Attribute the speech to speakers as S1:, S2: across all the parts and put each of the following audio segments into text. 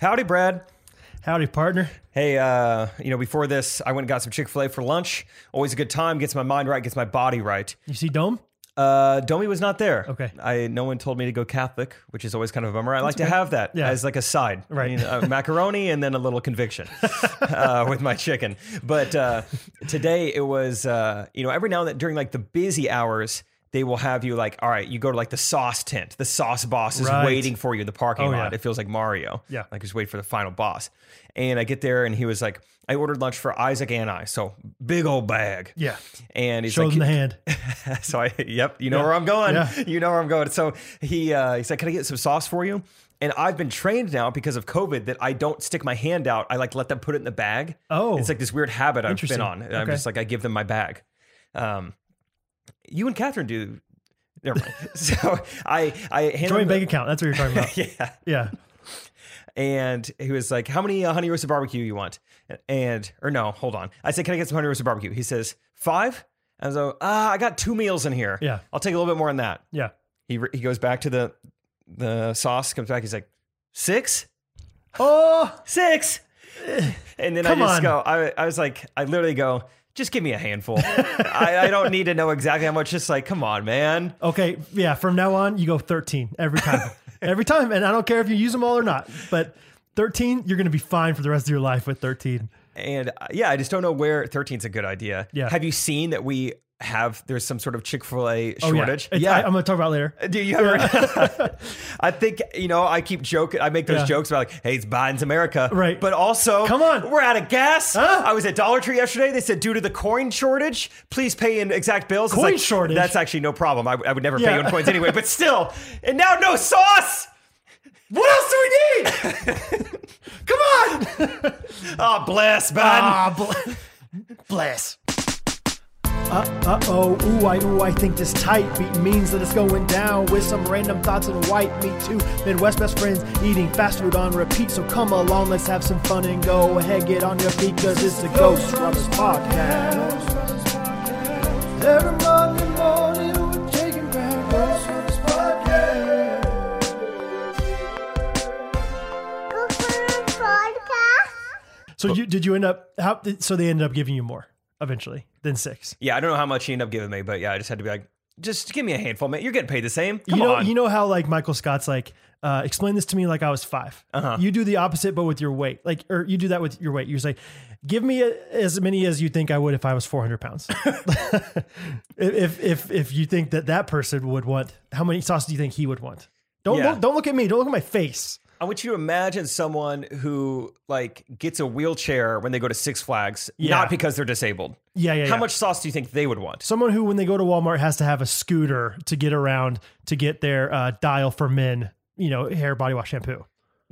S1: Howdy, Brad.
S2: Howdy, partner.
S1: Hey, uh, you know, before this, I went and got some Chick fil A for lunch. Always a good time. Gets my mind right, gets my body right.
S2: You see Dome?
S1: Uh, Domi was not there.
S2: Okay.
S1: I no one told me to go Catholic, which is always kind of a bummer. I like to have that
S2: Yeah.
S1: as like a side,
S2: Right.
S1: I mean, uh, macaroni and then a little conviction uh, with my chicken. But uh, today it was, uh, you know, every now and then during like the busy hours. They will have you like, all right, you go to like the sauce tent. The sauce boss is
S2: Right.
S1: waiting for you in the parking
S2: Oh,
S1: lot.
S2: yeah.
S1: It feels like Mario.
S2: Yeah.
S1: Like just wait for the final boss. And I get there and he was like, I ordered lunch for Isaac and I. So big old bag.
S2: Yeah.
S1: And he's
S2: Show
S1: like,
S2: them the hand.
S1: so I, yep, you know where I'm going.
S2: Yeah.
S1: You know where I'm going. So he, uh, he said, "Can I get some sauce for you?" And I've been trained now because of COVID that I don't stick my hand out. I like let them put it in the bag.
S2: Oh.
S1: it's like this weird habit I've been
S2: Interesting.
S1: on. I'm
S2: Okay.
S1: just like I give them my bag. Um, you and Catherine do. Never mind. so I, I hand
S2: Joint
S1: them
S2: bank account. That's what you're talking about.
S1: the- yeah,
S2: yeah.
S1: and he was like, "How many uh, honey roasted barbecue you want?" And or no, hold on. I said, "Can I get some honey roasted barbecue?" He says, five? I was like, "Ah, I got two meals in here.
S2: Yeah.
S1: I'll take a little bit more than that."
S2: Yeah.
S1: He re- he goes back to the the sauce, comes back. He's like, six,
S2: Oh, Eh,
S1: six, and then I
S2: Come
S1: just
S2: on.
S1: go. I I was like, I literally go. Just give me a handful. I, I don't need to know exactly how much. Just like, come on, man.
S2: okay. Yeah. From now on, you go 13 every time. every time. And I don't care if you use them all or not, but 13, you're going to be fine for the rest of your life with 13.
S1: And uh, yeah, I just don't know where 13's a good idea.
S2: Yeah.
S1: Have you seen that we have, there's some sort of Chick fil A
S2: Oh, yeah.
S1: shortage?
S2: It's- I, am going to talk about it later.
S1: Do you ever? I think you know. I keep joking. I make those
S2: Yeah.
S1: jokes about like, "Hey, it's Biden's America,"
S2: Right.
S1: But also,
S2: Come on.
S1: we're out of gas.
S2: Huh?
S1: I was at Dollar Tree yesterday. They said, due to the coin shortage, please pay in exact bills. It's
S2: Coin
S1: like,
S2: shortage?
S1: That's actually no problem. I, I would never pay
S2: Yeah.
S1: you in coins anyway. But still, and now no sauce. What else do we need? Come on. oh, bless Biden.
S2: Ah, bless. Uh oh, ooh, I, ooh, I think this tight beat means that it's going down with some random thoughts and white meat too. Midwest best friends eating fast food on repeat, so come along, let's have some fun and go ahead, get on your feet, cause it's the Ghost Runners Podcast. Every Monday morning, we're taking back Ghost Runners Podcast. So, you, did you end up, how, so they ended up giving you more eventually than six?
S1: Yeah, I don't know how much he ended up giving me, but yeah, I just had to be like, just give me a handful, man. You're getting paid the same. Come
S2: you know,
S1: on.
S2: you know how like Michael Scott's like, uh, explain this to me like I was 5
S1: Uh-huh.
S2: You do the opposite, but with your weight, like, or you do that with your weight. You say, give me a, as many as you think I would if I was 400 pounds. if, if, if, if you think that that person would want, how many sauces do you think he would want? Don't
S1: Yeah.
S2: look, don't look at me. Don't look at my face.
S1: I want you to imagine someone who like gets a wheelchair when they go to Six Flags,
S2: Yeah.
S1: not because they're disabled.
S2: Yeah. Yeah.
S1: How
S2: yeah.
S1: much sauce do you think they would want?
S2: Someone who, when they go to Walmart, has to have a scooter to get around to get their uh, dial for men, you know, hair, body wash, shampoo.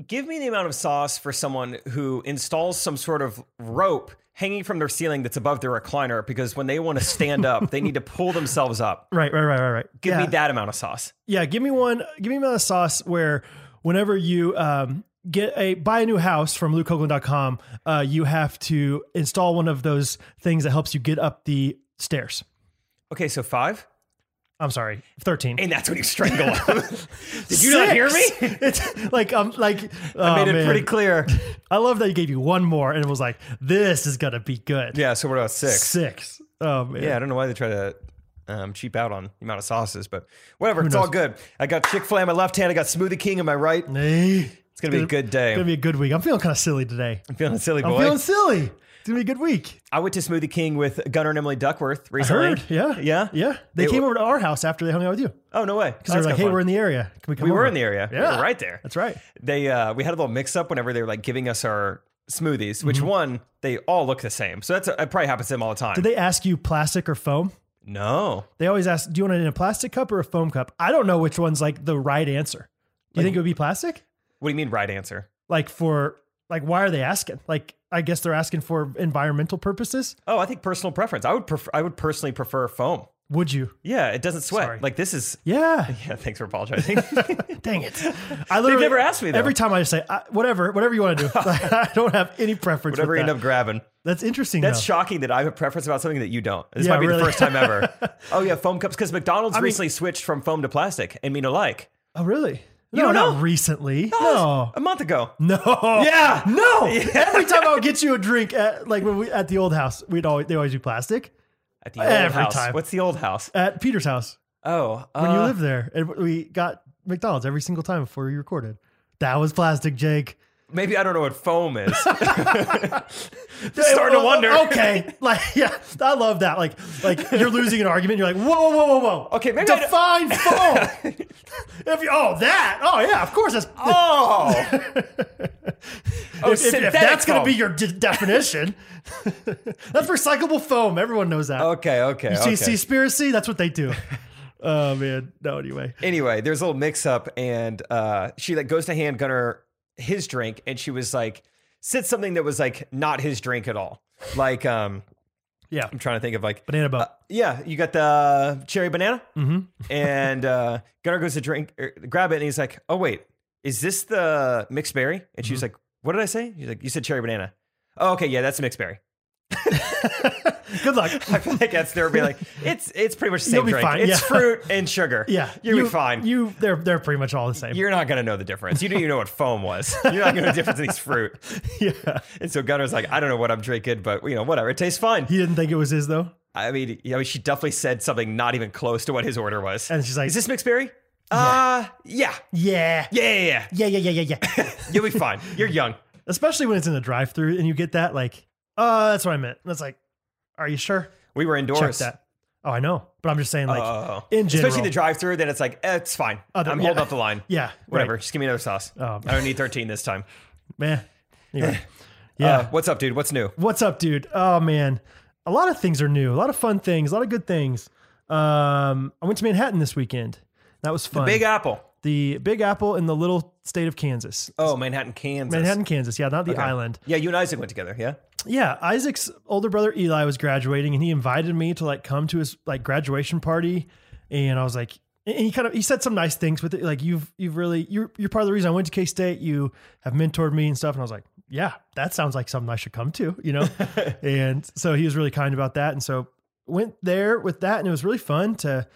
S1: Give me the amount of sauce for someone who installs some sort of rope hanging from their ceiling that's above their recliner because when they want to stand up, they need to pull themselves up.
S2: Right, right, right, right, right.
S1: Give me
S2: Yeah.
S1: that amount of sauce.
S2: Yeah, give me one. Give me a sauce where whenever you um, get a buy a new house from lukehoagland.com, uh, you have to install one of those things that helps you get up the stairs.
S1: Okay, so five,
S2: I'm sorry, thirteen.
S1: and that's when you strangle them. Did you not hear me?
S2: Six! it's like um, like
S1: I
S2: oh,
S1: made it
S2: man.
S1: pretty clear.
S2: I love that you gave you one more and it was like this is gonna be good.
S1: Yeah, so what about six?
S2: six. Oh man.
S1: Yeah, I don't know why they try to um, cheap out on the amount of sauces, but whatever. It's all good. I got Chick Fil A in my left hand. I got Smoothie King in my right. It's
S2: Hey, it's
S1: gonna be a good day.
S2: It's gonna be a good week. I'm feeling kind of silly today.
S1: I'm feeling silly,
S2: I'm
S1: boy.
S2: feeling silly. It's gonna be a good week.
S1: I went to Smoothie King with Gunnar and Emily Duckworth recently.
S2: Heard, yeah,
S1: yeah,
S2: yeah. They
S1: It
S2: came
S1: wa-
S2: over to our house after they hung out with you
S1: Oh no way!
S2: because they were like, "Hey, we're in the area. Can we come?"
S1: we were
S2: over?"
S1: in the area. We
S2: Yeah.
S1: were right there.
S2: That's right.
S1: They uh, we had a little mix up whenever they were like giving us our smoothies. Which one? They all look the same. So that's that probably happens to them all the time.
S2: Mm-hmm. Did they ask you plastic or foam?
S1: no,
S2: They always ask, "Do you want it in a plastic cup or a foam cup?" I don't know which one's like the right answer. Do you think it would be plastic?
S1: what do you mean? Right answer?
S2: Like for like, why are they asking? Like, I guess they're asking for environmental purposes.
S1: Oh, I think personal preference. I would prefer. I would personally prefer foam.
S2: Would you?
S1: Yeah, it doesn't sweat.
S2: Sorry.
S1: Like this is
S2: Yeah.
S1: Yeah, thanks for apologizing.
S2: Dang it! I literally
S1: never asked me, though.
S2: Every time I just say I, whatever, whatever you want to do. I don't have any preference.
S1: Whatever
S2: with
S1: you end
S2: that.
S1: up grabbing.
S2: That's interesting.
S1: That's
S2: though.
S1: shocking that I have a preference about something that you don't. This
S2: Yeah,
S1: might be the
S2: really.
S1: first time ever. oh yeah, foam cups because McDonald's
S2: mean-
S1: recently switched from foam to plastic and mean alike.
S2: Oh, really?
S1: You don't know?
S2: not recently.
S1: a month ago.
S2: No.
S1: Yeah.
S2: No.
S1: Yeah.
S2: Every time I would get you a drink at like when we at the old house, we'd always they always do plastic
S1: At the old
S2: Every
S1: house.
S2: time.
S1: What's the old house?
S2: at Peter's house
S1: Oh,
S2: when you
S1: uh,
S2: lived there, and we got McDonald's every single time before we recorded. That was plastic, Jake.
S1: maybe I don't know what foam is. starting to wonder.
S2: Okay, like yeah, I love that. Like like you're losing an argument. You're like whoa whoa whoa whoa whoa.
S1: Okay, maybe I
S2: define foam. if you oh that oh yeah of course that's
S1: oh, oh,
S2: if, if- if
S1: synthetic
S2: that's going to
S1: foam.
S2: be your de- definition, that's recyclable foam. Everyone knows that.
S1: okay, okay,
S2: You
S1: okay.
S2: see, conspiracy. That's what they do. oh man. No, anyway.
S1: anyway, there's a little mix up, and uh, she like goes to hand Gunner his drink, and she was like said something that was like not his drink at all. Like, um,
S2: Yeah.
S1: I'm trying to think of like,
S2: Banana boat.
S1: yeah, you got the cherry banana,
S2: mm-hmm.
S1: and uh, Gunner goes to drink, er, grab it, and he's like, oh wait, is this the mixed berry? And she's
S2: Mm-hmm.
S1: like, what did I say? He's like, you said cherry banana. Oh, okay, yeah, that's mixed berry.
S2: Good luck.
S1: I feel like that's there being like it's it's pretty much the same
S2: You'll be
S1: drink.
S2: fine,
S1: It's
S2: yeah.
S1: fruit and sugar.
S2: Yeah.
S1: you'll
S2: you,
S1: be fine.
S2: You. They're they're pretty much all the same.
S1: You're not gonna know the difference. You didn't even know what foam was. You're not gonna know the difference in these fruit.
S2: yeah.
S1: And so Gunner's like, I don't know what I'm drinking, but you know, whatever. It tastes fine.
S2: He didn't think it was his though.
S1: I mean, yeah, I mean, she definitely said something not even close to what his order was.
S2: And she's like-
S1: Is this mixed berry? Uh yeah.
S2: Yeah.
S1: Yeah, yeah, yeah.
S2: Yeah. Yeah. Yeah. Yeah. Yeah.
S1: You'll be fine. You're young.
S2: Especially when it's in the drive-through and you get that like, oh, that's what I meant. And it's like, are you sure?
S1: We were
S2: Check
S1: indoors.
S2: that. Oh, I know. But I'm just saying like,
S1: Oh.
S2: in general.
S1: Especially the drive through, then it's like, eh, it's fine.
S2: Other-
S1: I'm holding
S2: yeah.
S1: up the line.
S2: yeah.
S1: Whatever.
S2: Right.
S1: Just give me another sauce.
S2: Oh.
S1: I don't need 13 this time.
S2: Man. Anyway.
S1: Yeah.
S2: Yeah.
S1: what's up, dude? What's new?
S2: What's up, dude? Oh man, a lot of things are new. A lot of fun things. A lot of good things. Um, I went to Manhattan this weekend. That was fun.
S1: Big Apple.
S2: The Big Apple in the little state of Kansas.
S1: Oh, Manhattan, Kansas.
S2: Manhattan, Kansas. Yeah, not the
S1: Okay.
S2: island.
S1: Yeah, you and Isaac went together. Yeah.
S2: Yeah, Isaac's older brother Eli was graduating, and he invited me to like come to his like graduation party, and I was like, and he kind of he said some nice things with it, like you've you've really you're you're part of the reason I went to K State. You have mentored me and stuff, and I was like, yeah, that sounds like something I should come to, you know. and so he was really kind about that, and so went there with that, and it was really fun to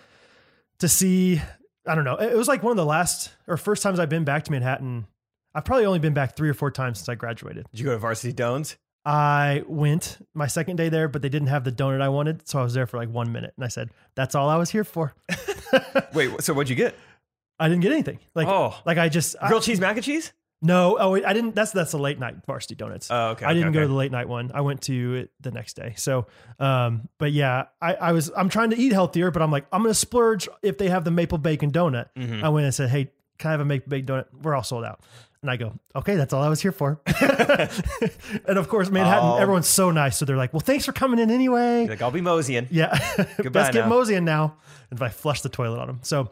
S2: to see. I don't know. It it was like one of the last or first times I've been back to Manhattan. I've probably only been back three or four times since I graduated.
S1: Did you go to Varsity Dones?
S2: I went my second day there, but they didn't have the donut I wanted. So I was there for like one minute and I said, that's all I was here for.
S1: Wait, so what'd you get?
S2: I didn't get anything. Like,
S1: Oh.
S2: like I just, I,
S1: Grilled cheese mac and cheese?
S2: no, oh, wait, I didn't, that's, that's the late night varsity donuts.
S1: Oh, okay.
S2: I didn't go to
S1: the.
S2: the late night one. I went to it the next day. So, um, but yeah, I, I was, I'm trying to eat healthier, but I'm like, I'm going to splurge if they have the maple bacon donut.
S1: Mm-hmm.
S2: I went and said, Hey, can I have a maple bacon donut? We're all sold out. And I go, okay, that's all I was here for. and of course, Manhattan,
S1: Oh.
S2: everyone's so nice. So they're like, well, thanks for coming in anyway.
S1: Like, I'll be moseying.
S2: Yeah.
S1: Goodbye
S2: Best get
S1: now.
S2: mosey in now. And if I flush the toilet on him. So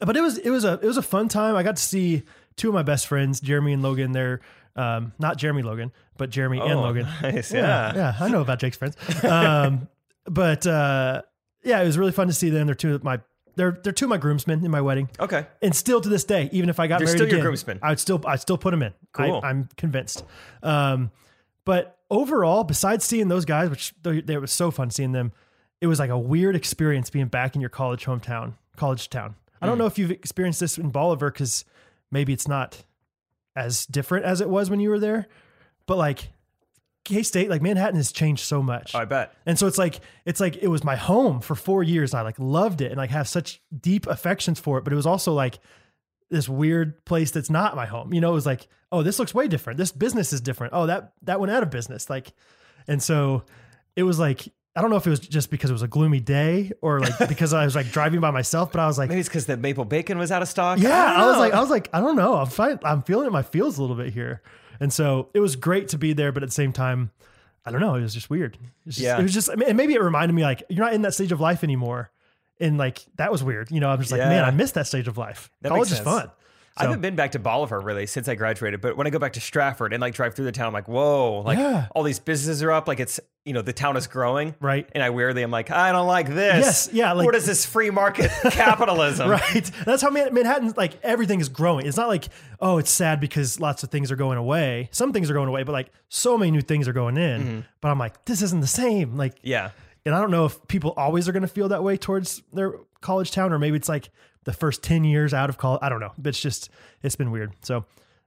S2: but it was it was a it was a fun time. I got to see two of my best friends, Jeremy and Logan, they're um not Jeremy Logan, but Jeremy and
S1: Oh,
S2: Logan.
S1: nice, yeah.
S2: Yeah, I know about Jake's friends. Um but uh yeah, it was really fun to see them. They're two of my they're they're two of my groomsmen in my wedding.
S1: Okay.
S2: And still to this day, even if I got
S1: They're
S2: married
S1: still your
S2: again,
S1: groomsmen.
S2: I would still I would still put them in.
S1: Cool.
S2: I, I'm convinced. Um, but overall, besides seeing those guys, which they, they it was so fun seeing them, it was like a weird experience being back in your college hometown, college town. I
S1: Hmm.
S2: don't know if you've experienced this in Bolivar because maybe it's not as different as it was when you were there, but like K State, like Manhattan has changed so much.
S1: I bet.
S2: And so it's like it's like it was my home for four years. And I like loved it and like have such deep affections for it. But it was also like this weird place that's not my home. You know, it was like, oh, this looks way different. This business is different. Oh, that that went out of business. Like, and so it was like I don't know if it was just because it was a gloomy day or like because I was like driving by myself. But I was like,
S1: Maybe it's because the maple bacon was out of stock.
S2: yeah,
S1: don't
S2: I, was
S1: know.
S2: like, I was like, I don't know. I'm fine. I'm feeling it in my feels a little bit here, and so it was great to be there, but at the same time, I don't know. It was just weird. It was just,
S1: Yeah.
S2: it was just, and maybe it reminded me like you're not in that stage of life anymore, and like that was weird. You know, I'm just like,
S1: Yeah.
S2: man, I missed that stage of life.
S1: That
S2: College
S1: makes
S2: is
S1: sense.
S2: fun.
S1: I haven't been back to Bolivar really since I graduated, but when I go back to Stratford and like drive through the town, I'm like, whoa, like
S2: Yeah.
S1: all these businesses are up. Like it's, you know, the town is growing.
S2: Right.
S1: And I weirdly, I'm like, I don't like this.
S2: Yes, yeah, like-
S1: what is this free market capitalism?
S2: Right. That's how Man- Manhattan's like everything is growing. It's not like, oh, it's sad because lots of things are going away. Some things are going away, but like so many new things are going in.
S1: Mm-hmm.
S2: But I'm like, this isn't the same. Like,
S1: Yeah.
S2: And I don't know if people always are going to feel that way towards their college town, or maybe it's like the first 10 years out of college. I don't know. It's just, it's been weird. So,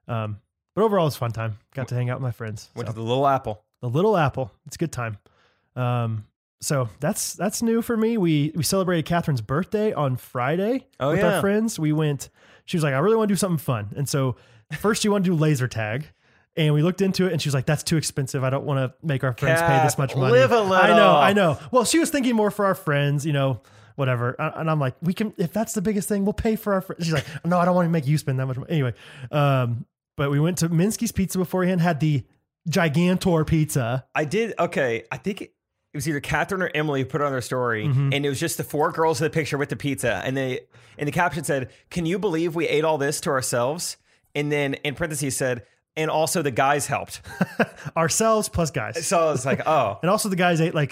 S2: um, but overall, it's a fun time. Got to hang out with my friends.
S1: Went
S2: So,
S1: to the Little Apple.
S2: the Little Apple. It's a good time. Um, so that's that's new for me. We we celebrated Catherine's birthday on Friday
S1: Oh,
S2: with
S1: yeah.
S2: our friends. We went. She was like, I really want to do something fun, and so first you want to do laser tag. And we looked into it, and she was like, "That's too expensive. I don't want to make our friends pay this
S1: Kath,
S2: much money."
S1: live a
S2: I
S1: little.
S2: know, I know. Well, she was thinking more for our friends, you know, whatever. A- And I'm like, "We can, if that's the biggest thing, we'll pay for our friends." She's like, "No, I don't want to make you spend that much money." Anyway, um, but we went to Minsky's Pizza beforehand, had the gigantor pizza.
S1: I did okay. I think it, it was either Catherine or Emily who put it on their story,
S2: Mm-hmm.
S1: and it was just the four girls in the picture with the pizza, and they and the caption said, "Can you believe we ate all this to ourselves?" And then in parentheses said, "And also the guys helped."
S2: ourselves plus guys.
S1: So I was like, "Oh."
S2: And also the guys ate like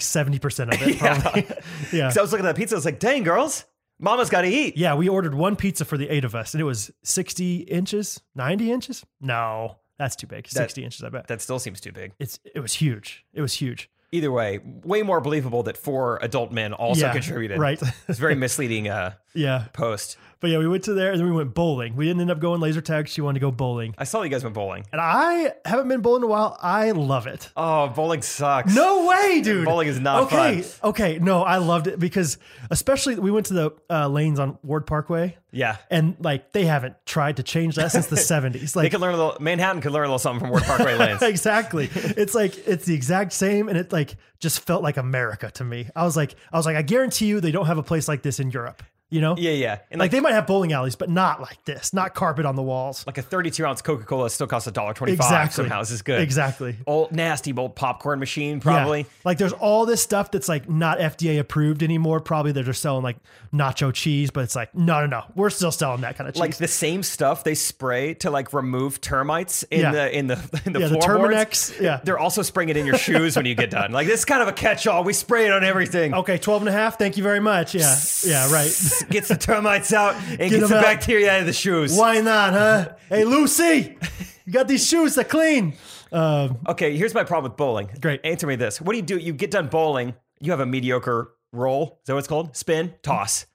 S2: 70% of it. Probably. yeah.
S1: Because I was looking at that pizza, I was like, "Dang, girls, Mama's got to eat."
S2: yeah. We ordered one pizza for the eight of us and it was 60 inches, 90 inches. No, that's too big. 60 inches. I bet
S1: That still seems too big.
S2: it's, it was huge. It was huge.
S1: Either way, way more believable that four adult men also
S2: Yeah,
S1: contributed.
S2: right.
S1: It's a very misleading uh,
S2: Yeah.
S1: post.
S2: But yeah, we went to there and then we went bowling. We didn't end up going laser tag. She wanted to go bowling
S1: I saw you guys went bowling.
S2: and I haven't been bowling in a while. I love it.
S1: Oh, bowling sucks.
S2: No way, dude.
S1: Bowling is not
S2: okay.
S1: fun.
S2: Okay. No, I loved it because especially we went to the uh, lanes on Ward Parkway.
S1: Yeah.
S2: and like they haven't tried to change that since the 70s
S1: They
S2: like
S1: could learn a little. Manhattan could learn a little something from Ward Parkway Lanes.
S2: exactly it's like it's the exact same and it like just felt like america to me i was like i was like i guarantee you they don't have a place like this in europe you know
S1: Yeah, yeah. And
S2: like
S1: like
S2: they might have bowling alleys but not like this not carpet on the walls
S1: like a 32 ounce Coca Cola still costs a dollar twenty five.
S2: exactly
S1: Somehow this is good.
S2: exactly
S1: Old nasty old popcorn machine
S2: Yeah.
S1: probably.
S2: like there's all this stuff that's like not fda approved anymore probably they're just selling like nacho cheese but it's like no no no we're still selling that kind of cheese
S1: Like the same stuff they spray to like remove termites in
S2: Yeah.
S1: the in the in the
S2: yeah the
S1: floorboards.
S2: terminex yeah
S1: They're also spraying it in your shoes when you get done. Like this is kind of a catch all. We spray it on everything.
S2: okay 12 and a half thank you very much yeah yeah right
S1: Gets the termites out and gets
S2: 'em
S1: the
S2: out.
S1: bacteria out of the shoes.
S2: Why not, huh? Hey, Lucy, you got these shoes that clean. Um,
S1: Okay, here's my problem with bowling.
S2: Great.
S1: Answer me this. What do you do? You get done bowling, you have a mediocre roll. Is that what it's called? Spin, toss.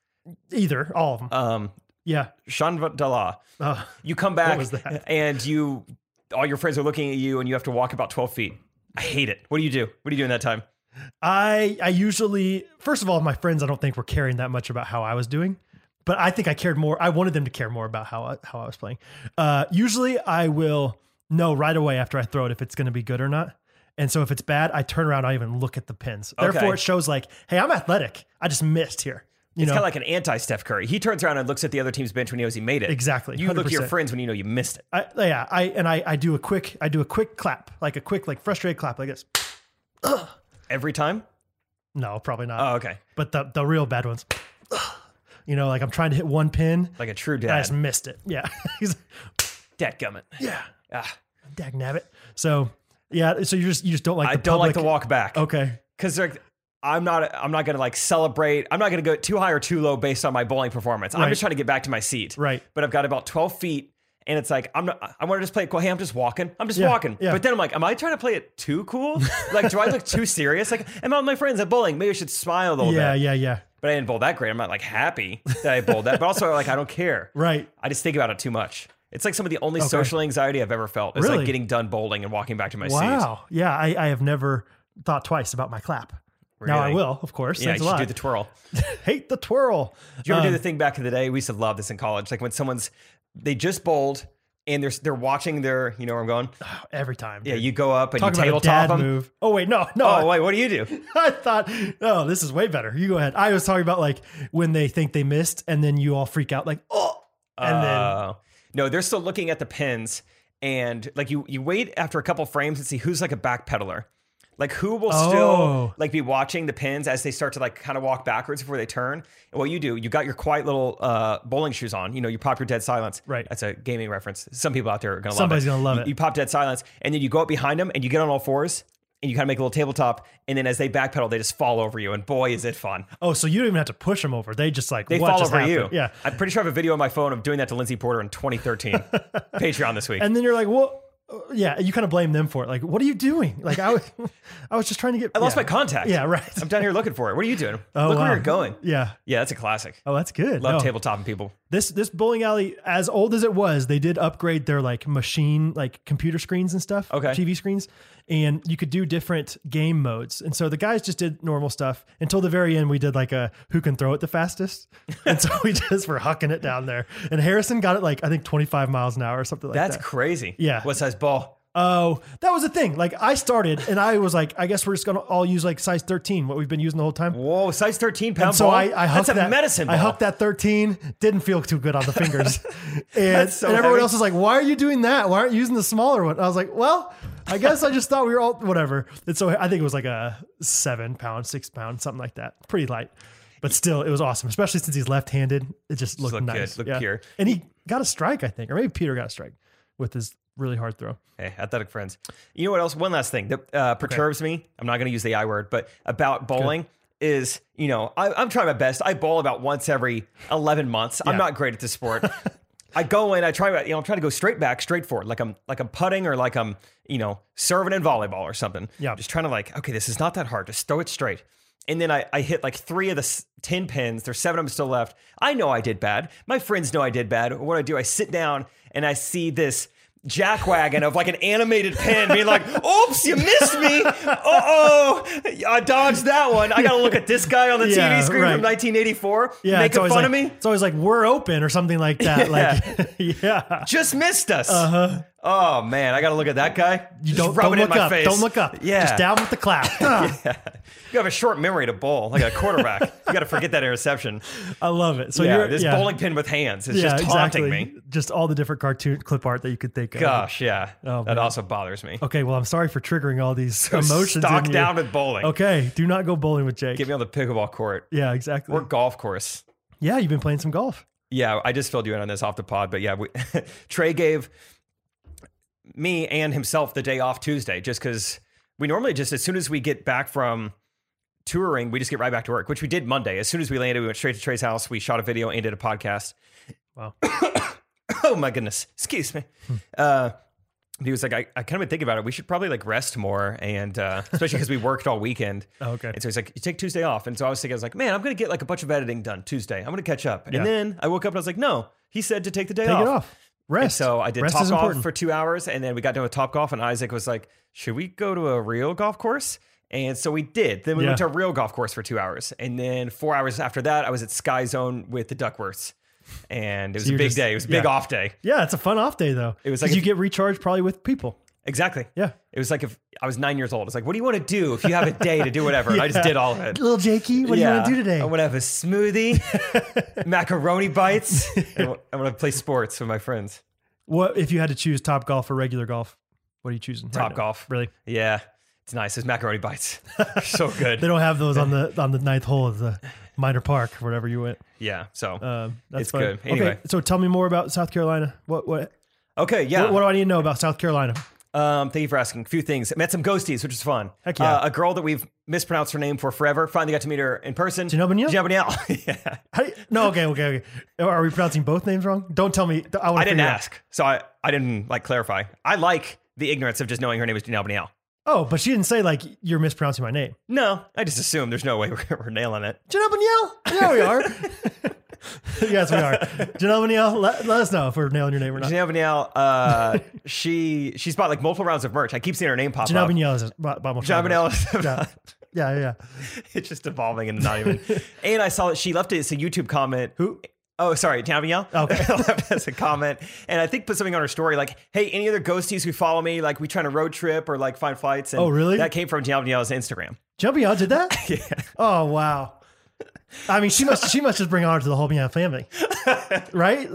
S2: either, all of them.
S1: Um,
S2: yeah.
S1: Chandala.
S2: Uh,
S1: You come back
S2: was that?
S1: and you, all your friends are looking at you and you have to walk about 12 feet. I hate it. What do you do? What do you do in that time?
S2: I I usually, first of all, my friends, I don't think were caring that much about how I was doing, but I think I cared more. I wanted them to care more about how I, how I was playing. Uh, usually, I will know right away after I throw it if it's going to be good or not. And so if it's bad, I turn around. I don't even look at the pins. Therefore,
S1: Okay.
S2: it shows like, hey, I'm athletic. I just missed here. You
S1: It's
S2: know
S1: kind of like an anti Steph Curry. He turns around and looks at the other team's bench when he knows he made it.
S2: exactly.
S1: You look at your
S2: 100%.
S1: friends when you know you missed it.
S2: I, yeah, I and I, I do a quick I do a quick clap, like a quick like frustrated clap like this.
S1: Every time?
S2: No, probably not.
S1: Oh, okay.
S2: but the the real bad ones. You know, like I'm trying to hit one pin,
S1: Like a true
S2: I
S1: dad.
S2: just missed it. Yeah. He's-
S1: Dadgummit.
S2: yeah.
S1: Ah,
S2: Dag nabbit. So yeah, so you just you just don't like
S1: I
S2: the
S1: don't like
S2: public. Oh.
S1: the walk back.
S2: Okay.
S1: because like I'm not I'm not gonna like celebrate. I'm not gonna go too high or too low based on my bowling performance. I'm
S2: Right.
S1: just trying to get back to my seat.
S2: Right.
S1: But I've got about 12 feet, and it's like I'm not. I want to just play it cool. Hey, I'm just walking. I'm just
S2: Yeah,
S1: walking.
S2: yeah.
S1: But then I'm like, am I trying to play it too cool? like, do I look too serious? Like, am I with my friends at bowling? Maybe I should smile a little
S2: Yeah,
S1: bit.
S2: yeah, yeah.
S1: But I didn't bowl that great. I'm not like happy that I bowled that. But also like I don't care.
S2: Right.
S1: I just think about it too much. It's like some of the only social anxiety I've ever felt. is like
S2: Really?
S1: getting done bowling and walking back to my seat.
S2: Wow. Yeah, I, I have never thought twice about my clap. Now I
S1: Really?
S2: will, of course.
S1: Yeah,
S2: Thanks
S1: you
S2: a
S1: should
S2: lot.
S1: do the twirl.
S2: Hate the twirl.
S1: Do you ever
S2: Um,
S1: do the thing back in the day? We used to love this in college. Like when someone's they just bowled and they're they're watching their you know where I'm going.
S2: every time.
S1: Yeah,
S2: dude.
S1: you go up and
S2: talk
S1: you
S2: about a
S1: tabletop
S2: dad
S1: them.
S2: move. Oh wait, no, no.
S1: Oh wait, what do you do?
S2: I thought, oh, this is way better. You go ahead. I was talking about like when they think they missed, and then you all freak out, like, oh, and then
S1: Oh. no, they're still looking at the pins and like you you wait after a couple frames and see who's like a backpedaler. Like who will
S2: Oh.
S1: still like be watching the pins as they start to like kind of walk backwards before they turn. And what you do, you got your quiet little uh, bowling shoes on. You know, you pop your dead silence.
S2: Right.
S1: That's a gaming reference. Some people out there are gonna
S2: Somebody's
S1: love it.
S2: gonna love
S1: You-
S2: it.
S1: You pop dead silence, and then you go up behind them and you get on all fours and you kind of make a little tabletop. And then as they backpedal, they just fall over you. And boy, is it fun!
S2: oh, so you don't even have to push them over. They just like
S1: They
S2: what
S1: fall
S2: just
S1: over you.
S2: happened? yeah.
S1: I'm pretty sure I have a video on my phone of doing that to Lindsay Porter in 2013. Patreon this week.
S2: And then you're like, well, uh, yeah, you kind of blame them for it. Like, what are you doing? Like, I was, I was just trying to get.
S1: I lost
S2: yeah.
S1: my contact.
S2: Yeah, right.
S1: I'm down here looking for it. What are you doing?
S2: Oh,
S1: Look where
S2: wow.
S1: you're going.
S2: Yeah.
S1: Yeah, that's a classic.
S2: Oh, that's good.
S1: Love
S2: No.
S1: tabletopping people.
S2: This this bowling alley, as old as it was, they did upgrade their like machine, like computer screens and stuff.
S1: Okay.
S2: TV screens, and you could do different game modes. And so the guys just did normal stuff until the very end. We did like a who can throw it the fastest, and so we just were hucking it down there. And Harrison got it like I think 25 miles an hour or something like
S1: That's
S2: that.
S1: crazy.
S2: Yeah.
S1: What size ball?
S2: Oh, that was the thing. Like I started and I was like, I guess we're just gonna all use like size 13, what we've been using the whole time.
S1: Whoa, size 13 pound
S2: And so
S1: ball.
S2: I, I hooked
S1: That's a
S2: that
S1: medicine ball.
S2: I hooked that 13. Didn't feel too good on the fingers. and,
S1: so
S2: and everyone
S1: heavy.
S2: else was like, why are you doing that? Why aren't you using the smaller one? I was like, well, I guess I just thought we were all whatever. And so I think it was like a seven pound, six pound, something like that. Pretty light. But still, it was awesome, especially since he's left handed. It just looked,
S1: looked good,
S2: nice.
S1: looked pure.
S2: And he got a strike, I think, or maybe Peter got a strike with his really hard throw.
S1: Hey, athletic friends. You know what else? One last thing that uh, perturbs me. I'm not going to use the I word, but about bowling is, you know, I, I'm trying my best. I bowl about once every 11 months. I'm
S2: Yeah.
S1: not great at this sport. I go in, I try, my- you know, I'm trying to go straight back, straight forward, like I'm, like I'm putting or like I'm, you know, serving in volleyball or something.
S2: Yeah.
S1: Just trying to like, okay, this is not that hard. Just throw it straight. And then I, I hit like three of the s- 10 pins. There's seven of them still left. I know I did bad. My friends know I did bad. What do I do, I sit down and I see this jackwagon of like an animated pin being like, oops, you missed me. Uh oh. I dodged that one. I got to look at this guy on the
S2: Yeah,
S1: TV screen
S2: right.
S1: from 1984
S2: Yeah, it's
S1: making fun
S2: always
S1: of
S2: like-
S1: me.
S2: It's always like we're open or something like that. Like, yeah,
S1: Just missed us. Uh-huh. Oh man, I got to look at that guy.
S2: you
S1: Just
S2: don't,
S1: rub
S2: don't
S1: it in
S2: look
S1: my
S2: up.
S1: face.
S2: Don't look up.
S1: Yeah.
S2: just down with the clap. Ah,
S1: You have a short memory to bowl, like a quarterback. you got to forget that interception.
S2: I love it. So
S1: yeah,
S2: you're
S1: this bowling pin with hands is
S2: yeah,
S1: just taunting
S2: exactly.
S1: me.
S2: Just all the different cartoon clip art that you could think of.
S1: Gosh, yeah,
S2: Oh,
S1: that
S2: man.
S1: also bothers me.
S2: Okay, well, I'm sorry for triggering all these emotions.
S1: Stock
S2: in you.
S1: down with bowling.
S2: Okay, do not go bowling with Jake.
S1: Get me on the pickleball court
S2: yeah, exactly.
S1: or golf course.
S2: yeah, you've been playing some golf.
S1: Yeah, I just filled you in on this off the pod, but yeah, we, Trey gave me and himself the day off Tuesday just because we normally just as soon as we get back from touring, we just get right back to work, which we did Monday. As soon as we landed, we went straight to Trey's house. We shot a video and did a podcast.
S2: Wow. Hmm.
S1: oh my goodness. Excuse me. Uh, he was like, I, I kind of been thinking about it. We should probably like rest more. And uh, especially because we worked all weekend.
S2: Oh, okay.
S1: And so he's like, you take Tuesday off. And so I was thinking, I was like, man, I'm going to get like a bunch of editing done Tuesday. I'm going to catch up.
S2: Yeah.
S1: And then I woke up and I was like, no, he said to take the day
S2: Take
S1: off.
S2: it off.
S1: And
S2: Rest.
S1: so I did
S2: Rest
S1: top
S2: is
S1: golf
S2: important.
S1: for two hours. And then we got done with top golf. And Isaac was like, should we go to a real golf course? And so we did. Then we
S2: Yeah.
S1: went to a real golf course for two hours. And then four hours after that, I was at Sky Zone with the Duckworths. And it was a
S2: you're
S1: big
S2: just-
S1: day. It was a big
S2: yeah.
S1: off day.
S2: yeah, it's a fun off day though.
S1: It was like
S2: 'Cause
S1: if-
S2: you get recharged probably with people.
S1: Exactly.
S2: Yeah.
S1: It was like if I was nine years old. It's like, what do you want to do if you have a day to do whatever? And I just
S2: Yeah.
S1: did all of it.
S2: Little Jakey, what do you want to do today?
S1: I want to have a smoothie, macaroni bites. and I want to play sports with my friends.
S2: What if you had to choose top golf or regular golf? What are you choosing? Right now?
S1: Topgolf.
S2: Really?
S1: Yeah, it's nice. It's macaroni bites. so
S2: They
S1: good.
S2: don't have those on the on the ninth hole of the minor park, wherever you went.
S1: Yeah. So
S2: Um, that's
S1: It's
S2: fun.
S1: good. Anyway.
S2: Okay, so tell me more about South Carolina. What what,
S1: okay. Yeah.
S2: what what do I need to know about South Carolina?
S1: Um, thank you for asking. A few things. Met some ghosties, which was fun.
S2: Heck yeah.
S1: Uh, a girl that we've mispronounced her name for forever. Finally got to meet her in person.
S2: Janelle Beniel?
S1: Janelle. yeah.
S2: How do you- no, okay, okay, okay. Are we pronouncing both names wrong? Don't tell me. I want.
S1: I didn't ask, so I, I didn't like clarify. I like the ignorance of just knowing her name is Janelle Beniel.
S2: Oh, but she didn't say like you're mispronouncing my name.
S1: No, I just assume there's no way we're, we're nailing it.
S2: Janelle Beniel. Yeah, we are. yes, we are. Janelle Beniel. Let, let us know if we're nailing your name or not.
S1: Janelle Beniel, uh, she she's bought like multiple rounds of merch. I keep seeing her name pop
S2: Janelle
S1: up.
S2: Beniel is. Bob, Bob
S1: Janelle Beniel.
S2: Yeah, yeah, yeah.
S1: it's just evolving and not even. and I saw that she left it as a YouTube comment. Who? Oh, sorry, Janelle Beniel.
S2: Okay.
S1: left us a comment, and I think put something on her story like, "Hey, any other ghosties who follow me? Like, we trying to road trip or like find flights." And
S2: Oh, really?
S1: That came from Janelle Beniel's Instagram.
S2: Janelle Beniel did that. Oh wow. I mean, she must she must just bring honor to the whole Meow family, right?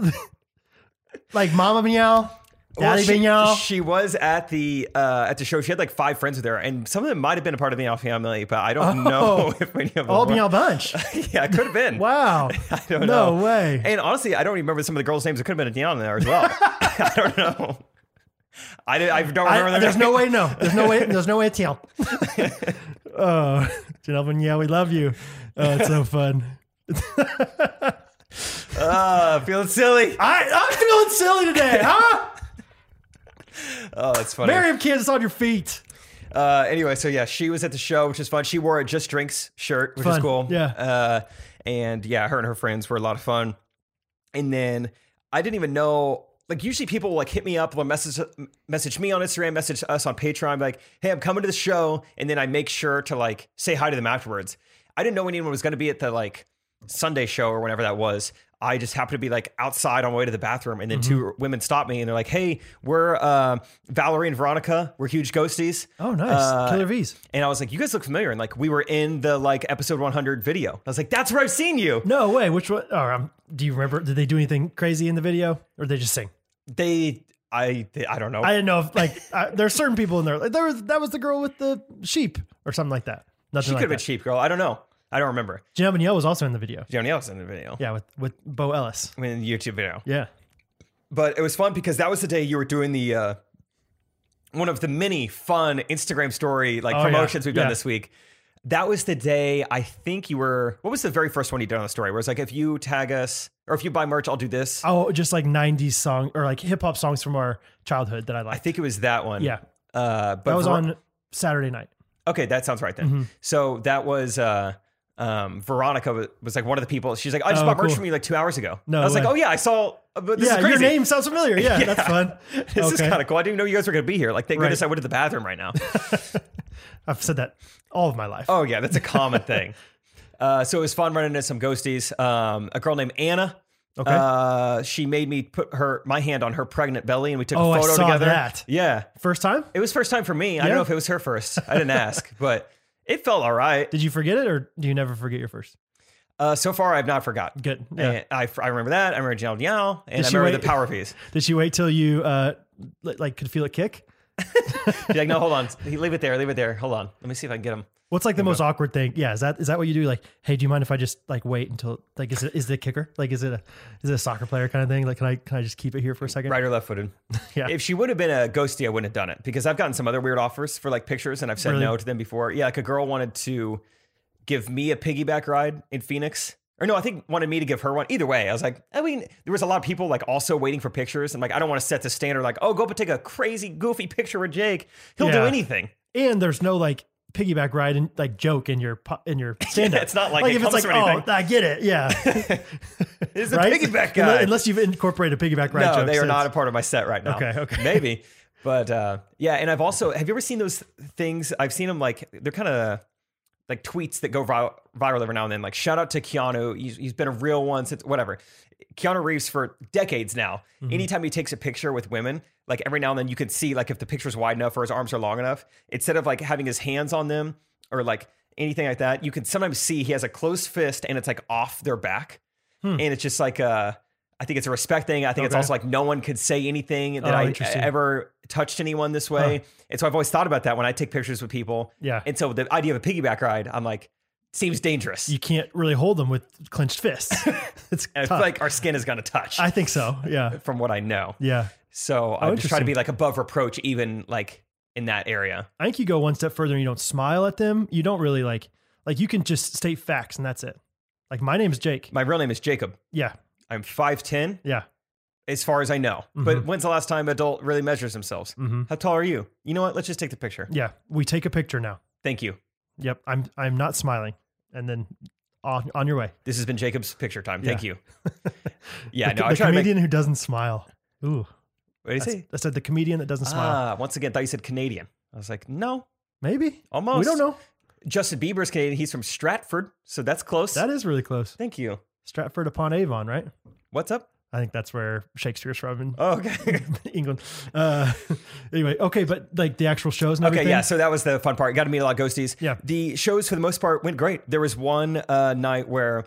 S2: like Mama Meow,
S1: Well,
S2: Daddy
S1: she-
S2: Meow.
S1: She was at the uh, at the show. She had like five friends with her, and some of them might have been a part of the Meow family, but I don't know if any of them.
S2: Oh. all
S1: were.
S2: Meow bunch.
S1: Yeah, it could have been.
S2: Wow.
S1: I don't
S2: no
S1: know.
S2: way.
S1: And honestly, I don't remember some of the girls' names. It could have been a Dion there as well. I don't know. I, don't- I don't remember.
S2: I,
S1: their
S2: there's
S1: name.
S2: no way. No, there's no way. There's no way to tell. oh, Janelle Beniel, we love you. Oh, it's so fun.
S1: Uh, feeling silly.
S2: I, I'm feeling silly today, huh?
S1: Oh, that's funny.
S2: Miriam Kansas on your feet.
S1: Uh, anyway, so yeah, she was at the show, which is fun. She wore a Just Drinks shirt, which is
S2: Fun.
S1: cool.
S2: Yeah.
S1: Uh, and yeah, her and her friends were a lot of fun. And then I didn't even know. Like usually people will like hit me up or message message me on Instagram, message us on Patreon, be like, hey, I'm coming to the show, and then I make sure to like say hi to them afterwards. I didn't know anyone was going to be at the like Sunday show or whenever that was. I just happened to be like outside on my way to the bathroom, and then two
S2: Mm-hmm.
S1: women stopped me and they're like, "Hey, we're uh, Valerie and Veronica. We're huge ghosties."
S2: Oh, nice.
S1: Uh,
S2: Killer V's.
S1: And I was like, "You guys look familiar." And like, we were in the like episode 100 video. I was like, "That's where I've seen you."
S2: No way. Which one? Or um, do you remember? Did they do anything crazy in the video, or did they just sing?
S1: They, I, they, I don't know.
S2: I didn't know if like I, there are certain people in there. Like there was that was the girl with the sheep or something like that. Nothing
S1: she
S2: like
S1: could have been
S2: that.
S1: cheap, girl. I don't know. I don't remember.
S2: Janelle Monáe was also in the video.
S1: Joni else in the video.
S2: Yeah, with with Bo Ellis.
S1: I mean, YouTube video.
S2: Yeah.
S1: But it was fun because that was the day you were doing the uh, one of the many fun Instagram story like
S2: Oh, yeah.
S1: promotions we've done
S2: Yeah.
S1: this week. That was the day I think you were. What was the very first one you did on the story? Where it's like, if you tag us or if you buy merch, I'll do this.
S2: Oh, just like '90s song or like hip hop songs from our childhood that I
S1: I
S2: like.
S1: think it was that one.
S2: Yeah,
S1: Uh, but
S2: that was
S1: Ver-
S2: on Saturday night.
S1: Okay, that sounds right then.
S2: Mm-hmm.
S1: So that was uh, um, Veronica wa- was like one of the people. She's like, I just
S2: Oh,
S1: bought merch
S2: cool.
S1: from you like two hours ago.
S2: No
S1: I was like,
S2: way.
S1: oh yeah, I saw. uh, But this
S2: yeah,
S1: is crazy.
S2: your name sounds familiar. Yeah,
S1: Yeah.
S2: that's fun.
S1: This is
S2: Okay.
S1: kind of cool. I didn't even know you guys were going to be here. Like, thank goodness
S2: Right.
S1: I went to the bathroom right now.
S2: I've said that all of my life.
S1: oh yeah, that's a common thing. Uh, so it was fun running into some ghosties. Um, a girl named Anna.
S2: Okay.
S1: Uh, she made me put her my hand on her pregnant belly, and we took
S2: Oh, I
S1: a photo
S2: saw
S1: together.
S2: that.
S1: Yeah,
S2: First time?
S1: it was first time for me. I don't
S2: Yeah.
S1: know if it was her first. I didn't ask, but it felt all right.
S2: Did you forget it, or do you never forget your first?
S1: Uh, so far, I've not forgotten.
S2: Good. Yeah.
S1: And I, I remember that. I remember Janelle Diao, and
S2: Did
S1: I
S2: she
S1: remember
S2: wait-
S1: the power piece.
S2: Did she wait till you uh li- like could feel it kick?
S1: She's like, no, hold on. Leave it there. Leave it there. Hold on. Let me see if I can get him.
S2: What's like the most awkward thing? Yeah, is that is that what you do? Like, hey, do you mind if I just like wait until like is it is it a kicker? Like, is it a is it a soccer player kind of thing? Like, can I can I just keep it here for a second?
S1: Right or left footed.
S2: Yeah.
S1: If she would have been a ghostie, I wouldn't have done it because I've gotten some other weird offers for like pictures and I've said
S2: Really?
S1: no to them before. Yeah. Like a girl wanted to give me a piggyback ride in Phoenix. Or no, I think wanted me to give her one. Either way, I was like, I mean, there was a lot of people like also waiting for pictures. And like, I don't want to set the standard like, oh, go up and take a crazy, goofy picture with Jake. He'll do
S2: Yeah.
S1: anything.
S2: And there's no like piggyback ride and like joke in your po- in your stand up.
S1: it's not like it
S2: if it's
S1: comes
S2: like
S1: from
S2: oh
S1: anything."
S2: I get it yeah
S1: It's a
S2: right
S1: piggyback
S2: Unle-
S1: guy.
S2: unless you've incorporated piggyback ride.
S1: no,
S2: jokes,
S1: they are
S2: it's-
S1: not a part of my set right now.
S2: Okay, okay.
S1: Maybe. But uh, yeah, and I've also, have you ever seen those things? I've seen them like, they're kind of like tweets that go vi- viral every now and then. Like, shout out to Keanu. He's, he's been a real one since whatever. Keanu Reeves for decades now.
S2: Mm-hmm.
S1: Anytime he takes a picture with women, like every now and then you can see like if the picture's wide enough or his arms are long enough, instead of like having his hands on them or like anything like that, you can sometimes see he has a closed fist and it's like off their back. And it's just like uh I think it's a respect thing. I think it's
S2: Hmm. Okay.
S1: also like no one could say anything that
S2: Oh,
S1: I
S2: interesting.
S1: ever touched anyone this way. And so I've always thought about that when I take pictures with people.
S2: Yeah.
S1: And so the idea of a piggyback ride, I'm like, seems dangerous.
S2: You can't really hold them with clenched fists. it's
S1: and I feel
S2: tough.
S1: like our skin is gonna touch
S2: I think so. Yeah.
S1: from what I know.
S2: Yeah.
S1: So I just try to
S2: interesting.
S1: be like above reproach, even like in that area.
S2: I think you go one step further and you don't smile at them. You don't really like like you can just state facts and that's it. Like my name's Jake.
S1: My real name is Jacob.
S2: Yeah.
S1: I'm 5'10
S2: Yeah.
S1: as far as I know.
S2: Mm-hmm.
S1: But when's the last time adult really measures themselves?
S2: Mhm.
S1: How tall are you? You know what? Let's just take the picture.
S2: Yeah. We take a picture now.
S1: Thank you.
S2: Yep. I'm I'm not smiling. And then on, on your way.
S1: This has been Jacob's picture time. Thank you. Yeah,
S2: The,
S1: no, I
S2: the
S1: try to make.
S2: comedian who doesn't smile. Ooh.
S1: What do you
S2: That's-
S1: say?
S2: I said the comedian that doesn't smile.
S1: Ah, once again, thought you said Canadian. I was like, no,
S2: Maybe.
S1: almost.
S2: We don't know.
S1: Justin Bieber's Canadian. He's from Stratford, so that's close.
S2: That is really close.
S1: Thank you.
S2: Stratford upon Avon, right?
S1: What's up?
S2: I think that's where Shakespeare's from in
S1: Oh, okay.
S2: England. Uh, anyway, okay, but like the actual shows and
S1: Okay,
S2: everything.
S1: yeah. So that was the fun part. Got to meet a lot of ghosties.
S2: Yeah.
S1: The shows for the most part went great. There was one uh, night where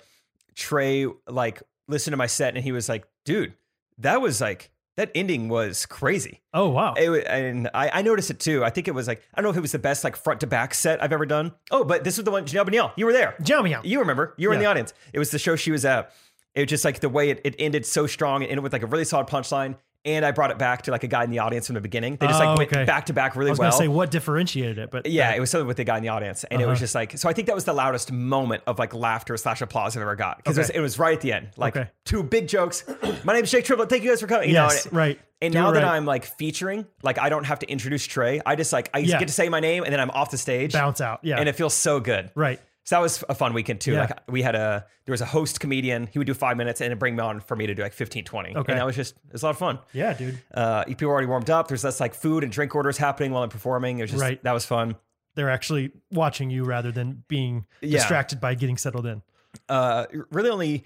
S1: Trey like listened to my set and he was like, "Dude, that was like that ending was crazy."
S2: Oh wow.
S1: It, wa- and I, I noticed it too. I think it was like I don't know if it was the best like front to back set I've ever done. Oh, but this was the one Janelle Beniel. You were there.
S2: Jam out.
S1: You remember? You were in
S2: Yeah.
S1: the audience. It was the show she was at. It was just like the way it, it ended so strong. It ended with like a really solid punchline. And I brought it back to like a guy in the audience from the beginning. They just
S2: Oh,
S1: like went
S2: okay.
S1: back to back really
S2: I was
S1: well.
S2: gonna say what Uh-huh. differentiated it, but
S1: Yeah, it was something with the guy in the audience, and it was just like so. I think that was the loudest moment of like laughter slash applause I've ever got because
S2: Okay.
S1: it, was right at the end, like
S2: Okay.
S1: two big jokes. My name's Jake Triplett. Thank you guys for coming. You know,
S2: yes,
S1: and-
S2: right.
S1: And
S2: Do
S1: now
S2: it
S1: that
S2: right.
S1: I'm like featuring, like I don't have to introduce Trey. I just like I
S2: Yeah.
S1: get to say my name, and then I'm off the stage,
S2: bounce out, yeah,
S1: and it feels so good.
S2: right.
S1: So that was a fun weekend too.
S2: Yeah.
S1: Like we had a there was a host comedian. He would do five minutes and then bring me on for me to do like 15, 20.
S2: Okay.
S1: And that was just it was a lot of fun.
S2: Yeah, dude.
S1: Uh, people were already warmed up. There's less like food and drink orders happening while I'm performing. It was just
S2: Right.
S1: that was fun.
S2: They're actually watching you rather than being
S1: Yeah.
S2: distracted by getting settled in.
S1: uh, really only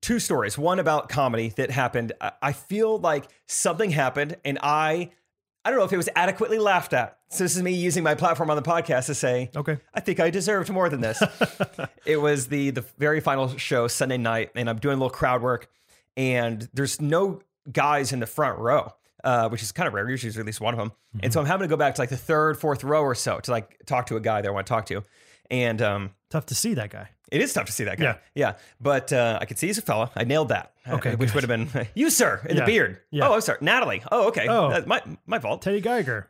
S1: two stories. One about comedy that happened. I, I feel like something happened, and I, I don't know if it was adequately laughed at. So this is me using my platform on the podcast to say,
S2: Okay.
S1: I think I deserved more than this. it was the the very final show Sunday night, and I'm doing a little crowd work, and there's no guys in the front row. Uh, which is kind of rare. Usually, there's at least one of them, and
S2: Mm-hmm.
S1: so I'm having to go back to like the third, fourth row or so to like talk to a guy that I want to talk to, and um,
S2: Tough to see that guy.
S1: it is tough to see that guy.
S2: Yeah.
S1: Yeah. But uh, I could see he's a fella. I nailed that.
S2: Okay,
S1: Uh, which
S2: good.
S1: would have been you, sir, in
S2: Yeah.
S1: the beard.
S2: Yeah.
S1: Oh, I'm sorry. Natalie. Oh, okay.
S2: Oh.
S1: That's my, my fault.
S2: Teddy Geiger.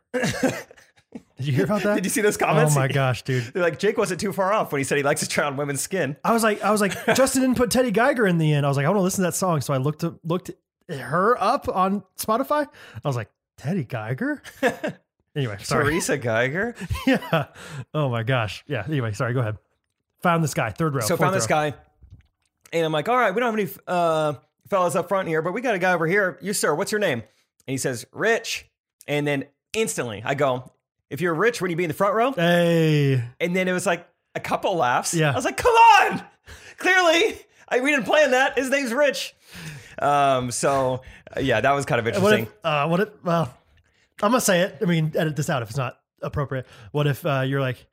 S2: Did you hear about that?
S1: Did you see those
S2: oh
S1: comments?
S2: my gosh, dude.
S1: They're like, Jake wasn't too far off when he said he likes to try on women's skin.
S2: I was like, I was like, Justin didn't put Teddy Geiger in the end. I was like, I want to listen to that song. So I looked looked her up on Spotify. I was like, Teddy Geiger. Anyway, sorry.
S1: Teresa Geiger.
S2: yeah. Oh my gosh. Yeah. Anyway, sorry. Go ahead. Found this guy. Third row.
S1: So I
S2: fourth
S1: found this
S2: row.
S1: guy, and I'm like, all right, we don't have any uh, fellas up front here, but we got a guy over here. You, sir, what's your name? And he says, Rich. And then instantly I go, if you're rich, wouldn't you be in the front row?
S2: Hey.
S1: And then it was like a couple laughs.
S2: Yeah.
S1: I was like, come on. Clearly, I, we didn't plan that. His name's Rich. Um, so uh, yeah, that was kind of
S2: What
S1: interesting.
S2: if, uh, what if, well, I'm going to say it. I mean, edit this out if it's not appropriate. What if uh, you're like,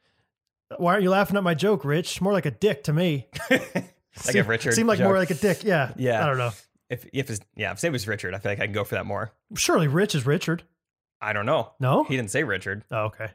S2: why aren't you laughing at my joke, Rich? More like a dick to me.
S1: Like a Richard
S2: Seemed like more
S1: joke.
S2: like a dick. Yeah.
S1: Yeah.
S2: I don't know.
S1: If if his yeah, if his name was Richard, I feel like I can go for that more.
S2: Surely Rich is Richard.
S1: I don't know.
S2: No?
S1: He didn't say Richard.
S2: Oh, okay.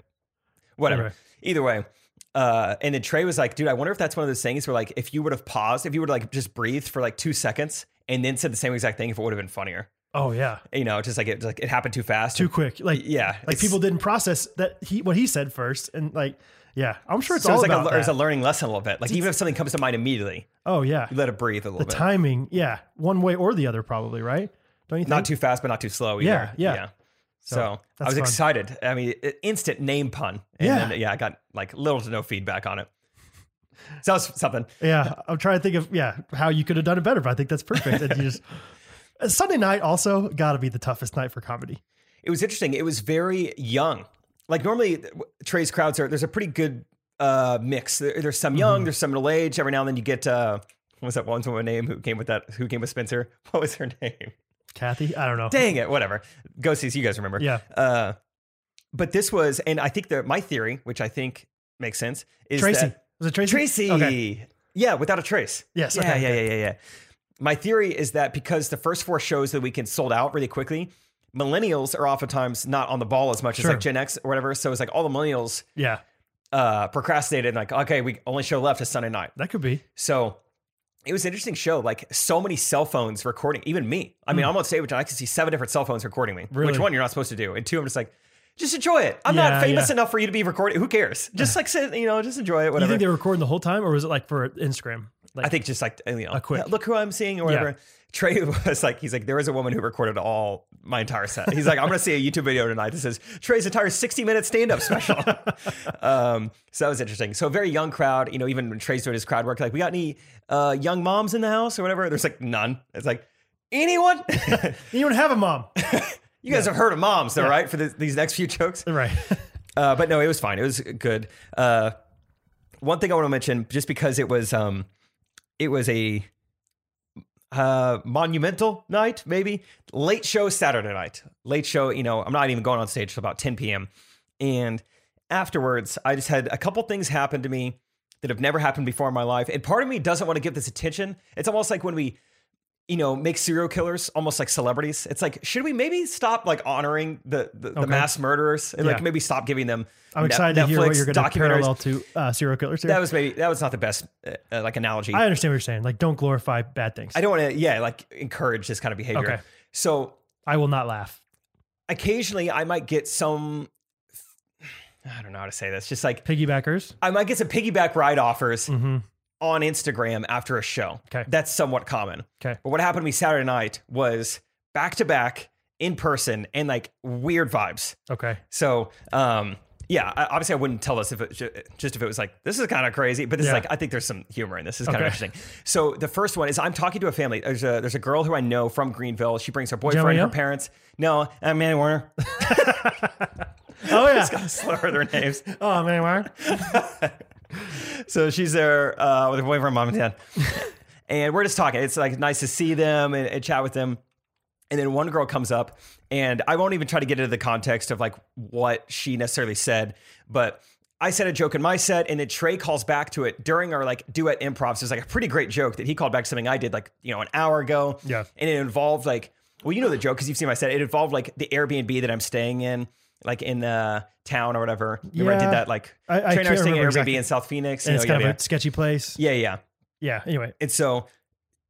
S1: Whatever.
S2: Anyway.
S1: Either way. Uh, and then Trey was like, dude, I wonder if that's one of those things where like if you would have paused, if you would like just breathed for like two seconds and then said the same exact thing, if it would have been funnier.
S2: Oh, yeah.
S1: You know, just like it like it happened too fast.
S2: Too quick. Like,
S1: yeah.
S2: like
S1: it's-
S2: people didn't process that he, what he said first. And like, yeah, I'm sure it's
S1: so
S2: all
S1: it's like
S2: about
S1: a, it's
S2: that.
S1: a learning lesson a little bit. Like even if something comes to mind immediately,
S2: oh, yeah.
S1: you let it breathe a little
S2: The
S1: bit.
S2: timing. Yeah. One way or the other, probably, right? Don't you think?
S1: Not too fast, but not too slow either.
S2: Yeah, yeah.
S1: So, I
S2: that's
S1: was
S2: fun.
S1: excited. I mean, i- instant name pun. And
S2: Yeah.
S1: Then, yeah. I got like little to no feedback on it. So that was something.
S2: Yeah, I'm trying to think of yeah how you could have done it better, but I think that's perfect. And you just Uh, Sunday night also got to be the toughest night for comedy.
S1: It was interesting. It was very young. Like normally, th- w- Trey's crowds are there's a pretty good uh, mix. There- There's some young,
S2: Mm-hmm.
S1: there's some middle age. Every now and then you get uh, what was that one woman name who came with that? Who came with Spencer? What was her name?
S2: Kathy, I don't know.
S1: dang it, whatever. Go see, you guys remember.
S2: Yeah.
S1: Uh, but this was, and I think that my theory, which I think makes sense, is
S2: Tracy
S1: that-
S2: was it Tracy?
S1: Tracy.
S2: Okay.
S1: Yeah, without a trace.
S2: Yes,
S1: Yeah,
S2: okay,
S1: yeah, yeah, yeah, yeah. My theory is that because the first four shows that we can sold out really quickly, millennials are oftentimes not on the ball as much
S2: Sure.
S1: as like Gen X or whatever. So it's like all the millennials
S2: Yeah,
S1: uh, procrastinated and like, okay, we only show left is Sunday night.
S2: that could be.
S1: So it was an interesting show. Like so many cell phones recording, even me. I mean, I'm on stage, which I can see seven different cell phones recording me.
S2: Hmm. Really?
S1: Which one you're not supposed to do? And two, I'm just like, just enjoy it. I'm
S2: Yeah,
S1: not famous
S2: yeah.
S1: enough for you to be recorded. Who cares? Just like sit, you know, just enjoy it. Whatever.
S2: You think they were recording the whole time, or was it like for Instagram? Like,
S1: I think just like you know,
S2: quick-
S1: look who I'm seeing or whatever.
S2: Yeah.
S1: Trey was like, he's like, there was a woman who recorded all my entire set. He's like, I'm gonna see a YouTube video tonight that says Trey's entire 60 minute stand up special. um, so that was interesting. So a very young crowd, you know, even when Trey's doing his crowd work, like, we got any uh, young moms in the house or whatever? There's like none. It's like anyone.
S2: you don't have a mom,
S1: you guys have heard of moms, though, right? For the, these next few jokes.
S2: right?
S1: Uh, but no, it was fine. It was good. Uh, one thing I want to mention, just because it was, um, it was a uh, monumental night, maybe late show Saturday night. Late show, you know, I'm not even going on stage till about 10 p.m. And afterwards, I just had a couple things happen to me that have never happened before in my life. And part of me doesn't want to give this attention. It's almost like when we you know, make serial killers almost like celebrities. It's like, should we maybe stop like honoring the the, the
S2: Okay.
S1: mass murderers and
S2: Yeah.
S1: like maybe stop giving them?
S2: I'm
S1: Ne-
S2: excited to hear what you're going to
S1: documentaries?
S2: parallel to uh, serial killers. Here.
S1: That was maybe that was not the best uh, uh, like analogy.
S2: I
S1: I,
S2: understand what you're saying. Like, don't glorify bad things. I,
S1: don't want to yeah like encourage this kind of behavior.
S2: Okay.
S1: So
S2: will not laugh.
S1: occasionally I might get some. I don't know how to say this. Just like
S2: Piggybackers.
S1: I might get some piggyback ride offers
S2: Mm-hmm.
S1: on Instagram after a show.
S2: Okay.
S1: That's somewhat common.
S2: Okay.
S1: But what happened to me Saturday night was back to back in person and like weird vibes.
S2: Okay.
S1: So, um, yeah, I, obviously I wouldn't tell this if it ju- just if it was like this is kind of crazy, but this
S2: Yeah.
S1: is like I think there's some humor in this. This is kind
S2: Okay.
S1: of interesting. So the first one is I'm talking to a family. There's a there's a girl who I know from Greenville. She brings her boyfriend,
S2: Joey O?
S1: her parents. No, I'm Manny Warner.
S2: Oh yeah.
S1: Slur their names.
S2: Oh man, why?
S1: So she's there uh, with her boyfriend, mom and dad, and we're just talking. It's like nice to see them and, and chat with them. And then one girl comes up, and I won't even try to get into the context of like what she necessarily said, but I said a joke in my set, and then Trey calls back to it during our like duet improv. So it's like a pretty great joke that he called back to something I did like you know an hour ago.
S2: Yeah.
S1: and it involved like well you know the joke because you've seen my set. It involved like the Airbnb that I'm staying in. Like in uh, town or whatever, you rented
S2: Yeah.
S1: that like
S2: I- I
S1: Trey and I were staying
S2: can't
S1: at Airbnb
S2: remember exactly.
S1: in South Phoenix.
S2: And
S1: you
S2: it's
S1: know,
S2: kind
S1: yada,
S2: of a sketchy place.
S1: yeah, yeah.
S2: Yeah. Anyway.
S1: And so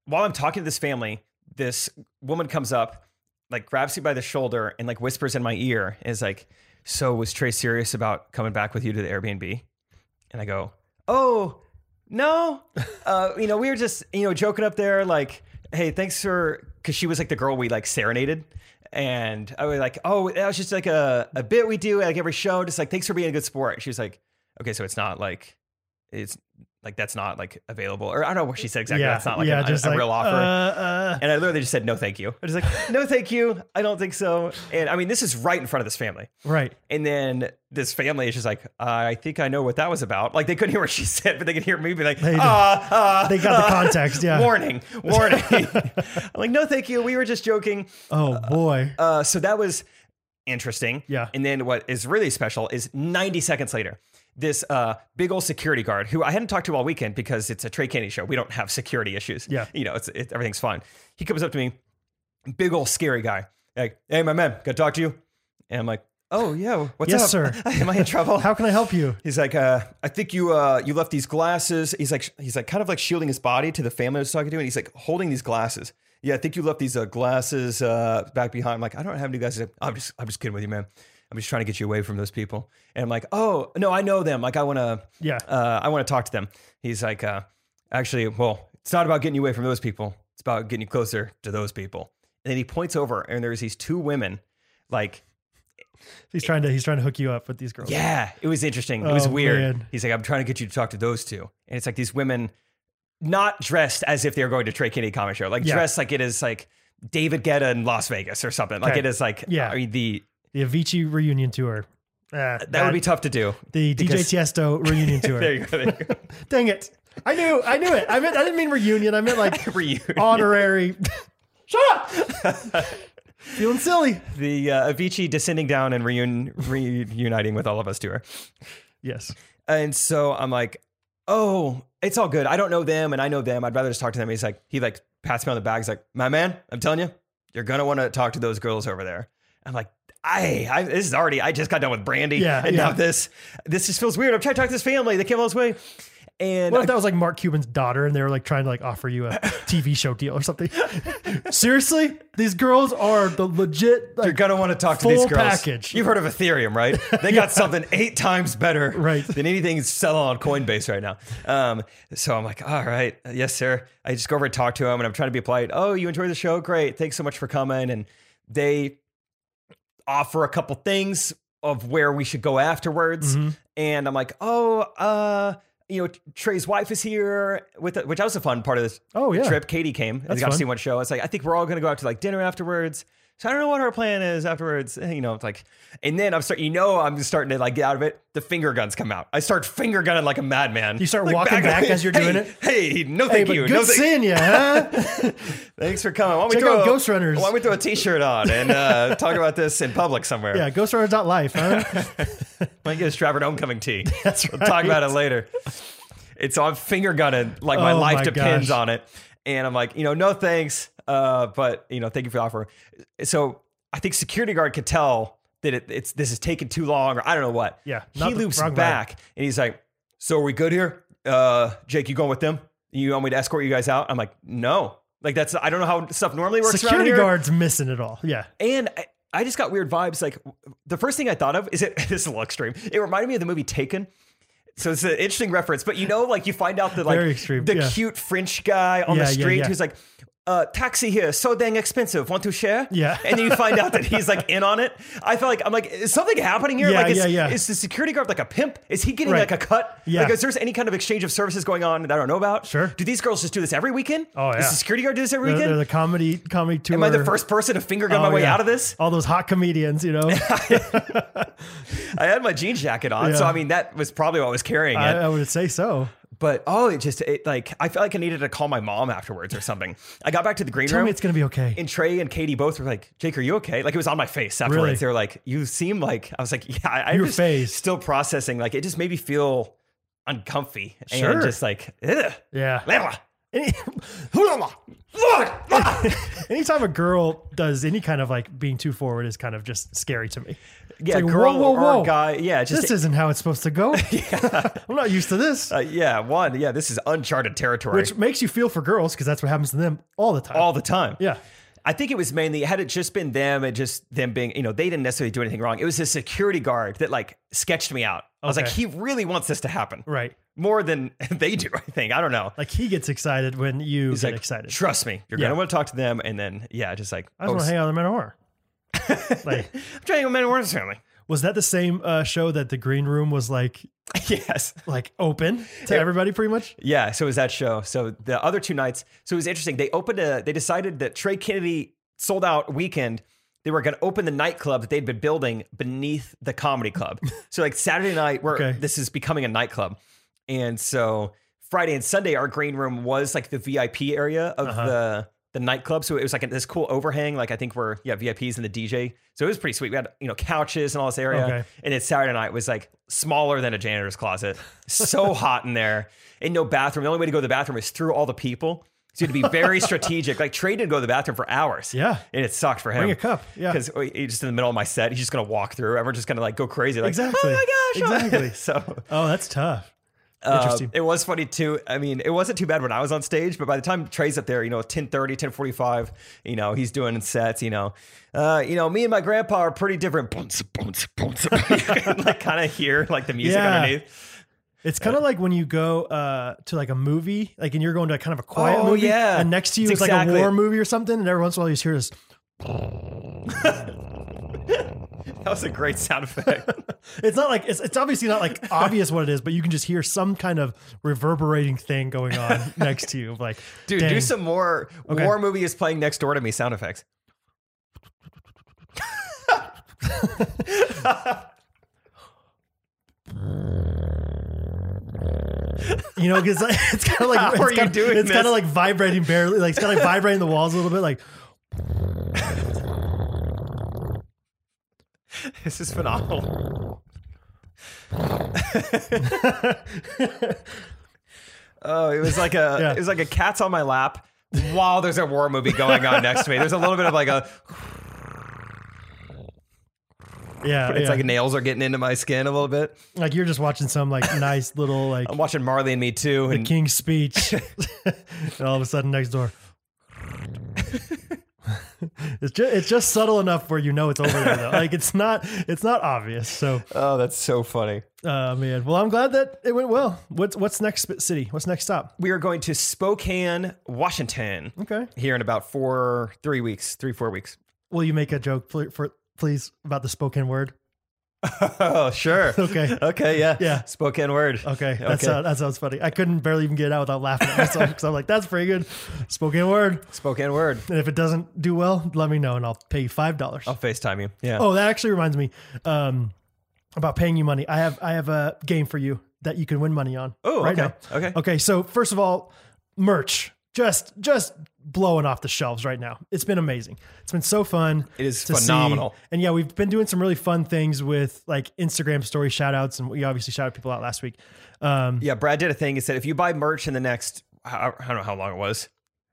S1: while I'm talking to this family, this woman comes up, like grabs me by the shoulder and like whispers in my ear and is like, So was Trey serious about coming back with you to the Airbnb? And I go, Oh, no. Uh, you know, we were just, you know, joking up there, like, hey, thanks for cause she was like the girl we like serenaded. And I was like, oh, that was just like a, a bit we do at like every show, just like thanks for being a good sport. She was like, okay, so it's not like it's like that's not like available. Or I don't know what she said exactly.
S2: yeah.
S1: That's not like
S2: yeah,
S1: a,
S2: just
S1: a
S2: like,
S1: real offer.
S2: Uh, uh,
S1: and I literally just said no thank you.
S2: I was like,
S1: No thank you. I don't think so. And I mean this is right in front of this family.
S2: right.
S1: And then this family is just like, "Uh, I think I know what that was about. Like they couldn't hear what she said, but they could hear me be like,
S2: They-
S1: ah, ah,
S2: They got the
S1: ah."
S2: context, yeah.
S1: warning, warning. I'm like, no, thank you. We were just joking.
S2: Oh boy.
S1: Uh, so that was interesting.
S2: Yeah.
S1: And then what is really special is 90 seconds later, this uh, big old security guard who I hadn't talked to all weekend because it's a Trey Candy show. We don't have security issues.
S2: Yeah.
S1: You know, it's it, everything's fine. He comes up to me, big old scary guy. Like, hey, my man, got to talk to you. And I'm like, oh yeah, what's
S2: Yes,
S1: up,
S2: sir.
S1: Am I in trouble?
S2: How can I help you?
S1: He's like, uh, I think you uh, you left these glasses. He's like, he's like, kind of like shielding his body to the family I was talking to, and he's like holding these glasses. Yeah, I think you left these uh, glasses uh, back behind. I'm like, I don't have any glasses. He's like, I'm just, I'm just kidding with you, man. I'm just trying to get you away from those people. And I'm like, oh no, I know them. Like, I want to,
S2: Yeah.
S1: uh, I want to talk to them. He's like, uh, actually, well, it's not about getting you away from those people. It's about getting you closer to those people. And then he points over, and there's these two women, like
S2: He's trying to he's trying to hook you up with these girls.
S1: yeah, it was interesting. It was
S2: Oh,
S1: weird.
S2: man.
S1: He's like, I'm trying to get you to talk to those two. And it's like these women not dressed as if they're going to Trey Kennedy comedy show, like
S2: Yeah.
S1: dressed like it is like David Guetta in Las Vegas or something. Like
S2: Okay.
S1: it is like,
S2: Yeah.
S1: yeah. I mean, the,
S2: The Avicii reunion tour. Uh,
S1: that, would be tough to do.
S2: the
S1: because-
S2: DJ Tiesto reunion tour.
S1: There you go. There you go.
S2: Dang it! I knew I knew it. I meant I didn't mean reunion. I meant like
S1: Reunion.
S2: honorary. Shut up! Feeling silly.
S1: The uh, Avicii descending down and reun- reuniting with all of us to her.
S2: Yes.
S1: And so I'm like, oh, it's all good. I don't know them and I know them. I'd rather just talk to them. He's like, he like pats me on the back. He's like, my man, I'm telling you, you're going to want to talk to those girls over there. I'm like, I, I, this is already, I just got done with Brandy.
S2: Yeah,
S1: And
S2: yeah.
S1: now this, this just feels weird. I'm trying to talk to this family. They came all this way. And
S2: What if that was like Mark Cuban's daughter and they were like trying to like offer you a TV show deal or something? Seriously? These girls are the legit
S1: you're
S2: like
S1: gonna want to talk to
S2: full
S1: these girls.
S2: package.
S1: You've heard of Ethereum, right? They got something eight times better
S2: Right.
S1: than anything selling on Coinbase right now. Um, so I'm like, all right, yes, sir. I just go over and talk to him, and I'm trying to be polite. Oh, you enjoy the show? Great, thanks so much for coming. And they offer a couple things of where we should go afterwards.
S2: Mm-hmm.
S1: And I'm like, oh, uh, you know, Trey's wife is here with, which that was a fun part of this
S2: Oh, yeah.
S1: trip. Katie came. and
S2: That's
S1: we got
S2: fun.
S1: to see one show. It's like I think we're all gonna go out to like dinner afterwards. So I don't know what our plan is afterwards. eh, You know, it's like, and then I'm starting. You know, I'm just starting to like get out of it. The finger guns come out. I start finger gunning like a madman.
S2: You start
S1: Like,
S2: walking back as you're
S1: hey,
S2: doing it?
S1: Hey, no,
S2: Hey,
S1: thank
S2: but
S1: you.
S2: good
S1: No, thank-
S2: seeing you, huh?
S1: thanks for coming. Why don't we
S2: Check out
S1: throw a,
S2: Ghost Runners.
S1: Why don't we throw a t-shirt on and uh, talk about this in public somewhere?
S2: yeah, ghostrunners.life, huh?
S1: Might get a Stravard homecoming tea. That's right. We'll talk about it later. It's on finger gunning, like my
S2: Oh
S1: life
S2: my
S1: depends
S2: gosh.
S1: on it. And I'm like, you know, no thanks, uh, but you know, thank you for the offer. So I think security guard could tell that it, it's this is taking too long, or I don't know what.
S2: Yeah, not
S1: he
S2: the
S1: loops
S2: wrong vibe.
S1: back and he's like, "So are we good here, uh, Jake? You going with them? You want me to escort you guys out?" I'm like, "No." Like that's I don't know how stuff normally works. around
S2: Security
S1: here.
S2: guards missing it all. Yeah.
S1: And I, I just got weird vibes. Like the first thing I thought of is it. This is a little extreme. It reminded me of the movie Taken. So it's an interesting reference, but you know, like you find out that like
S2: Very extreme,
S1: the
S2: yeah.
S1: cute French guy on
S2: Yeah,
S1: the
S2: yeah,
S1: street
S2: yeah.
S1: who's like, uh, taxi here, so dang expensive. Want to share?
S2: Yeah.
S1: And then you find out that he's like in on it. I feel like I'm like, is something happening here?
S2: Yeah,
S1: like, is,
S2: yeah, yeah.
S1: is the security guard like a pimp? Is he getting
S2: Right.
S1: like a cut?
S2: Yeah.
S1: Like, is there any kind of exchange of services going on that I don't know about?
S2: Sure.
S1: Do these girls just do this every weekend?
S2: Oh, yeah.
S1: Does the security guard do this every
S2: They're,
S1: weekend?
S2: they're the comedy comedy tour.
S1: Am I the first person to finger gun
S2: Oh,
S1: my way
S2: yeah.
S1: out of this?
S2: All those hot comedians, you know.
S1: I had my jean jacket on, so
S2: Yeah.
S1: I mean that was probably what I was carrying
S2: I,
S1: it.
S2: I would say so.
S1: But oh, it just it like I felt like I needed to call my mom afterwards or something. I got back to the green
S2: Tell
S1: room.
S2: me it's gonna be okay.
S1: and Trey and Katie both were like, "Jake, are you okay?" Like it was on my face afterwards.
S2: Really?
S1: They were like, "You seem like." I was like, "Yeah, I, I
S2: Your
S1: just
S2: face.
S1: still processing." Like it just made me feel uncomfy
S2: Sure.
S1: and just like, "Ugh,
S2: yeah.
S1: blah,
S2: Any-
S1: blah, blah, blah."
S2: Anytime a girl does any kind of like being too forward is kind of just scary to me. It's
S1: yeah,
S2: like,
S1: girl or guy, yeah, just
S2: this isn't how it's supposed to go. I'm not used to this.
S1: uh, yeah, one, yeah, this is uncharted territory,
S2: Which makes you feel for girls because that's what happens to them all the time.
S1: all the time.
S2: yeah.
S1: I think it was mainly had it just been them and just them being, you know, they didn't necessarily do anything wrong. It was the security guard that like sketched me out. I was like,
S2: Okay.
S1: he really wants this to happen
S2: Right.
S1: more than they do. I think I don't know.
S2: Like he gets excited when you
S1: He's
S2: get
S1: like,
S2: excited.
S1: Trust me, you're
S2: Yeah.
S1: gonna want to talk to them, and then yeah, just like
S2: I just
S1: oh,
S2: want to hang out with men or. like,
S1: I'm trying to go man Warren's family.
S2: was that the same uh, show that the green room was like
S1: yes,
S2: like open to everybody pretty much?
S1: yeah. So it was that show. So the other two nights. So it was interesting. They opened a. They decided that Trey Kennedy sold out weekend. They were going to open the nightclub that they'd been building beneath the comedy club. so like Saturday night, where
S2: Okay.
S1: this is becoming a nightclub, and so Friday and Sunday, our green room was like the VIP area of
S2: Uh-huh.
S1: the the nightclub. So it was like this cool overhang. Like I think we're yeah VIPs and the DJ. So it was pretty sweet. We had you know couches and all this area.
S2: Okay.
S1: And then Saturday night was like smaller than a janitor's closet. So hot in there, and no bathroom. The only way to go to the bathroom is through all the people. So you had to be very strategic. Like Trey didn't go to the bathroom for hours.
S2: Yeah.
S1: and it sucked for him.
S2: Bring a cup. Yeah.
S1: because just in the middle of my set, he's just gonna walk through. Everyone's just gonna like go crazy. Like
S2: Exactly.
S1: oh my gosh,
S2: Exactly.
S1: so
S2: Oh, that's tough.
S1: uh,
S2: Interesting.
S1: it was funny too. I mean, it wasn't too bad when I was on stage, but by the time Trey's up there, you know, 1030, 1045, you know, he's doing sets, you know, uh, you know, me and my grandpa are pretty different. Bounce, bounce, bounce. You can, like kind of hear like the music
S2: Yeah.
S1: underneath.
S2: It's kind of like when you go uh, to like a movie, like and you're going to kind of a quiet
S1: Oh,
S2: movie,
S1: yeah.
S2: and next to you
S1: It's
S2: is like
S1: exactly-
S2: a war movie or something, and every once in a while you just hear this.
S1: That was a great sound effect.
S2: It's not like it's, it's obviously not like obvious what it is, but you can just hear some kind of reverberating thing going on next to you. Like,
S1: Dude, do
S2: dang.
S1: some more
S2: Okay.
S1: war movie is playing next door to me sound effects.
S2: you know, because like, it's kind of like
S1: How
S2: it's
S1: are you
S2: kinda,
S1: doing
S2: It's kind
S1: this?
S2: of like vibrating barely, like it's kind of like vibrating the walls a little bit. Like,
S1: This is phenomenal. oh, it was like a
S2: Yeah.
S1: it was like a cat's on my lap while there's a war movie going on next to me. There's a little bit of like a
S2: yeah,
S1: it's
S2: yeah.
S1: like nails are getting into my skin a little bit.
S2: Like you're just watching some like nice little like
S1: I'm watching Marley and Me too,
S2: the
S1: and
S2: King's Speech, and all of a sudden next door. it's just it's just subtle enough where you know it's over there though. Like it's not it's not obvious. So
S1: oh, that's so funny.
S2: uh, man, well I'm glad that it went well. What's what's next sp- city? What's next stop?
S1: We are going to Spokane, Washington,
S2: Okay.
S1: here in about four, three weeks, three four weeks.
S2: Will you make a joke for, for please about the spoken word?
S1: oh, sure.
S2: Okay.
S1: Okay, yeah,
S2: Yeah.
S1: Spokane word.
S2: Okay, that,
S1: Okay.
S2: Sound, that sounds funny. I couldn't barely even get it out without laughing at myself because I'm like, that's pretty good. Spoken word.
S1: Spokane word.
S2: And if it doesn't do well, let me know and I'll pay you five dollars.
S1: I'll Facetime you. Yeah.
S2: Oh, that actually reminds me um, about paying you money. I have I have a game for you that you can win money on.
S1: Oh,
S2: right
S1: okay.
S2: now.
S1: Okay.
S2: Okay. So first of all, merch just just blowing off the shelves right now. It's been amazing. It's been so fun.
S1: It is
S2: to see.
S1: phenomenal.
S2: And yeah, we've been doing some really fun things with like Instagram story shout outs, and we obviously shouted people out last week. Um,
S1: Yeah, Brad did a thing. He said if you buy merch in the next, I I don't know how long it was.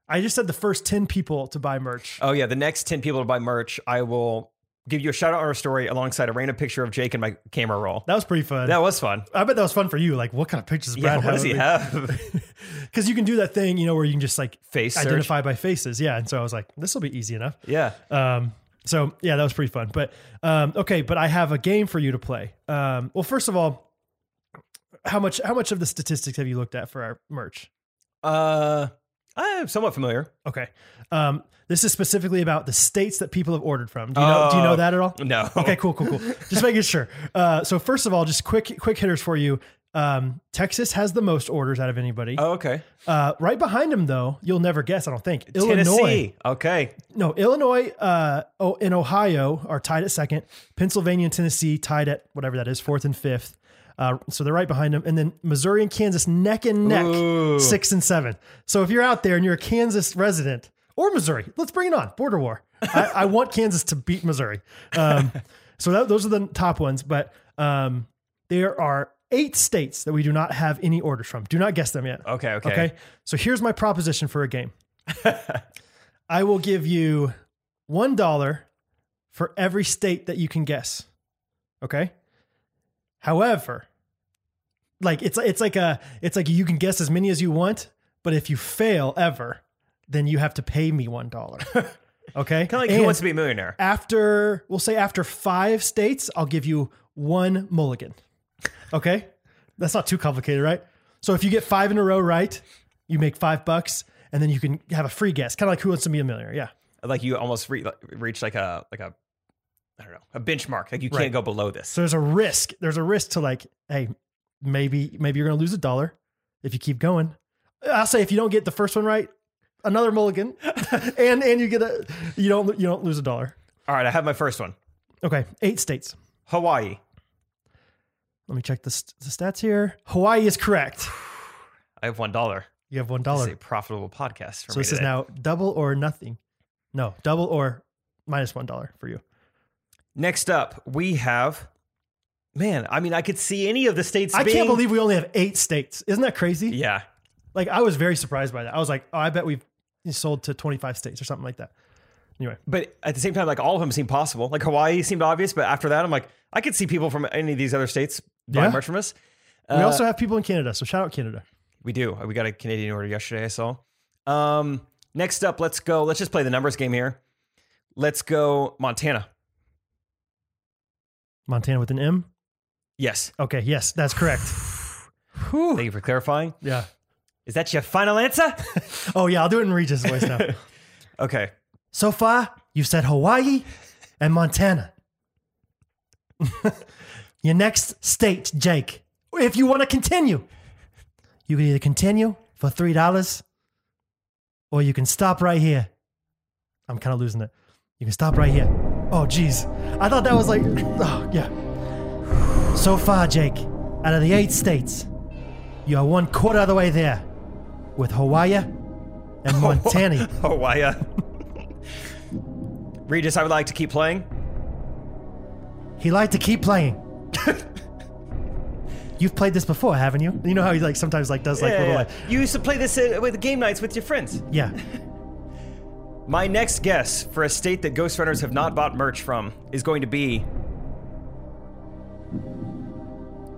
S2: I just said the first ten people to buy merch.
S1: Oh yeah, the next ten people to buy merch, I will give you a shout out on our story alongside a random picture of Jake and my camera roll.
S2: That was pretty fun.
S1: That was fun.
S2: I bet that was fun for you. Like, what kind of pictures does Brad
S1: yeah, what
S2: have
S1: does
S2: of
S1: he
S2: me?
S1: have?
S2: because you can do that thing, you know, where you can just like
S1: Face search.
S2: identify by faces. Yeah, and so I was like, this will be easy enough.
S1: yeah.
S2: Um, so yeah, that was pretty fun. But um, okay, but I have a game for you to play. Um, well, first of all, how much how much of the statistics have you looked at for our merch?
S1: Uh, I I'm somewhat familiar.
S2: Okay. Um, this is specifically about the states that people have ordered from. Do you know, do you know
S1: Oh,
S2: that at all?
S1: No.
S2: Okay, cool, cool, cool. Just making sure. Uh, so first of all, just quick, quick hitters for you. Um, Texas has the most orders out of anybody.
S1: Oh, okay.
S2: Uh, right behind them, though, you'll never guess. I don't think Illinois.
S1: Tennessee. Okay.
S2: No, Illinois. Uh, oh, and Ohio are tied at second. Pennsylvania and Tennessee tied at whatever that is, fourth and fifth. Uh, so they're right behind them, and then Missouri and Kansas neck and neck,
S1: Ooh.
S2: six and seven. So if you're out there and you're a Kansas resident or Missouri, let's bring it on. Border war. I, I want Kansas to beat Missouri. Um, so that, those are the top ones, but um, there are eight states that we do not have any orders from. Do not guess them yet.
S1: Okay. Okay.
S2: Okay. So here's my proposition for a game. I will give you one dollar for every state that you can guess. Okay. However, like it's it's like a it's like you can guess as many as you want, but if you fail ever, then you have to pay me one dollar. Okay.
S1: Kind of like
S2: And
S1: Who Wants to Be a Millionaire.
S2: after we'll say after five states, I'll give you one mulligan. Okay? That's not too complicated, right? So if you get five in a row right, you make five bucks, and then you can have a free guess, kind of like Who Wants to Be a Millionaire. Yeah,
S1: Like you almost re- reach like a like a I don't know a benchmark. Like you
S2: Right.
S1: can't go below this.
S2: so there's a risk. There's a risk to like, hey, maybe maybe you're gonna lose a dollar if you keep going. I'll say if you don't get the first one right, another mulligan, and and you get a you don't you don't lose a dollar.
S1: All right. I have my first one.
S2: Okay, eight states.
S1: Hawaii.
S2: Let me check the, st- the stats here. Hawaii is correct.
S1: I have one dollar.
S2: You have one
S1: This
S2: dollar.
S1: is a profitable podcast for
S2: So
S1: me.
S2: this is
S1: today.
S2: now double or nothing. No, double or minus one dollar for you.
S1: Next up, we have. Man, I mean, I could see any of the states.
S2: I
S1: being,
S2: can't believe we only have eight states. Isn't that crazy?
S1: Yeah.
S2: Like I was very surprised by that. I was like, oh, I bet we've sold to 25 states or something like that. Anyway,
S1: But at the same time, like all of them seem possible. Like Hawaii seemed obvious, but after that, I'm like, I could see people from any of these other states buying
S2: Yeah.
S1: merch from us. Uh,
S2: we also have people in Canada, so shout out Canada.
S1: We do. We got a Canadian order yesterday, I saw. Um, next up, let's go. Let's just play the numbers game here. Let's go Montana.
S2: Montana with an M.
S1: Yes.
S2: Okay, yes, that's correct.
S1: Thank you for clarifying.
S2: Yeah.
S1: Is that your final answer?
S2: Oh yeah, I'll do it in Regis voice now.
S1: okay.
S2: so far, you said Hawaii and Montana. Your next state, Jake. If you want to continue, you can either continue for three dollars, or you can stop right here. I'm kind of losing it. You can stop right here. Oh, geez, I thought that was like, oh yeah. So far, Jake, out of the eight states, you are one quarter of the way there, with Hawaii and Montana.
S1: Hawaii. Oh, uh, Regis, I would like to keep playing.
S2: He liked to keep playing. You've played this before, haven't you? You know how he like sometimes like does like
S1: Yeah,
S2: little
S1: yeah.
S2: like
S1: You used to play this uh, with game nights with your friends.
S2: yeah.
S1: My next guess for a state that Ghost Runners have not bought merch from is going to be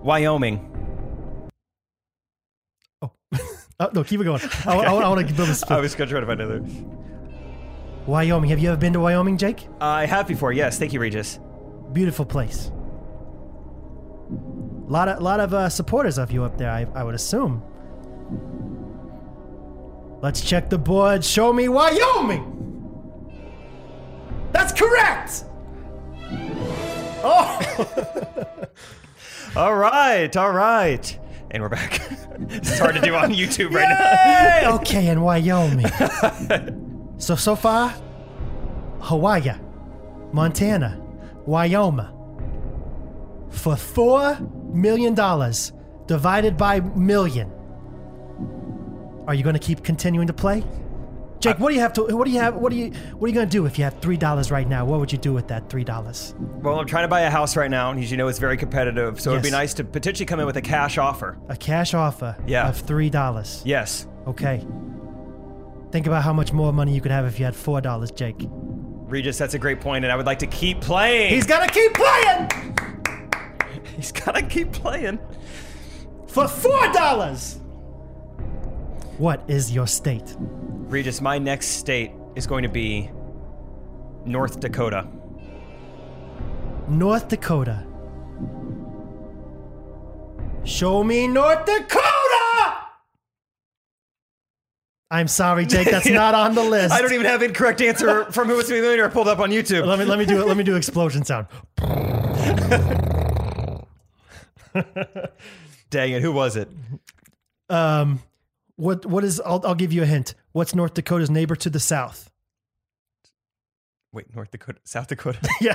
S1: Wyoming.
S2: Oh no, keep it going. I, I, I want to build this.
S1: I was going to try to find another.
S2: Wyoming. Have you ever been to Wyoming, Jake?
S1: I have before, yes. Thank you, Regis.
S2: Beautiful place. Lot of lot of uh, supporters of you up there, I, I would assume. Let's check the board. Show me Wyoming. That's correct. Oh!
S1: All right, all right. And we're back. it's hard to do on YouTube right now.
S2: okay, in Wyoming. so so far, Hawaii, Montana, Wyoming. For four million dollars divided by million. Are you going to keep continuing to play? Jake, what do you have to? What do you have? What do you? What are you going to do if you have three dollars right now? What would you do with that three dollars?
S1: Well, I'm trying to buy a house right now, and as you know, it's very competitive. So it'd be
S2: Yes.
S1: nice to potentially come in with a cash offer.
S2: A cash offer
S1: Yeah.
S2: of three dollars.
S1: Yes.
S2: Okay. Think about how much more money you could have if you had four dollars, Jake.
S1: Regis, that's a great point, and I would like to keep playing.
S2: He's gonna keep playing
S1: he's got to keep playing.
S2: for four dollars. What is your state?
S1: Regis, my next state is going to be North Dakota.
S2: North Dakota. Show me North Dakota! I'm sorry, Jake. That's not on the list.
S1: I don't even have incorrect answer from Who Wants to Be a Millionaire pulled up on YouTube.
S2: let me let me do it. Let me do explosion sound.
S1: Dang it, who was it?
S2: Um, what what is? I'll I'll give you a hint. What's North Dakota's neighbor to the south?
S1: Wait, North Dakota, South Dakota.
S2: Yeah.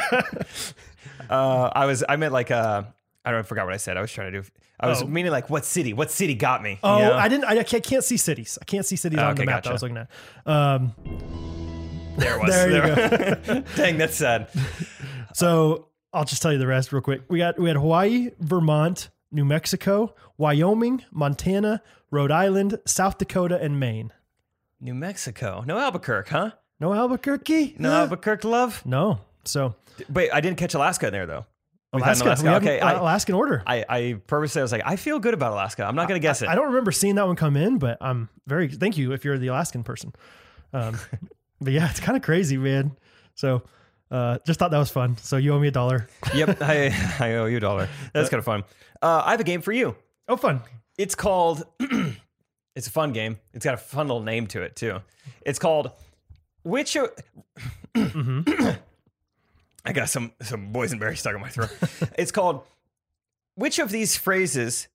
S1: Uh, I was, I meant like, uh, I don't, I forgot what I said. I was trying to do. I was
S2: Oh.
S1: meaning like, what city? What city got me?
S2: Oh,
S1: you know?
S2: I didn't. I can't, can't see cities. I can't see cities
S1: Oh,
S2: on the
S1: okay,
S2: map that I was
S1: gotcha.
S2: looking at. Um,
S1: there it was.
S2: there you
S1: you go. Dang, that's sad.
S2: So I'll just tell you the rest real quick. We got we had Hawaii, Vermont, New Mexico, Wyoming, Montana, Rhode Island, South Dakota, and Maine.
S1: New Mexico, no Albuquerque, huh?
S2: No Albuquerque.
S1: No Albuquerque love.
S2: No. So
S1: Wait, I didn't catch Alaska in there though. We had
S2: Alaska.
S1: an
S2: We have
S1: Okay,
S2: an
S1: I,
S2: Alaskan order.
S1: I, I purposely I was like, I feel good about Alaska. I'm not gonna guess it.
S2: I don't remember seeing that one come in, but I'm very thank you if you're the Alaskan person. Um, but yeah, it's kind of crazy, man. So uh, just thought that was fun. So you owe me a dollar.
S1: yep, I, I owe you a dollar. That's kind of fun. Uh, I have a game for you.
S2: Oh, fun.
S1: It's called. it's a fun game. It's got a fun little name to it too. It's called which. o- I got some some boysenberry stuck in my throat. it's called which of these phrases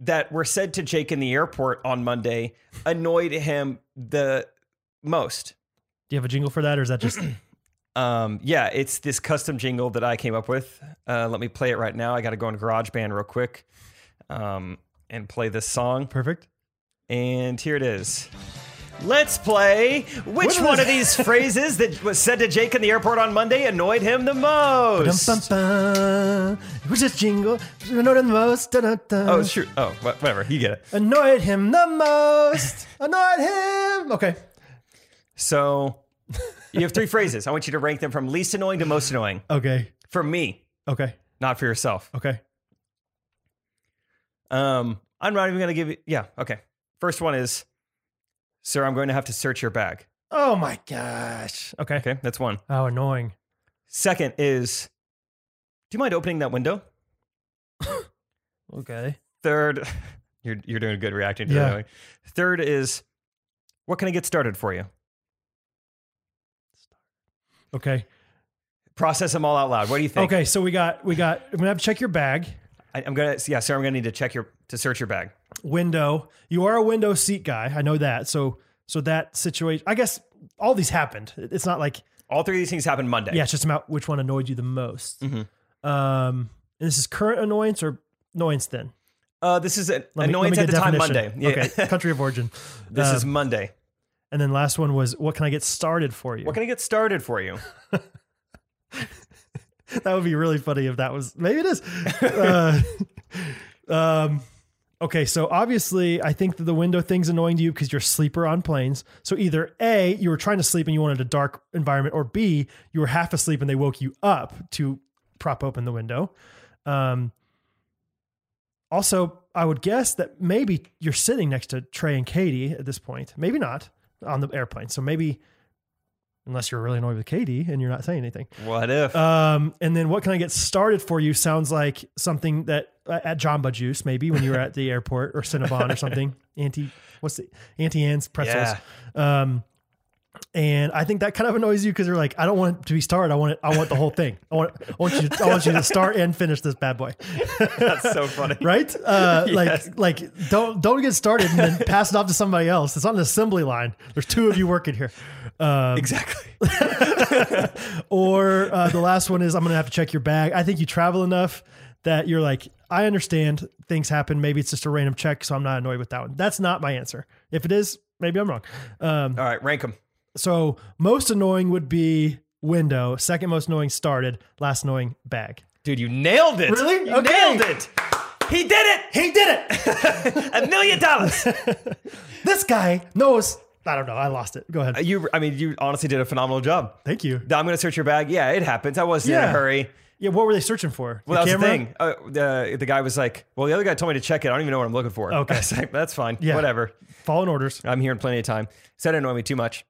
S1: that were said to Jake in the airport on Monday annoyed him the most.
S2: Do you have a jingle for that, or is that just
S1: Um, yeah, it's this custom jingle that I came up with. Uh, let me play it right now. I got to go into GarageBand real quick um, and play this song.
S2: perfect?
S1: And here it is. Let's play. Which one of these phrases that was said to Jake in the airport on Monday annoyed him the
S2: Dum
S1: most?
S2: bum bum. It was just jingle. Annoyed him the most. Dun, dun, dun.
S1: Oh, shoot. Oh, wha- whatever. You get it.
S2: Annoyed him the most. Annoyed him. Okay.
S1: So you have three phrases. I want you to rank them from least annoying to most annoying.
S2: Okay.
S1: For me,
S2: Okay.
S1: not for yourself.
S2: Okay.
S1: Um, I'm not even going to give you. Yeah. Okay. First one is, sir, I'm going to have to search your bag.
S2: Oh my gosh. Okay.
S1: Okay. That's one.
S2: How annoying.
S1: Second is, do you mind opening that window?
S2: Okay.
S1: Third, you're you're doing good reacting to
S2: Yeah.
S1: that. Third is, what can I get started for you?
S2: Okay.
S1: Process them all out loud. What do you think?
S2: Okay. So we got we got. I'm gonna have to check your bag.
S1: I, I'm gonna yeah, sir. I'm gonna need to check your to search your bag.
S2: Window. You are a window seat guy. I know that. So so that situation. I guess all these happened. It- It's not like
S1: All three of these things happened Monday.
S2: yeah. It's just about which one annoyed you the most.
S1: Mhm.
S2: Um. And this is current annoyance or annoyance then.
S1: Uh, this is an
S2: Let me- let
S1: annoyance
S2: me
S1: at the
S2: get
S1: time Monday.
S2: definition.
S1: Yeah.
S2: Okay. Country of origin.
S1: this
S2: Um,
S1: is Monday.
S2: And then last one was, what can I get started for you?
S1: What can I get started for you?
S2: that would be really funny if that was. Maybe it is. uh, um, okay, so obviously, I think that the window thing's annoying to you because you're a sleeper on planes. So either a, you were trying to sleep and you wanted a dark environment, or b, you were half asleep and they woke you up to prop open the window. Um, also, I would guess that maybe you're sitting next to Trey and Katie at this point. Maybe not on the airplane. So maybe, unless you're really annoyed with Katie and you're not saying anything.
S1: What if?
S2: Um, and then what can I get started for you sounds like something that uh, at Jamba Juice maybe when you were at the airport or Cinnabon or something. Auntie, what's the Auntie Anne's pretzels? Um, and I think that kind of annoys you because you're like, I don't want it to be started. I want it. I want the whole thing. I want. I want you. I want you to start and finish this bad boy,
S1: That's so funny.
S2: right? Uh,
S1: Yes.
S2: Like, like don't don't get started and then pass it off to somebody else. It's on an assembly line. There's two of you working here. Um,
S1: Exactly.
S2: or uh, the last one is I'm gonna have to check your bag. I think you travel enough that you're like, I understand things happen. Maybe it's just a random check, so I'm not annoyed with that one. That's not my answer. If it is, maybe I'm wrong. Um,
S1: All right, rank them.
S2: so most annoying would be window. Second most annoying started. Last annoying bag.
S1: Dude, you nailed it.
S2: Really?
S1: You
S2: Okay.
S1: nailed it. He did it. He did it. a million dollars.
S2: This guy knows. I don't know. I lost it. Go ahead.
S1: You, I mean, you honestly did a phenomenal job.
S2: Thank you.
S1: I'm gonna search your bag. Yeah, it happens. I wasn't in
S2: Yeah.
S1: a hurry.
S2: Yeah. What were they searching for?
S1: Well, that was the thing. Uh, the, the guy was like, "Well, the other guy told me to check it. I don't even know what I'm looking for."
S2: Okay.
S1: I was like, that's fine.
S2: Yeah.
S1: Whatever.
S2: Following orders.
S1: I'm here in plenty of time. So that didn't annoy me too much.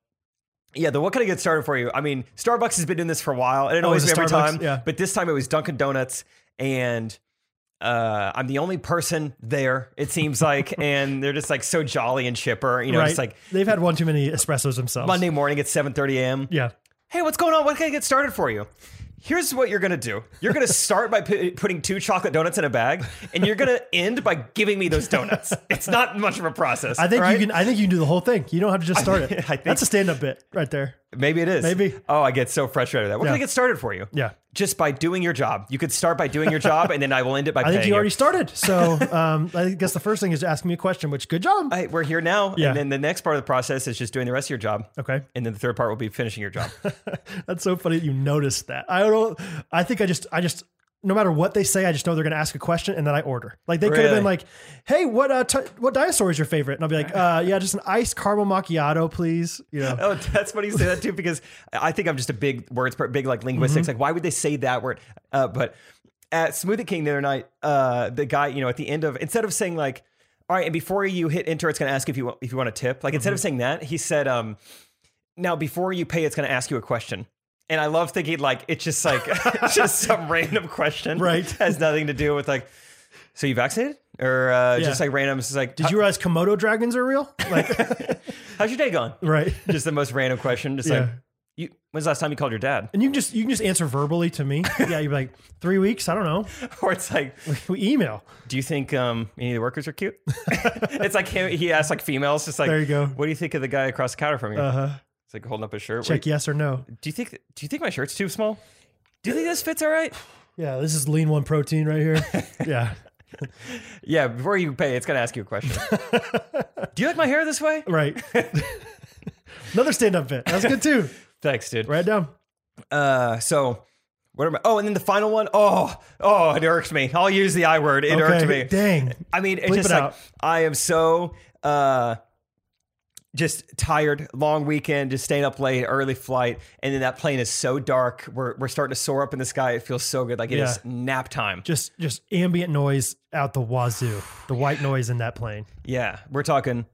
S1: Yeah, the what can I get started for you? I mean, Starbucks has been doing this for a while. and It annoys
S2: is
S1: me
S2: it
S1: every
S2: Starbucks?
S1: time.
S2: Yeah.
S1: But this time it was Dunkin' Donuts and uh, I'm the only person there, it seems like, and they're just like so jolly and chipper, you know,
S2: right?
S1: just like
S2: They've had one too many espressos themselves.
S1: Monday morning at 7:30 a.m.
S2: Yeah.
S1: Hey, what's going on? What can I get started for you? Here's what you're gonna do. You're gonna start by pu- putting two chocolate donuts in a bag, and you're gonna end by giving me those donuts. It's not much of a process.
S2: I think
S1: right?
S2: you can. I think you can do the whole thing. You don't have to just start it.
S1: I think-
S2: That's a stand-up bit right there.
S1: Maybe it is.
S2: Maybe.
S1: Oh, I get so frustrated with that. What can
S2: Yeah.
S1: I get started for you?
S2: Yeah.
S1: Just by doing your job. You could start by doing your job, and then I will end it by
S2: I think
S1: paying
S2: you already started. So um, I guess the first thing is to ask me a question. Which good job.
S1: Hey, we're here now,
S2: Yeah.
S1: and then the next part of the process is just doing the rest of your job.
S2: okay.
S1: And then the third part will be finishing your job.
S2: That's so funny. that You noticed that. I don't. I think I just. I just. No matter what they say, I just know they're going to ask a question, and then I order. Like they could have
S1: Really?
S2: been like, "Hey, what uh, t- what dinosaur is your favorite?" And I'll be like, uh, "Yeah, just an iced caramel macchiato, please." You know.
S1: oh, that's funny you say that too, because I think I'm just a big words, per- big like linguistics.
S2: Mm-hmm.
S1: Like, why would they say that word? Uh, but at Smoothie King the other night, uh, the guy, you know, at the end of instead of saying like, all right, and before you hit enter, it's going to ask if you want, if you want a tip. Like
S2: Mm-hmm.
S1: instead of saying that, he said, um, now before you pay, it's going to ask you a question. And I love thinking like it's just like it's just some random question,
S2: Right.
S1: Has nothing to do with like, so you vaccinated or uh,
S2: Yeah.
S1: just like random. It's like,
S2: Did you realize Komodo dragons are real? Like,
S1: how's your day going?
S2: right.
S1: just the most random question. Just like,
S2: Yeah.
S1: you, when's the last time you called your dad?
S2: And you can just you can just answer verbally to me. Yeah, you're like three weeks. I don't know.
S1: Or it's like,
S2: We email.
S1: do you think um, any of the workers are cute? it's like him, he asked like females, just like,
S2: There you go.
S1: What do you think of the guy across the counter from you?
S2: Uh huh.
S1: it's like holding up his shirt.
S2: Check
S1: Wait,
S2: yes or no.
S1: Do you think? Do you think my shirt's too small? Do you think this fits all right?
S2: Yeah, this is lean one protein right here. yeah.
S1: Yeah. Before you pay, it's gonna ask you a question. do you like my hair this way?
S2: Right. Another stand-up bit. That's good too.
S1: Thanks, dude.
S2: Write it down.
S1: Uh, so. What am I? Oh, and then the final one. Oh, oh, it irked me. I'll use the I word. It irked me.
S2: Dang.
S1: I mean, it's
S2: Bleep
S1: just
S2: it
S1: like
S2: out.
S1: I am so uh just tired, long weekend, just staying up late, early flight, and then that plane is so dark. We're we're starting to soar up in the sky. It feels so good. Like it is
S2: Yeah.
S1: nap time.
S2: Just just ambient noise out the wazoo. The white noise in that plane.
S1: Yeah. We're talking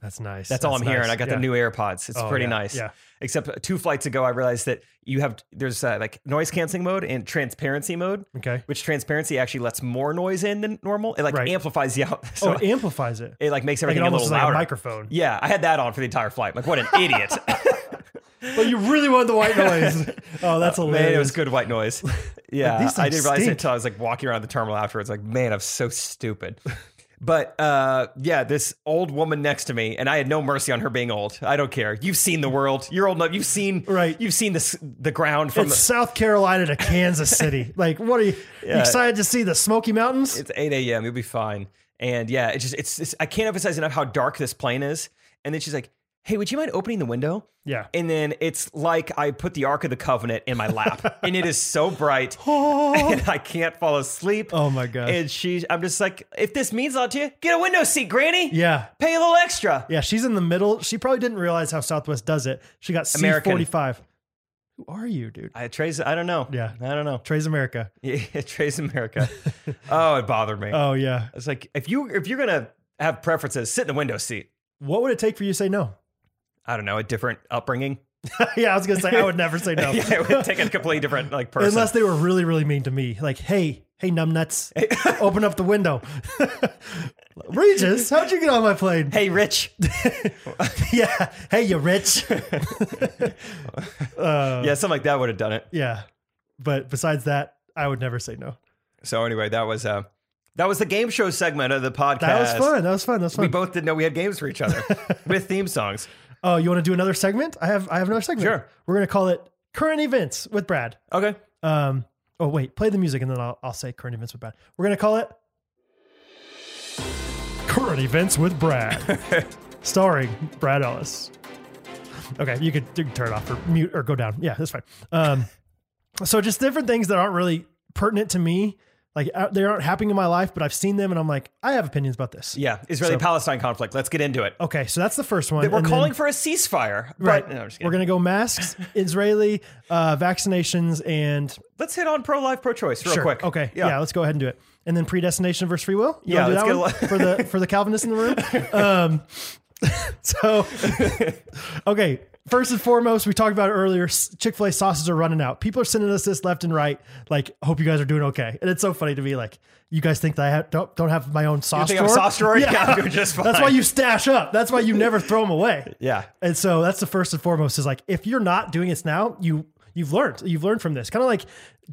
S2: That's nice.
S1: that's, all I'm hearing.
S2: nice.
S1: I got
S2: Yeah.
S1: the new AirPods. It's
S2: Oh,
S1: pretty
S2: yeah,
S1: nice.
S2: yeah.
S1: Except uh, two flights ago, I realized that you have there's uh, like noise canceling mode and transparency mode,
S2: Okay.
S1: which transparency actually lets more noise in than normal. It like
S2: Right.
S1: amplifies the out.
S2: Oh,
S1: So
S2: it amplifies it.
S1: it like makes
S2: Like it
S1: everything a
S2: almost
S1: little
S2: is like a
S1: louder.
S2: microphone.
S1: Yeah, I had that on for the entire flight. Like, what an idiot.
S2: But you really wanted the white noise. oh, that's hilarious.
S1: Uh, man, it was good white noise. Yeah,
S2: these
S1: I
S2: things
S1: didn't realize it
S2: stink.
S1: until I was like walking around the terminal afterwards. Like, man, I'm so stupid. But uh, yeah, this old woman next to me, and I had no mercy on her being old. I don't care. You've seen the world. You're old enough. You've seen
S2: Right.
S1: You've seen the s- the ground from
S2: It's South Carolina to Kansas City. like, what are you, you
S1: Yeah.
S2: excited to see the Smoky Mountains?
S1: It's 8 a.m. You'll be fine. And yeah, it's just, it's, it's, I can't emphasize enough how dark this plane is. And then she's like, hey, would you mind opening the window?
S2: Yeah.
S1: And then it's like I put the Ark of the Covenant in my lap and it is so bright and I can't fall asleep.
S2: Oh my gosh.
S1: And she, I'm just like, if this means a lot to you, get a window seat, Granny.
S2: yeah.
S1: Pay a little extra.
S2: Yeah, she's in the middle. She probably didn't realize how Southwest does it. She got
S1: American.
S2: C45. Who are you, dude?
S1: I, Trey's, I don't know.
S2: Yeah.
S1: I don't know.
S2: Trey's America.
S1: Yeah, Trey's America. oh, it bothered me.
S2: Oh, yeah.
S1: It's like, if, you, if you're going to have preferences, sit in the window seat.
S2: What would it take for you to say no?
S1: I don't know, a different upbringing.
S2: yeah, I was going to say, I would never say no.
S1: yeah, it would take a completely different like person.
S2: Oh. Unless they were really, really mean to me. Like, hey, hey, numbnuts, open up the window. Regis, how'd you get on my plane?
S1: hey, Rich.
S2: yeah. Hey, you rich. uh,
S1: yeah, something like that would have done it.
S2: Yeah. But besides that, I would never say no.
S1: So anyway, that was uh, that was the game show segment of the podcast.
S2: That was fun. That was fun. That was
S1: We
S2: fun.
S1: both didn't know we had games for each other with theme songs.
S2: oh, you want to do another segment? I have I have another segment.
S1: Sure.
S2: We're gonna call it current events with Brad.
S1: Okay.
S2: Um. Oh wait, play the music and then I'll I'll say current events with Brad. We're gonna call it current events with Brad, starring Brad Ellis. Okay, you could, you can turn it off or mute or go down. Yeah, that's fine. Um, so just different things that aren't really pertinent to me, like uh, they aren't happening in my life, but I've seen them and I'm like, I have opinions about this.
S1: Yeah, Israeli Palestine conflict. Let's get into it.
S2: Okay, so that's the first one.
S1: We're
S2: Oh, and then-
S1: calling for a ceasefire. but-
S2: Right.
S1: no, I'm just kidding.
S2: We're going to go masks, Israeli uh, vaccinations, and
S1: let's hit on pro-life, pro-choice real
S2: Sure.
S1: quick.
S2: Okay. Yeah.
S1: Yeah.
S2: Let's go ahead and do it. And then predestination versus free will. You
S1: Yeah,
S2: wanna do that
S1: let's
S2: one for the for the Calvinist in the room. Um, so, okay. First and foremost, we talked about it earlier. Chick Fil A sauces are running out. People are sending us this left and right. Like, hope you guys are doing okay. And it's so funny to me. Like, you guys think that I have, don't don't have my own sauce
S1: think I'm
S2: drawer?
S1: sauce drawer? Yeah, I'm doing just
S2: That's why
S1: fine.
S2: you stash up. That's why you never throw them away.
S1: Yeah.
S2: And so that's the first and foremost is like if you're not doing this now, you you've learned. You've learned from this. Kind of like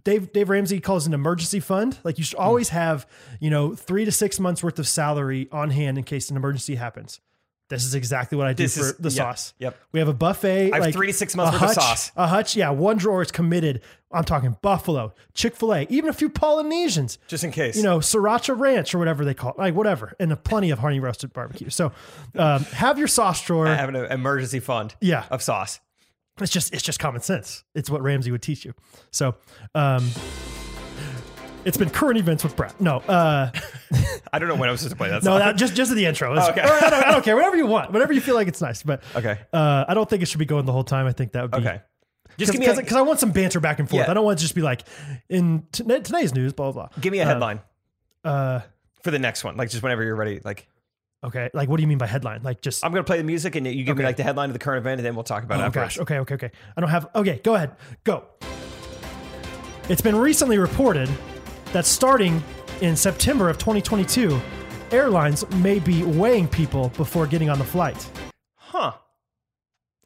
S2: Dave Dave Ramsey calls an emergency fund. Like you should
S1: Hmm.
S2: always have, you know, three to six months worth of salary on hand in case an emergency happens. This is exactly what I do
S1: This
S2: for
S1: is-
S2: the
S1: yeah,
S2: sauce.
S1: yep.
S2: We have a buffet. I
S1: have three to six months worth of sauce.
S2: A hutch, yeah. One drawer is committed. I'm talking buffalo, Chick-fil-A, even a few Polynesians
S1: Just in case.
S2: you know, sriracha ranch or whatever they call it, like whatever, and a plenty of honey roasted barbecue. So, um, have your sauce
S1: I
S2: drawer.
S1: have an emergency fund
S2: Yeah.
S1: of sauce.
S2: It's just it's just common sense. It's what Ramsey would teach you. So, um, it's been current events with Brad. No, uh,
S1: I don't know when I was supposed to play that
S2: no,
S1: song.
S2: that just just at the intro. It's-
S1: Okay.
S2: or I, don't, I don't care. Whatever you want, whatever you feel like it's nice. But
S1: Okay.
S2: uh, I don't think it should be going the whole time. I think that would be
S1: okay. Just give me
S2: Because
S1: a,
S2: I want some banter back and forth.
S1: Yeah.
S2: I don't want to just be like in t- today's news, blah blah. blah.
S1: give me a headline
S2: Uh,
S1: for the next one. Like just whenever you're ready. Like
S2: okay, like what do you mean by headline? Like just
S1: I'm gonna play the music and you give me
S2: Okay.
S1: like the headline of the current event and then we'll talk about it
S2: Oh
S1: afterwards.
S2: gosh. Okay, okay, okay. I don't have. Okay, go ahead. Go. It's been recently reported that starting in September of 2022, airlines may be weighing people before getting on the flight.
S1: Huh.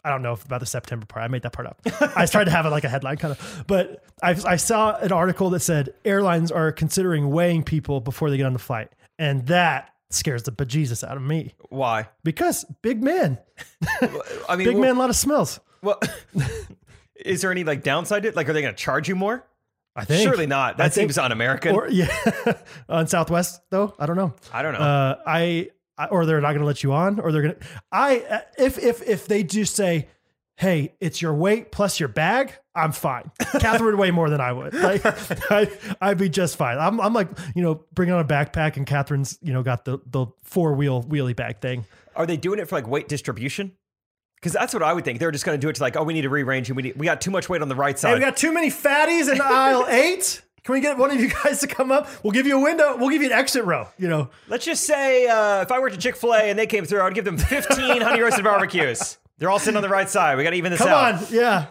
S2: I don't know if about the September part. I made that part up. I just tried to have it like a headline kind of, but I, I saw an article that said airlines are considering weighing people before they get on the flight, and that scares the bejesus out of me
S1: Why?
S2: because big man,
S1: I mean
S2: big
S1: well,
S2: man, a lot of smells.
S1: well Is there any like downside to it? Like are they gonna charge you more? Uh,
S2: I think
S1: Surely not. That
S2: think-
S1: seems un American.
S2: or yeah, on Southwest though. I don't know.
S1: I don't know.
S2: Uh, I, I or they're not going to let you on, or they're going to. I uh, if if if they just say, "Hey, it's your weight plus your bag," I'm fine. Catherine would weigh more than I would. Like I, I'd be just fine. I'm I'm like you know, bring on a backpack, and Catherine's you know got the the four wheel wheelie bag thing.
S1: Are they doing it for like weight distribution? Because that's what I would think. They're just going to do it to like, oh, we need to rearrange and we need, we got too much weight on the right
S2: Hey,
S1: side.
S2: we got too many fatties in aisle eight. Can we get one of you guys to come up? We'll give you a window. We'll give you an exit row. You know.
S1: Let's just say uh, if I worked at Chick Fil A and they came through, I would give them 15 honey roasted barbecues. They're all sitting on the right side. We got to even this
S2: Come
S1: out.
S2: on, yeah.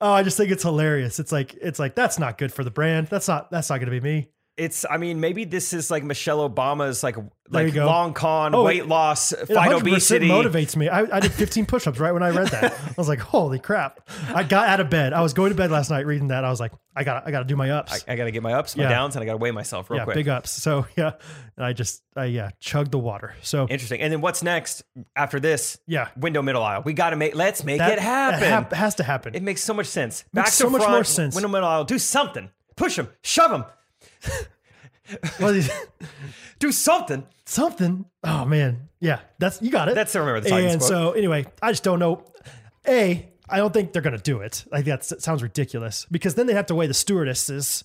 S2: Oh, I just think it's hilarious. It's like it's like that's not good for the brand. That's not that's not going to be me.
S1: It's, I mean, maybe this is like Michelle Obama's like
S2: you
S1: like
S2: go.
S1: long con
S2: Oh,
S1: weight loss,
S2: It
S1: fight
S2: 100%
S1: obesity.
S2: motivates me. I, I did 15 push-ups right when I read that. I was like, holy crap! I got out of bed. I was going to bed last night reading that. I was like, I got I got to do my ups.
S1: I got to get my ups, my
S2: Yeah.
S1: downs, and I got to weigh myself real
S2: yeah,
S1: quick.
S2: big ups. So yeah, and I just I yeah chugged the water. So
S1: Interesting. And then what's next after this?
S2: Yeah.
S1: Window middle aisle. We got to make, let's make
S2: that-
S1: it
S2: that
S1: happen.
S2: hap- has to happen.
S1: It makes so much sense. Back
S2: Makes
S1: to
S2: so much
S1: front,
S2: more sense.
S1: Window middle aisle. Do something. Push them. Shove them.
S2: What is-
S1: Do something.
S2: something. Oh man, yeah, that's you got it.
S1: That's- I remember the Titans
S2: And
S1: quote.
S2: so anyway, I just don't know. A, I don't think they're gonna do it. Like that s- sounds ridiculous because then they have to weigh the stewardesses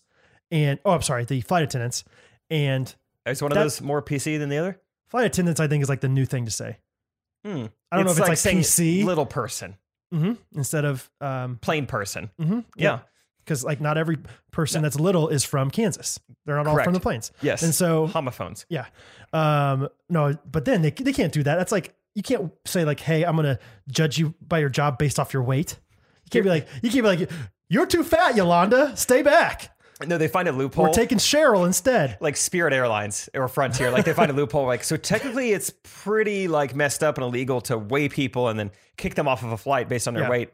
S2: and oh, I'm sorry, the flight attendants and
S1: Is one of
S2: That-
S1: those more PC than the other?
S2: flight attendants. I think is like the new thing to say.
S1: Hmm.
S2: I don't know if it's like
S1: saying
S2: PC
S1: little person,
S2: Mhm. instead of um,
S1: plain person.
S2: mhm,
S1: Yeah.
S2: because like not every person that's little is from Kansas. They're not all
S1: Correct.
S2: from the plains.
S1: Yes.
S2: and so
S1: Homophones.
S2: Yeah. Um, no, but then they, they can't do that. That's like, you can't say like, Hey, I'm going to judge you by your job based off your weight. You can't be like, you can't be like, you're too fat, Yolanda, stay back.
S1: No, they find a loophole.
S2: We're taking Cheryl instead.
S1: like Spirit Airlines or Frontier, like they find a loophole. Like so, technically, it's pretty like messed up and illegal to weigh people and then kick them off of a flight based on their
S2: Yeah.
S1: weight.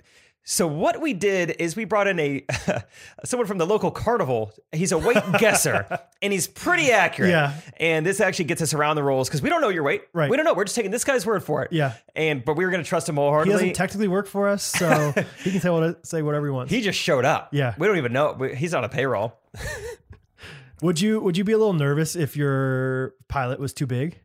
S1: So what we did is we brought in a someone from the local carnival. He's a weight guesser and he's pretty accurate.
S2: Yeah.
S1: And this actually gets us around the rules because we don't know your weight.
S2: Right.
S1: We don't know. We're just taking this guy's word for it.
S2: Yeah.
S1: And but we were going to trust him
S2: He
S1: wholeheartedly.
S2: doesn't technically work for us. So he can say, what, say whatever he wants.
S1: He just showed up.
S2: Yeah.
S1: We don't even know. We- He's on a payroll.
S2: would you, would you be a little nervous if your pilot was too big?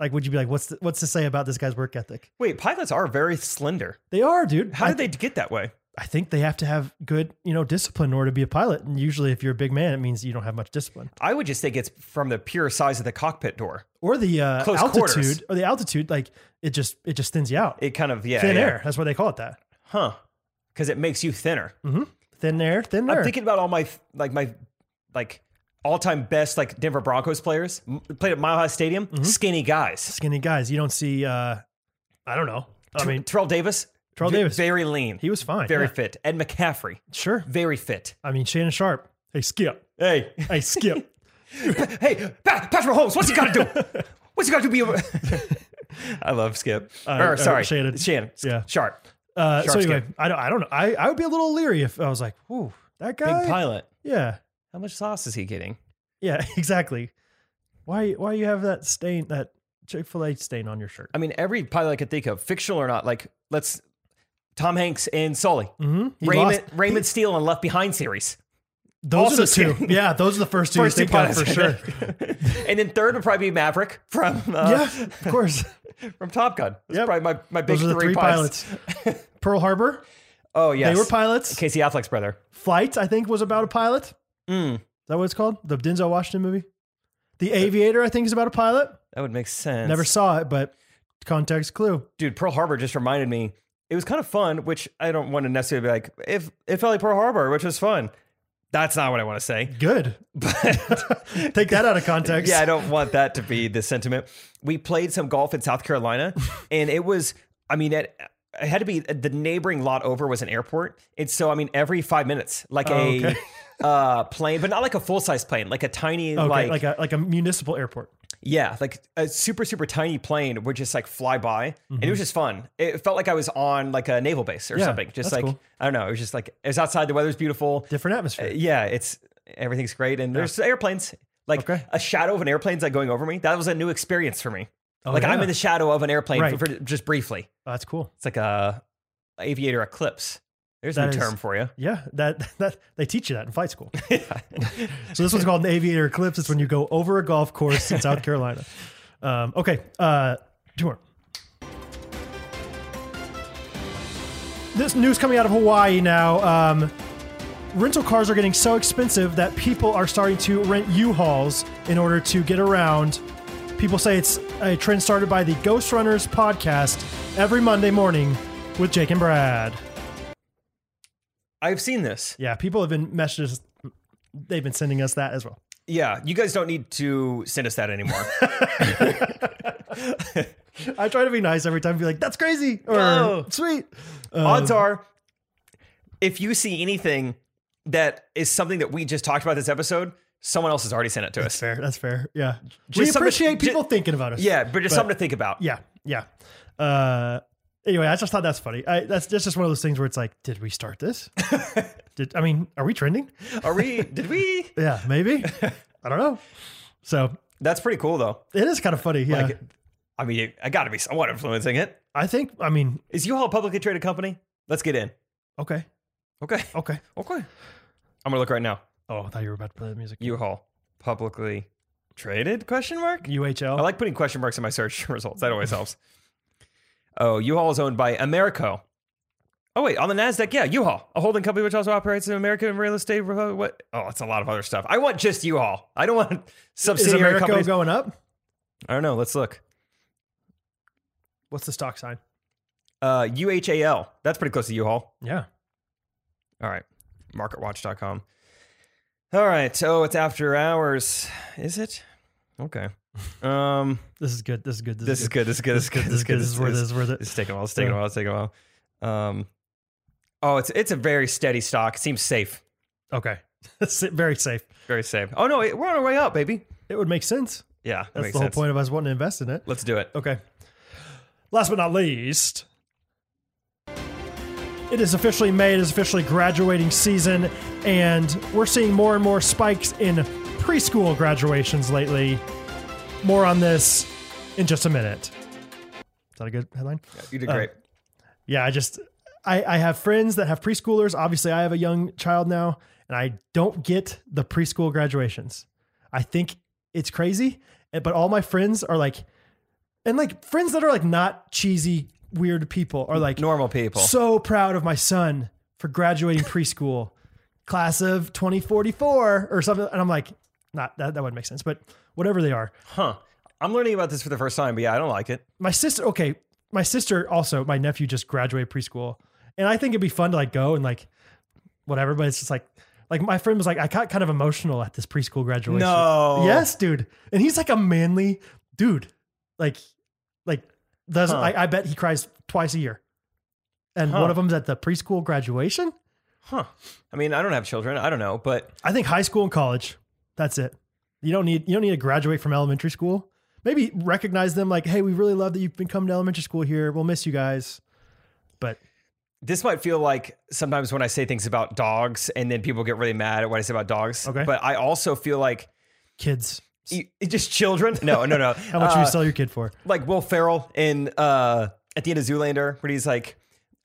S2: Like, would you be like, what's, the, what's to say about this guy's work ethic?
S1: Wait, pilots are very slender.
S2: They are, dude.
S1: How
S2: I
S1: did they get that way?
S2: I think they have to have good, you know, discipline in order to be a pilot. And usually, if you're a big man, it means you don't have much discipline.
S1: I would just think it's from the pure size of the cockpit door.
S2: Or the uh,
S1: Close
S2: altitude,
S1: quarters.
S2: or the altitude, like it just it just thins you out.
S1: It kind of yeah,
S2: thin
S1: yeah.
S2: air. That's why they call it that.
S1: huh? Because it makes you thinner.
S2: Thin air, thin air.
S1: I'm thinking about all my like my like all time best like Denver Broncos players M- played at Mile High Mm-hmm. Stadium. Skinny guys.
S2: Skinny guys, you don't see. uh I don't know. I mean,
S1: Terrell Davis,
S2: Terrell
S1: Ve-
S2: Davis.
S1: very lean,
S2: he was fine.
S1: very
S2: yeah.
S1: fit. Ed McCaffrey,
S2: Sure.
S1: very fit.
S2: I mean, Shannon Sharp. Hey, Skip.
S1: Hey,
S2: Hey, Skip.
S1: hey, Pat, Patrick Mahomes, what's he got to do? What's he got to be? A- I love Skip.
S2: Uh,
S1: or,
S2: uh,
S1: sorry,
S2: Shannon.
S1: Shannon.
S2: Yeah.
S1: Sharp.
S2: Uh, so
S1: Sharp
S2: anyway, I don't. I don't know. I, I would be a little leery if I was like, "Ooh, that
S1: Big
S2: guy."
S1: pilot.
S2: Yeah.
S1: How much sauce is he getting?
S2: Yeah. Exactly. Why? Why you have that stain? That Chick Fil A stain on your shirt?
S1: I mean, every pilot I could think of, fictional or not, like let's Tom Hanks and Sully,
S2: Mm-hmm.
S1: Raymond Raymond Steele on Left Behind series.
S2: those are the
S1: also
S2: two. Yeah, those are the first two. you
S1: First two
S2: think of
S1: pilots
S2: for sure.
S1: and then third would probably be Maverick from uh,
S2: yeah, of course.
S1: from Top Gun. That's
S2: Yep.
S1: probably my my big
S2: Those are the three,
S1: pilots.
S2: pilots. Pearl Harbor.
S1: Oh yes,
S2: They were pilots.
S1: Casey Affleck's brother.
S2: Flight, I think, was about a pilot. Is
S1: Mm,
S2: that what it's called? The Denzel Washington movie. The Aviator, I think, is about a pilot.
S1: that would make sense.
S2: Never saw it, but context clue.
S1: dude, Pearl Harbor just reminded me. It was kind of fun, which I don't want to necessarily be like if it felt like Pearl Harbor, which was fun. That's not what I want to say.
S2: Good.
S1: But
S2: Take that out of context.
S1: yeah, I don't want that to be the sentiment. We played some golf in South Carolina, and it was, I mean, it, it had to be the neighboring lot over was an airport, and so I mean, every five minutes, like
S2: Oh,
S1: a
S2: okay.
S1: uh, plane, but not like a full size plane, like a tiny,
S2: Okay,
S1: like,
S2: like, a like a municipal airport.
S1: yeah, like a super super tiny plane would just like fly by, and it was just fun. It felt like I was on like a naval base or
S2: Mm-hmm. Yeah,
S1: something. Just
S2: that's
S1: like
S2: cool.
S1: I don't know, it was just like it was outside. The weather's beautiful.
S2: Different atmosphere.
S1: Yeah, it's everything's great, and there's airplanes. Like
S2: Okay.
S1: a shadow of an airplane's like going over me. That was a new experience for me.
S2: Oh,
S1: like I'm
S2: yeah.
S1: in the shadow of an airplane
S2: Right.
S1: for, for just briefly.
S2: That's cool.
S1: It's like a aviator eclipse. There's a
S2: That
S1: new
S2: is-
S1: term for you.
S2: Yeah, that that they teach you that in flight school. So this one's called an aviator eclipse. It's when you go over a golf course in South Carolina. Um, okay, uh, two more. This news coming out of Hawaii now. Um, rental cars are getting so expensive that people are starting to rent U-Hauls in order to get around. People say it's a trend started by the Ghost Runners podcast every Monday morning with Jake and Brad.
S1: I've seen this.
S2: Yeah, people have been messages. They've been sending us that as well.
S1: Yeah, you guys don't need to send us that anymore.
S2: I try to be nice every time, be like, "That's crazy" or
S1: No.
S2: "Sweet." Um,
S1: Odds are, if you see anything that is something that we just talked about this episode, someone else has already sent it to
S2: That's
S1: us.
S2: fair. That's fair. Yeah, we
S1: Just somebody-
S2: appreciate
S1: ju-
S2: people thinking about us.
S1: Yeah, but just something to think about.
S2: yeah, yeah. Uh, anyway, I just thought that's funny. I, that's that's just one of those things where it's like, did we start this? did I mean, are we trending?
S1: Are we? Did we?
S2: Yeah, maybe. I don't know. So
S1: That's pretty cool though.
S2: it is kind of funny. Yeah,
S1: Like, I mean, I got to be somewhat influencing it.
S2: I think. I mean,
S1: Is U-Haul a publicly traded company? Let's get in.
S2: okay,
S1: Okay.
S2: okay.
S1: Okay. I'm gonna look right now.
S2: Oh, I thought you were about to play the music.
S1: U-Haul publicly traded? Question mark.
S2: UHL.
S1: I like putting question marks in my search results. That always helps. Oh, U-Haul is owned by Americo. Oh wait, on the Nasdaq, yeah, U-Haul, a holding company which also operates in American real estate. repo- What? Oh, it's a lot of other stuff. I want just U-Haul. I don't want
S2: is
S1: subsidiary
S2: Americo
S1: companies.
S2: going up?
S1: I don't know. Let's look.
S2: What's the stock sign?
S1: Uh, UHAL. That's pretty close to U-Haul.
S2: Yeah.
S1: All right. Marketwatch.com. All right. Oh, it's after hours. Is it? Okay. Um,
S2: This is good. This is good.
S1: this is good. This is good. This is good.
S2: This is good. This is worth it. This
S1: It's,
S2: is worth it.
S1: it's taking a while. It's taking a while. It's taking a while. Um, oh, it's it's a very steady stock. It seems safe.
S2: Okay. That's it, very safe.
S1: Very safe. Oh no, it- we're on our way up, baby.
S2: It would make sense.
S1: Yeah, that
S2: That's
S1: makes
S2: the whole
S1: sense.
S2: point of us wanting to invest in it.
S1: Let's do it.
S2: Okay. Last but not least, it is officially May. It is officially graduating season, and we're seeing more and more spikes in preschool graduations lately. More on this in just a minute. Is that a good headline?
S1: You did great.
S2: yeah, I just I, I have friends that have preschoolers. Obviously, I have a young child now, and I don't get the preschool graduations. I think it's crazy, and- but all my friends are like, and like friends that are like not cheesy, weird people are like
S1: Normal people.
S2: so proud of my son for graduating preschool, class of 2044 or something. And I'm like, not that that wouldn't make sense, but whatever they are.
S1: huh. I'm learning about this for the first time, but yeah, I don't like it.
S2: my sister okay my sister also my nephew just graduated preschool and i think it'd be fun to like go and like whatever but it's just like like my friend was like i got kind of emotional at this preschool graduation
S1: No.
S2: yes dude and he's like a manly dude like like does
S1: Huh.
S2: I, I bet he cries twice a year and
S1: Huh.
S2: one of them's at the preschool graduation.
S1: Huh. I mean, I don't have children. I don't know, but
S2: I think high school and college. That's it. You don't need you don't need to graduate from elementary school. Maybe recognize them like, hey, we really love that you've been coming to elementary school here. We'll miss you guys. But
S1: this might feel like sometimes when I say things about dogs and then people get really mad at what I say about dogs.
S2: Okay.
S1: But I also feel like
S2: kids,
S1: y- just children. No, no, no.
S2: how much
S1: Uh,
S2: you sell your kid for?
S1: like Will Ferrell in uh, at the end of Zoolander, where he's like,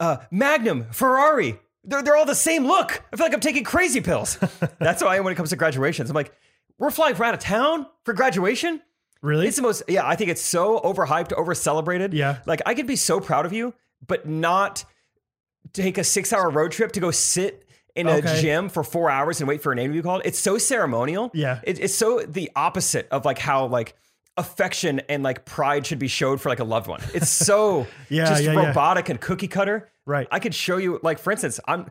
S1: uh, "Magnum, Ferrari, they're they're all the same look." I feel like I'm taking crazy pills. That's how I am when it comes to graduations. I'm like, we're flying from out of town for graduation.
S2: Really?
S1: It's the most. Yeah, I think it's so overhyped, over celebrated.
S2: Yeah.
S1: like I could be so proud of you, but not take a six hour road trip to go sit. In a
S2: Okay.
S1: gym for four hours and wait for a name to be called. It's so ceremonial.
S2: Yeah.
S1: It, it's so the opposite of like how like affection and like pride should be showed for like a loved one. It's so
S2: Yeah,
S1: just
S2: yeah, yeah.
S1: robotic and cookie cutter.
S2: Right.
S1: I could show you like for instance, I'm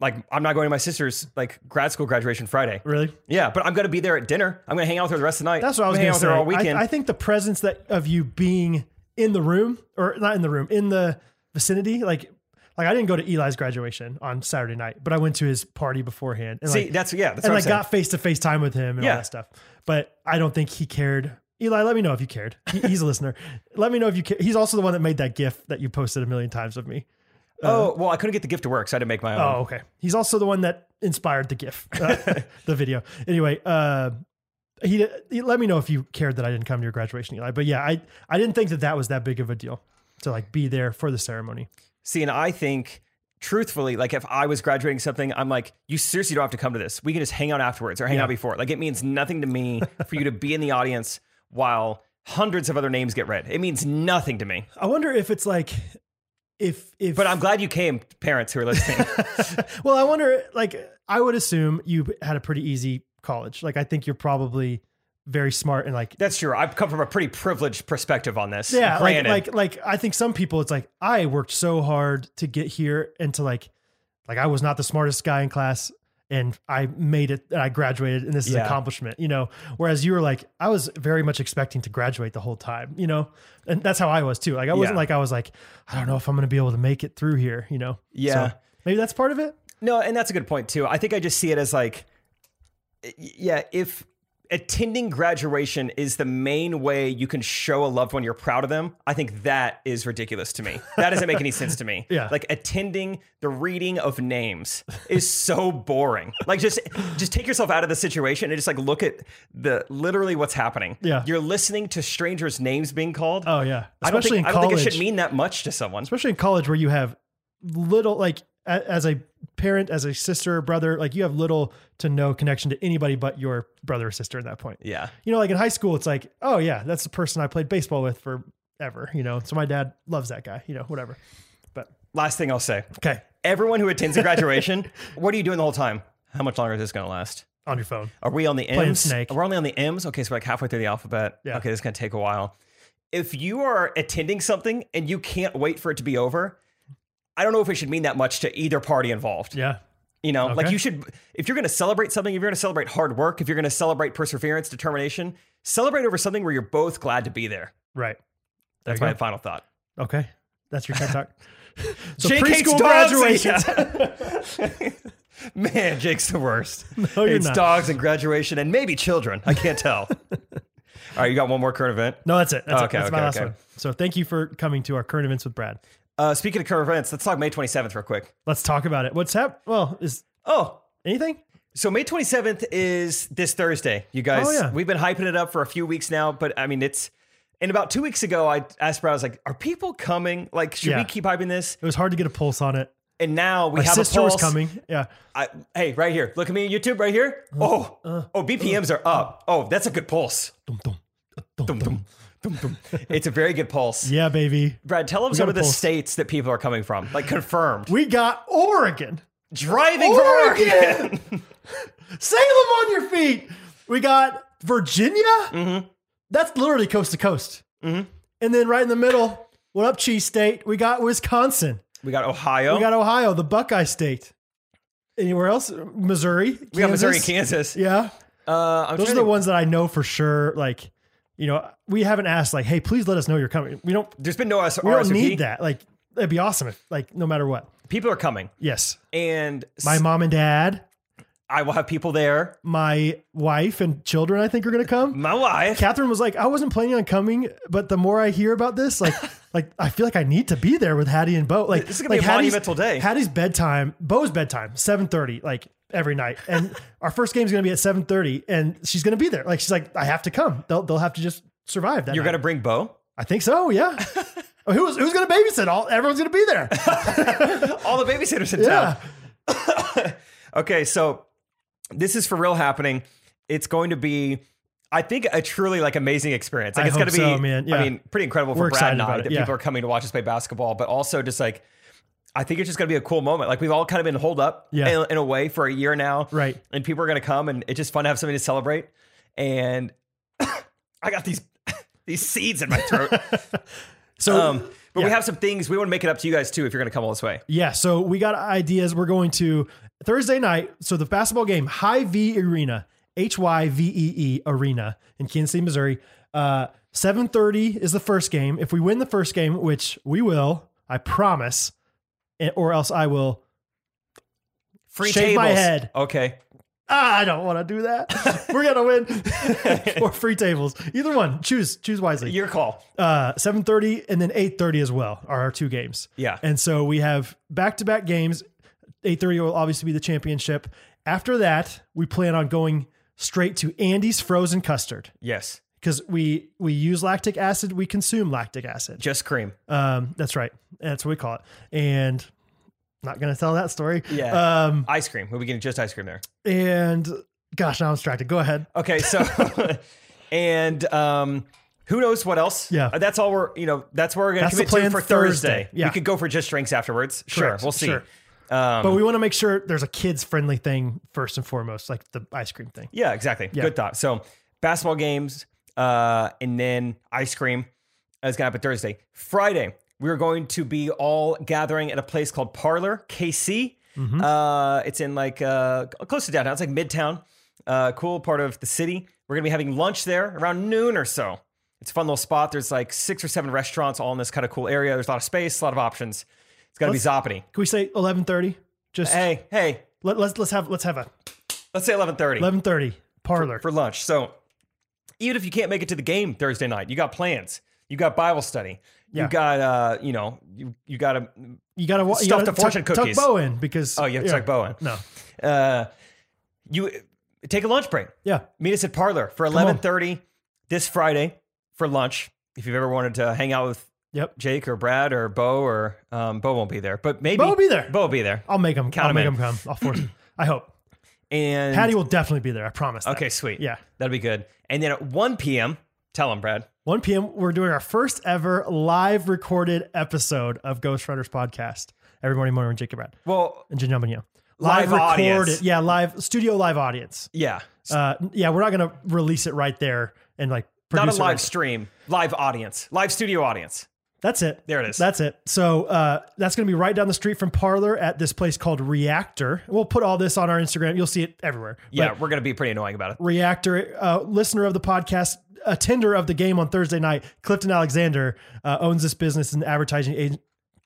S1: like I'm not going to my sister's like grad school graduation Friday.
S2: really?
S1: Yeah, but I'm gonna be there at dinner. I'm gonna hang out with her the rest of the night.
S2: That's what I was
S1: I'm
S2: going to
S1: hang
S2: say.
S1: out with her all weekend.
S2: I, I think the presence that of you being in the room or not in the room in the vicinity, like like I didn't go to Eli's graduation on Saturday night, but I went to his party beforehand. And
S1: See,
S2: like,
S1: that's yeah, that's what
S2: and
S1: I'm
S2: like
S1: saying.
S2: got face to face time with him and
S1: Yeah.
S2: all that stuff. But I don't think he cared. Eli, let me know if you cared. He- he's a listener. Let me know if you care. He's also the one that made that GIF that you posted a million times of me.
S1: oh well, I couldn't get the gift to work, so I had to make my own.
S2: uh, Oh, okay. He's also the one that inspired the GIF, uh, the video. Anyway, uh, he, he let me know if you cared that I didn't come to your graduation, Eli. But yeah, I I didn't think that that was that big of a deal to like be there for the ceremony.
S1: See, and I think truthfully, like if I was graduating something, I'm like, you seriously don't have to come to this. We can just hang out afterwards or hang
S2: Yeah.
S1: out before. Like it means nothing to me for you to be in the audience while hundreds of other names get read. It means nothing to me.
S2: I wonder if it's like if if
S1: But I'm glad you came, parents who are listening.
S2: well, I wonder, like, I would assume you had a pretty easy college. Like, I think you're probably very smart and like,
S1: That's true. I've come from a pretty privileged perspective on this.
S2: yeah, like,
S1: granted.
S2: like, like, I think some people, it's like, I worked so hard to get here and to like, like, I was not the smartest guy in class and I made it and I graduated and this is an
S1: Yeah.
S2: accomplishment, you know? Whereas you were like, I was very much expecting to graduate the whole time, you know? And that's how I was too. Like, I wasn't
S1: Yeah.
S2: like, I was like, I don't know if I'm going to be able to make it through here, you know?
S1: Yeah.
S2: So maybe that's part of it.
S1: No, and that's a good point too. I think I just see it as like, y- yeah, if attending graduation is the main way you can show a loved one you're proud of them, I think that is ridiculous to me. That doesn't make any sense to me.
S2: Yeah.
S1: Like attending the reading of names is so boring. Like just just take yourself out of the situation and just like look at the literally what's happening.
S2: Yeah.
S1: You're listening to strangers' names being called.
S2: Oh yeah,
S1: I don't,
S2: especially
S1: think,
S2: in
S1: I
S2: college.
S1: don't think it should mean that much to someone.
S2: especially in college where you have little like a- as a parent, as a sister or brother, like you have little to no connection to anybody but your brother or sister at that point.
S1: Yeah.
S2: You know, like in high school, it's like, oh yeah, that's the person I played baseball with forever. You know, so my dad loves that guy. You know, whatever. But
S1: Last thing I'll say.
S2: okay,
S1: Everyone who attends a graduation, what are you doing the whole time? How much longer is this going to last?
S2: on your phone.
S1: Are we on the
S2: Playing
S1: M's?
S2: Snake.
S1: We're only on the M's. Okay, so we're like halfway through the alphabet.
S2: Yeah.
S1: Okay, this is going to take a while. If you are attending something and you can't wait for it to be over, I don't know if it should mean that much to either party involved.
S2: Yeah,
S1: You know, like
S2: Okay.
S1: you should, if you're going to celebrate something, if you're going to celebrate hard work, if you're going to celebrate perseverance, determination, celebrate over something where you're both glad to be there.
S2: right.
S1: That's
S2: you
S1: my
S2: go.
S1: final thought.
S2: Okay, that's your TED talk. so
S1: Jake hates
S2: preschool
S1: dogs.
S2: graduations.
S1: Man, Jake's the worst.
S2: No, you're
S1: it's
S2: not.
S1: dogs and graduation and maybe children. I can't tell. All right, you got one more current event.
S2: No, that's it. That's, it.
S1: Okay,
S2: that's my
S1: okay,
S2: last
S1: okay.
S2: one. So thank you for coming to our current events with Brad.
S1: Uh, speaking of current events, let's talk May 27th real quick.
S2: Let's talk about it. What's hap? Well, is
S1: Oh,
S2: anything?
S1: so May 27th is this Thursday, you guys.
S2: Oh, yeah.
S1: We've been hyping it up for a few weeks now, but I mean, it's. And about two weeks ago, I asked Brad, I was like, are people coming? Like, should
S2: Yeah.
S1: we keep hyping this?
S2: It was hard to get a pulse on it.
S1: And now we
S2: My
S1: have
S2: sister
S1: a
S2: was
S1: pulse.
S2: coming. Uh, Yeah.
S1: I, hey, right here. Look at me on YouTube right here. Oh, oh, BPMs are up.
S2: uh.
S1: Oh, that's a good pulse.
S2: Dum, dum, uh, dum, dum.
S1: Dum, dum. it's a very good pulse.
S2: Yeah, baby.
S1: Brad, tell them
S2: got
S1: some
S2: a
S1: of the
S2: pulse.
S1: states that people are coming from, like confirmed.
S2: We got Oregon.
S1: Driving from
S2: Oregon!
S1: Oregon.
S2: Salem on your feet. We got Virginia.
S1: Mm-hmm.
S2: That's literally coast to coast. And then right in the middle, what up, Cheese State? We got Wisconsin.
S1: we got Ohio.
S2: We got Ohio, the Buckeye State. Anywhere else? Missouri.
S1: We got Missouri, Kansas.
S2: Yeah.
S1: Uh, I'm
S2: Those
S1: trying
S2: are
S1: to-
S2: the ones that I know for sure. Like, you know, we haven't asked, like, hey, please let us know you're coming. We don't
S1: There's been no S-
S2: we don't
S1: RSVP.
S2: need that. Like, It'd be awesome if, like, no matter what.
S1: People are coming,
S2: Yes.
S1: and s-
S2: My mom and dad,
S1: I will have people there.
S2: my wife and children, I think, are going to come.
S1: My wife.
S2: Catherine was like, I wasn't planning on coming, but the more I hear about this, like, like I feel like I need to be there with Hattie and Bo. Like,
S1: This is gonna be
S2: like
S1: a monumental day.
S2: Hattie's bedtime, Bo's bedtime, seven thirty, like every night, and our first game's gonna be at seven thirty, and she's gonna be there. Like, she's like, I have to come. They'll they'll have to just survive that.
S1: You're
S2: night.
S1: gonna bring Bo.
S2: I think so. Yeah. Oh, who's who's gonna babysit? All everyone's gonna be there.
S1: All the babysitters in
S2: Yeah.
S1: town. Okay, so this is for real happening. It's going to be, I think, a truly like amazing experience. Like
S2: I
S1: it's
S2: hope
S1: going to be,
S2: so, man. Yeah.
S1: I mean, pretty incredible for
S2: We're
S1: Brad and
S2: excited
S1: I
S2: about it,
S1: that
S2: yeah.
S1: people are coming to watch us play basketball, but also just like, I think it's just going to be a cool moment. Like we've all kind of been holed up
S2: Yeah.
S1: in, in a way for a year now,
S2: Right.
S1: And people are going to come, and it's just fun to have something to celebrate. And I got these these seeds in my throat.
S2: So
S1: um, but we
S2: yeah.
S1: have some things we want to make it up to you guys too if you're going to come all this way.
S2: Yeah, so we got ideas. We're going to Thursday night. So the basketball game, High V Arena, H Y V E E Arena in Kansas City, Missouri. Uh, Seven thirty is the first game. If we win the first game, which we will, I promise, and- or else I will.
S1: Free
S2: Shave my
S1: tables.
S2: head.
S1: Okay.
S2: Ah, I don't want to do that. We're gonna win or free tables. Either one. Choose. Choose wisely.
S1: Your call.
S2: uh, 7.30 and then 8.30 as well are our two games
S1: Yeah.
S2: and so we have back-to-back games 8.30 will obviously be the championship after that we plan on going straight to andy's frozen custard
S1: Yes.
S2: because we we use lactic acid we consume lactic acid
S1: Just cream.
S2: um, that's right that's what we call it and not gonna tell that story
S1: Yeah.
S2: um,
S1: Ice cream. We'll be getting just ice cream there.
S2: and gosh now i'm distracted go ahead
S1: Okay. So, and um, who knows what else?
S2: Yeah.
S1: Uh, That's all we're, you know, that's what we're going to
S2: That's the
S1: commit to
S2: plan
S1: for
S2: Thursday.
S1: Thursday.
S2: Yeah.
S1: We could go for just drinks afterwards.
S2: Correct.
S1: Sure. We'll see.
S2: Sure.
S1: Um,
S2: but we want to make sure there's a kids friendly thing first and foremost like the ice cream thing
S1: yeah, exactly. Good thought. So, basketball games uh, and then ice cream is going to happen Thursday. Friday, we're going to be all gathering at a place called Parlor KC. Uh, it's in like uh, close to downtown. It's like Midtown, uh, cool part of the city. We're gonna be having lunch there around noon or so. It's a fun little spot. There's like six or seven restaurants all in this kind of cool area. There's a lot of space, a lot of options. It's gonna be zoppity.
S2: Can we say eleven thirty? Just
S1: Hey, hey,
S2: let, let's let's have let's have a
S1: let's say 11:30.
S2: eleven thirty parlor.
S1: for lunch. So even if you can't make it to the game Thursday night, you got plans. You got Bible study.
S2: Yeah.
S1: You got uh, you know, you you got a
S2: you gotta wa- you
S1: Stuff
S2: gotta
S1: the fortune
S2: tuck,
S1: cookies.
S2: Tuck Bo in because
S1: oh you have to Chuck Bowen.
S2: No,
S1: Uh you take a lunch break.
S2: yeah,
S1: Meet us at Parlor for
S2: on.
S1: 11:30 this Friday for lunch. If you've ever wanted to hang out with
S2: yep.
S1: Jake or Brad or Bo or um, Bo won't be there, but maybe
S2: Bo will be there.
S1: Bo will be there.
S2: I'll make him.
S1: Count
S2: I'll
S1: him
S2: make
S1: in.
S2: him come. I'll force him. I hope
S1: And
S2: Patty will definitely be there. I promise. that.
S1: okay, sweet.
S2: Yeah.
S1: that'll be good. And then at 1 p.m., tell him Brad.
S2: One p.m. We're doing our first ever live recorded episode of Ghost Runners podcast every morning morning with Jacob Brad
S1: Well,
S2: and Jen Young.
S1: Live audience.
S2: yeah, live studio live audience.
S1: yeah,
S2: Uh, yeah, we're not gonna release it right there and like
S1: not a
S2: produce it right
S1: live stream, live audience, live studio audience.
S2: That's it.
S1: There it is.
S2: That's it. So uh, that's going to be right down the street from Parlor at this place called Reactor. We'll put all this on our Instagram. You'll see it everywhere. But
S1: Yeah, we're gonna be pretty annoying about it.
S2: Reactor, uh, listener of the podcast, attender of the game on Thursday night, Clifton Alexander uh, owns this business and advertising agent.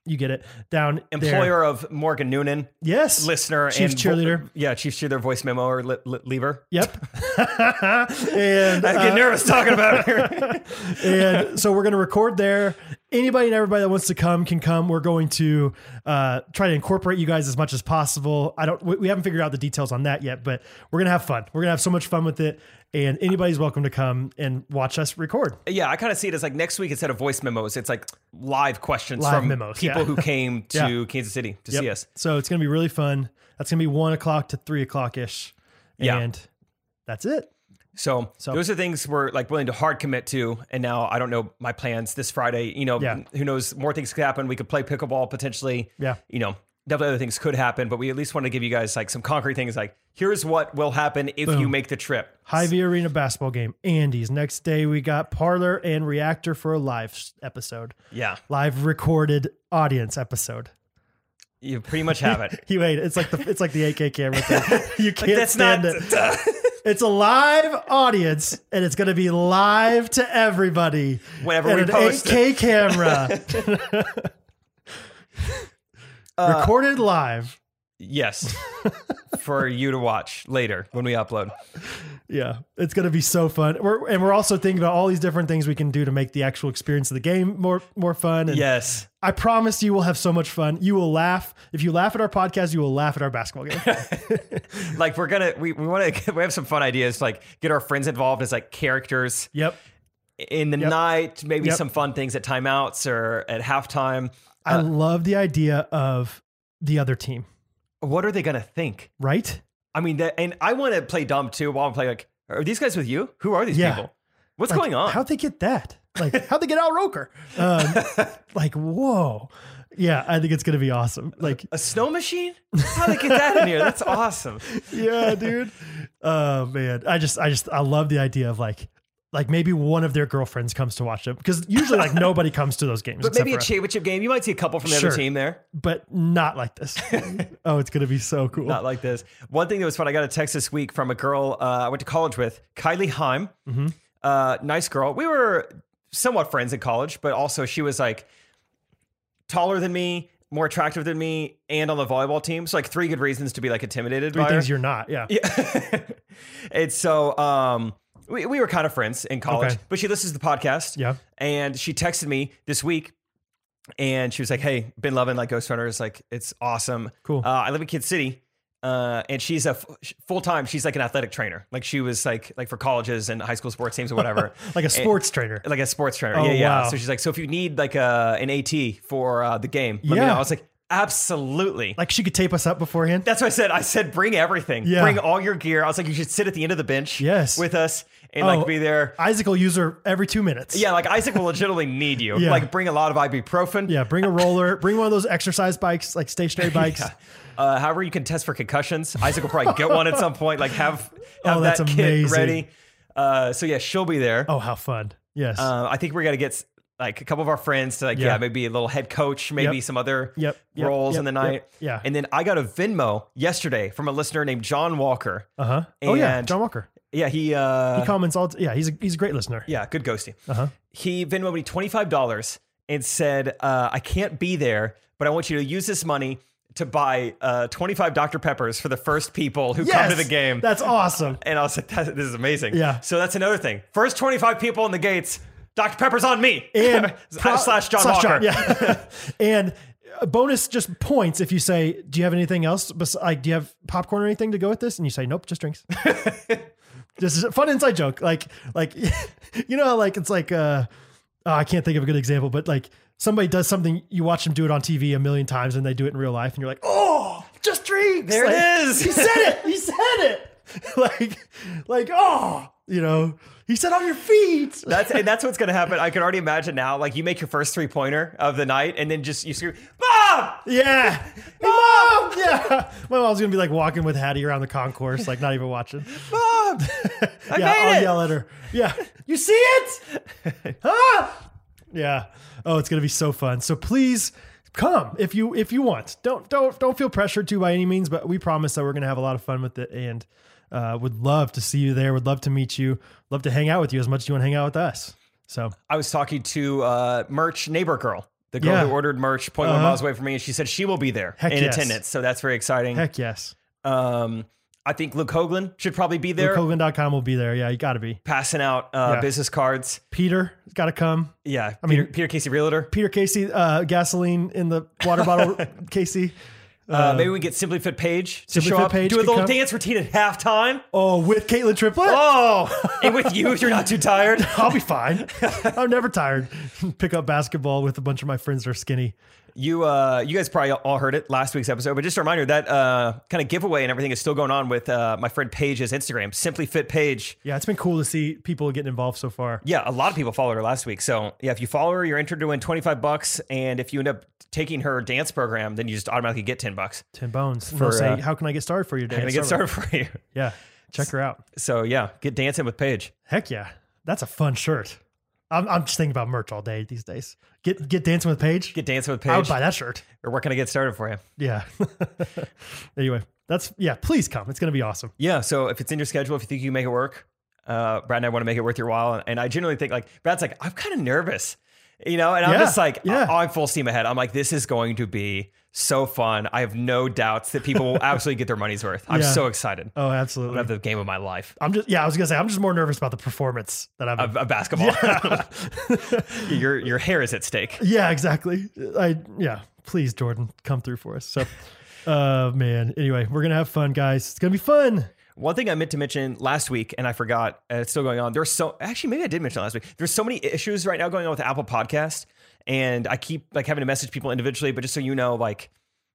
S2: You get it down There.
S1: Employer of Morgan Noonan,
S2: Yes.
S1: listener
S2: Chief
S1: and
S2: cheerleader.
S1: yeah, chief cheerleader, voice memo or li- li- lever.
S2: Yep. and
S1: I get nervous talking about it. Here.
S2: and so we're going to record there. Anybody and everybody that wants to come can come. We're going to uh, try to incorporate you guys as much as possible. I don't. We, we haven't figured out the details on that yet, but we're going to have fun. We're going to have so much fun with it, and anybody's welcome to come and watch us record.
S1: Yeah, I kind of see it as like next week instead of voice memos, it's like live questions
S2: Live
S1: from
S2: memos,
S1: people
S2: yeah.
S1: who came to
S2: Yeah.
S1: Kansas City to see us.
S2: So it's going to be really fun. That's going to be one o'clock to three o'clock ish.
S1: Yeah.
S2: And that's it.
S1: So, those are things we're like willing to hard commit to. And now I don't know my plans this Friday. You know,
S2: Yeah.
S1: who knows? More things could happen. We could play pickleball potentially.
S2: Yeah.
S1: You know, definitely other things could happen, but we at least want to give you guys like some concrete things. Like, here's what will happen if you make the trip.
S2: High V Arena basketball game. Andy's next day. We got Parlor and Reactor for a live s- episode,
S1: Yeah,
S2: live recorded audience episode.
S1: you pretty much have it.
S2: You hate it. It's like the it's like the AK camera thing. You can't
S1: That's
S2: stand
S1: not.
S2: it. It's a live audience, and it's going to be live to everybody.
S1: Whenever
S2: and
S1: we
S2: an
S1: post
S2: AK camera.
S1: Uh,
S2: Recorded live.
S1: Yes. For you to watch later when we upload.
S2: Yeah, it's gonna be so fun. We're and we're also thinking about all these different things we can do to make the actual experience of the game more more fun. And
S1: Yes.
S2: I promise you will have so much fun. You will laugh. If you laugh at our podcast, you will laugh at our basketball game.
S1: Like we're gonna we, we wanna we have some fun ideas, like get our friends involved as like characters
S2: yep.
S1: in the
S2: Yep.
S1: night, maybe
S2: Yep.
S1: some fun things at timeouts or at halftime.
S2: I
S1: Uh,
S2: love the idea of the other team,
S1: What are they gonna think?
S2: right?
S1: I mean that and I wanna play dumb too while I'm playing like, are these guys with you? Who are these
S2: Yeah.
S1: people? What's
S2: Like,
S1: going on?
S2: How'd they get that? Like, how'd they get Al Roker? Um, like, whoa. Yeah, I think it's gonna be awesome. Like,
S1: a snow machine? How did they get that in here? That's awesome.
S2: yeah, dude. Oh man, I just, I just, I love the idea of like, like maybe one of their girlfriends comes to watch them because usually like nobody comes to those games,
S1: But
S2: except
S1: maybe a
S2: for us.
S1: championship game. You might see a couple from the
S2: Sure.
S1: other team there.
S2: but not like this. oh, it's gonna be so cool.
S1: Not like this. One thing that was fun, I got a text this week from a girl uh, I went to college with, Kylie Heim.
S2: Mm-hmm.
S1: Uh, nice girl. We were somewhat friends in college, but also she was like taller than me, more attractive than me, and on the volleyball team. So like three good reasons to be like intimidated
S2: Three
S1: by her.
S2: things you're not. Yeah.
S1: Yeah. and so um, we, we were kind of friends in college,
S2: Okay.
S1: but she listens to the podcast.
S2: Yeah.
S1: And she texted me this week and she was like, Hey, been loving like Ghost Runners. Like, it's awesome.
S2: Cool.
S1: Uh, I live in Kid City. Uh, and she's a full time. She's like an athletic trainer. Like she was like like for colleges and high school sports teams and whatever.
S2: Like a sports trainer.
S1: like a sports trainer.
S2: Oh,
S1: yeah, yeah.
S2: wow.
S1: So she's like, so if you need like a an AT for uh, the game, let me
S2: Yeah.
S1: know. I was like, absolutely.
S2: Like she could tape us up beforehand.
S1: That's what I said. I said, bring everything.
S2: Yeah.
S1: Bring all your gear. I was like, you should sit at the end of the bench
S2: Yes.
S1: with us and
S2: Oh.
S1: like be there.
S2: Isaac will use her every two minutes.
S1: Yeah, like Isaac will legitimately need you.
S2: Yeah.
S1: Like bring a lot of ibuprofen.
S2: Yeah. Bring a roller. Bring one of those exercise bikes, like stationary bikes.
S1: Uh, however, you can test for concussions. Isaac will probably get one at some point. Like have, have
S2: Oh, that's
S1: that kit
S2: amazing.
S1: ready. Uh, so yeah, she'll be there.
S2: Oh, how fun. Yes.
S1: Uh, I think we're gonna get like a couple of our friends to like
S2: Yeah.
S1: yeah, maybe a little head coach, maybe
S2: Yep.
S1: some other
S2: Yep. Yep.
S1: roles
S2: Yep.
S1: in the
S2: Yep.
S1: night.
S2: Yeah.
S1: And then I got a Venmo yesterday from a listener named John Walker.
S2: Uh huh. Oh yeah.
S1: and-
S2: John Walker.
S1: Yeah, he
S2: He
S1: uh,
S2: comments all. yeah. He's a, he's a great listener.
S1: yeah, good ghosty.
S2: Uh huh.
S1: he Venmoed me twenty five dollars and said, uh, "I can't be there, but I want you to use this money to buy uh, twenty five Dr Peppers for the first people who come to the game."
S2: That's awesome.
S1: and I was like, that, "This is amazing."
S2: Yeah.
S1: So that's another thing. First twenty five people in the gates, Dr Pepper's on me.
S2: And pro-
S1: slash John Walker.
S2: yeah. and a bonus just points if you say, "Do you have anything else? Bes- like, do you have popcorn or anything to go with this?" And you say, "Nope, just drinks." just a fun inside joke. Like, like you know, how, like it's like uh, oh, I can't think of a good example, but like somebody does something, you watch them do it on TV a million times, and they do it in real life, and you're like, "Oh, just drinks."
S1: There
S2: Like,
S1: it
S2: He
S1: is.
S2: said it. He said it. like, like oh, you know, he said on your feet.
S1: That's and that's what's gonna happen. I can already imagine now. Like you make your first three pointer of the night, and then just you scream, "Bob!"
S2: Yeah. Mom! Yeah. My mom's going to be like walking with Hattie around the concourse, like not even watching.
S1: Bob! I
S2: yeah,
S1: made
S2: I'll
S1: it!
S2: yell at her. Yeah. You see it? Huh? Yeah. Oh, it's going to be so fun. So please come if you if you want. Don't don't don't feel pressured to by any means, but we promise that we're going to have a lot of fun with it and uh, would love to see you there. Would love to meet you. Love to hang out with you as much as you want to hang out with us. So
S1: I was talking to uh, merch neighbor girl, the girl
S2: Yeah.
S1: who ordered merch 0.1
S2: Uh-huh.
S1: miles away from me, and she said she will be there
S2: Heck
S1: in
S2: yes.
S1: attendance. So that's very exciting.
S2: heck yes.
S1: Um, I think Luke Hoagland should probably be there,
S2: Hogan.com will be there. Yeah, you got to be.
S1: passing out uh,
S2: Yeah.
S1: business cards.
S2: Peter got to come.
S1: Yeah,
S2: mean-
S1: Peter, Peter Casey Realtor.
S2: Peter Casey uh, gasoline in the water bottle. Casey,
S1: Uh, maybe we can get Simply Fit Page to
S2: Simply
S1: show
S2: Fit
S1: up,
S2: Page
S1: do a
S2: could
S1: little
S2: come.
S1: dance routine at halftime.
S2: oh, with Caitlin Triplett,
S1: Oh, and with you if you're not too tired.
S2: I'll be fine. I'm never tired. Pick up basketball with a bunch of my friends that are skinny.
S1: You uh, you guys probably all heard it last week's episode, but just a reminder that uh, kind of giveaway and everything is still going on with uh, my friend Paige's Instagram, Simply Fit Page.
S2: Yeah, it's been cool to see people getting involved so far.
S1: Yeah, a lot of people followed her last week. So yeah, if you follow her, you're entered to win 25 bucks, and if you end up taking her dance program, then you just automatically get 10 bucks.
S2: Tim Bones, and they'll
S1: For,
S2: say,
S1: uh,
S2: "How can I get started for you?" Today?
S1: I'm gonna get started for you.
S2: Yeah, check her out.
S1: So yeah, get dancing with Paige.
S2: Heck yeah, that's a fun shirt. I'm, I'm just thinking about merch all day these days. Get get dancing with Paige.
S1: Get dancing with
S2: I would
S1: Paige,
S2: buy that shirt.
S1: or we're gonna get started for you.
S2: Yeah. anyway, that's yeah. Please come. It's gonna be awesome.
S1: Yeah. So if it's in your schedule, if you think you can make it work, uh, Brad and I want to make it worth your while. And, and I generally think like Brad's like, I'm kind of nervous. You know, and I'm
S2: Yeah,
S1: just like,
S2: yeah.
S1: I- I'm full steam ahead. I'm like, this is going to be so fun. I have no doubts that people will absolutely get their money's worth. I'm
S2: Yeah.
S1: so excited.
S2: Oh,
S1: I'm gonna have
S2: absolutely.
S1: the game of my life
S2: I'm just yeah. I was gonna say I'm just more nervous about the performance that I've.
S1: of, of basketball. your your hair is at stake.
S2: yeah, exactly. I yeah. Please, Jordan, come through for us. So, uh, man. Anyway, we're gonna have fun, guys. It's gonna be fun.
S1: One thing I meant to mention last week, and I forgot, and it's still going on. There's so actually maybe I did mention it last week. There's so many issues right now going on with the Apple Podcast, and I keep like having to message people individually. But just so you know, like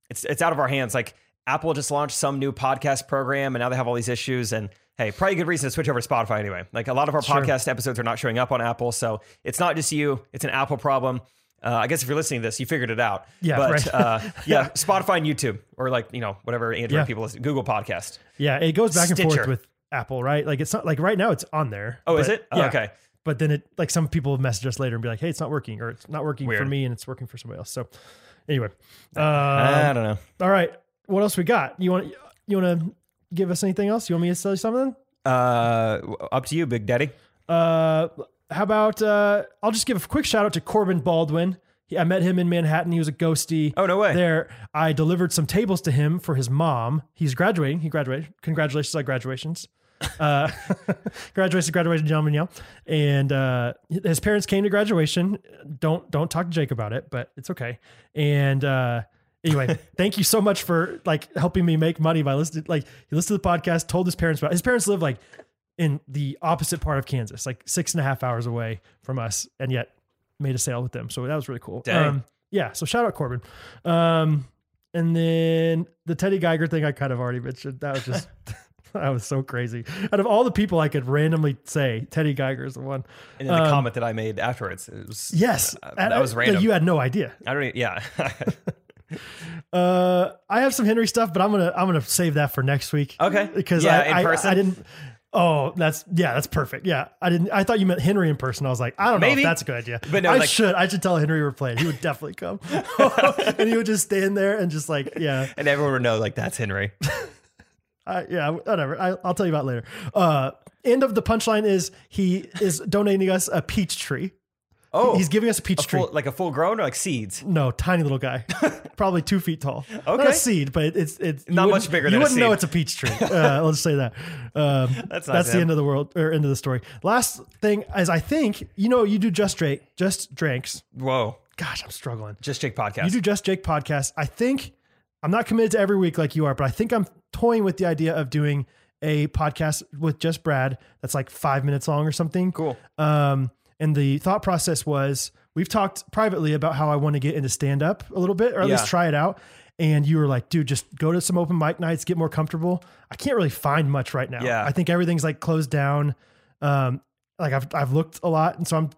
S1: it's it's out of our hands. Like Apple just launched some new podcast program, and now they have all these issues. And hey, probably a good reason to switch over to Spotify anyway. Like a lot of our podcast episodes are not showing up on Apple, so it's not just you. It's an Apple problem. Uh, I guess if you're listening to this, you figured it out.
S2: Yeah,
S1: but
S2: right.
S1: uh, yeah, Spotify and YouTube, or like you know whatever Android
S2: Yeah.
S1: people listen, Google Podcast.
S2: Yeah, it goes back and forth
S1: Stitcher.
S2: with Apple, right? Like it's not like right now it's on there.
S1: Oh, is
S2: but-
S1: it? Oh,
S2: yeah.
S1: okay.
S2: But then it like some people message us later and be like, "Hey, it's not working," or "It's not working for
S1: Weird.
S2: me and it's working for somebody else." So, anyway, uh,
S1: I don't know.
S2: all right. What else we got? You want you want to give us anything else? You want me to sell you something?
S1: Uh, up to you, Big Daddy.
S2: Uh, how about uh, I'll just give a quick shout out to Corbin Baldwin. He, I met him in Manhattan. He was a ghosty.
S1: Oh, no way.
S2: There, I delivered some tables to him for his mom. He's graduating. He graduated. Congratulations on graduations. Uh, graduation, graduation, gentlemen, y'all. And uh, his parents came to graduation. Don't don't talk to Jake about it, but it's okay. And uh, anyway, thank you so much for like helping me make money by listening. Like he listened to the podcast, told his parents about. His parents live like in the opposite part of Kansas, like six and a half hours away from us, and yet made a sale with them. So that was really cool.
S1: Dang.
S2: Um, yeah. So shout out Corbin. Um, and then the Teddy Geiger thing I kind of already mentioned. That was just that was so crazy. Out of all the people I could randomly say, Teddy Geiger is the one.
S1: And then the
S2: Um,
S1: comment that I made afterwards. It was,
S2: Yes,
S1: Uh, that
S2: And-
S1: was random.
S2: You had no idea.
S1: I don't. Even, yeah.
S2: Uh, I have some Henry stuff, but I'm gonna I'm gonna save that for next week.
S1: Okay.
S2: Because
S1: Yeah,
S2: I,
S1: in
S2: I-
S1: person?
S2: I didn't. Oh, that's yeah, that's perfect. Yeah, I didn't. I thought you meant Henry in person. I was like, I don't know
S1: Maybe.
S2: if that's a good idea.
S1: But no,
S2: I
S1: like-
S2: should. I should tell Henry we're playing. He would definitely come, and he would just stand there and just like, yeah,
S1: and everyone would know like that's Henry.
S2: I, yeah, whatever. I, I'll tell you about it later. Uh, end of the punchline is he is donating us a peach tree.
S1: Oh,
S2: He's giving us a peach
S1: a
S2: tree.
S1: full, like a full grown or like seeds.
S2: No, tiny little guy, probably two feet tall. Not
S1: Okay.
S2: a seed, but it's it's you
S1: Not much
S2: wouldn't-
S1: bigger
S2: You
S1: than a
S2: wouldn't know
S1: seed.
S2: it's a peach tree. Uh, let's say that. Um, that's
S1: That's not
S2: that's the
S1: him.
S2: end of the world or end of the story. Last thing is, I think you know you do just Drake, just drinks.
S1: Whoa,
S2: Gosh, I'm struggling.
S1: just Jake podcast.
S2: You do Just Jake podcast. I think I'm not committed to every week like you are, but I think I'm toying with the idea of doing a podcast with just Brad that's like five minutes long or something.
S1: Cool.
S2: Um, and the thought process was we've talked privately about how I want to get into stand up a little bit, or at least
S1: Yeah.
S2: try it out. And you were like, dude, just go to some open mic nights, get more comfortable. I can't really find much right now.
S1: Yeah.
S2: I think everything's like closed down. Um, like I've I've looked a lot, and so I'm.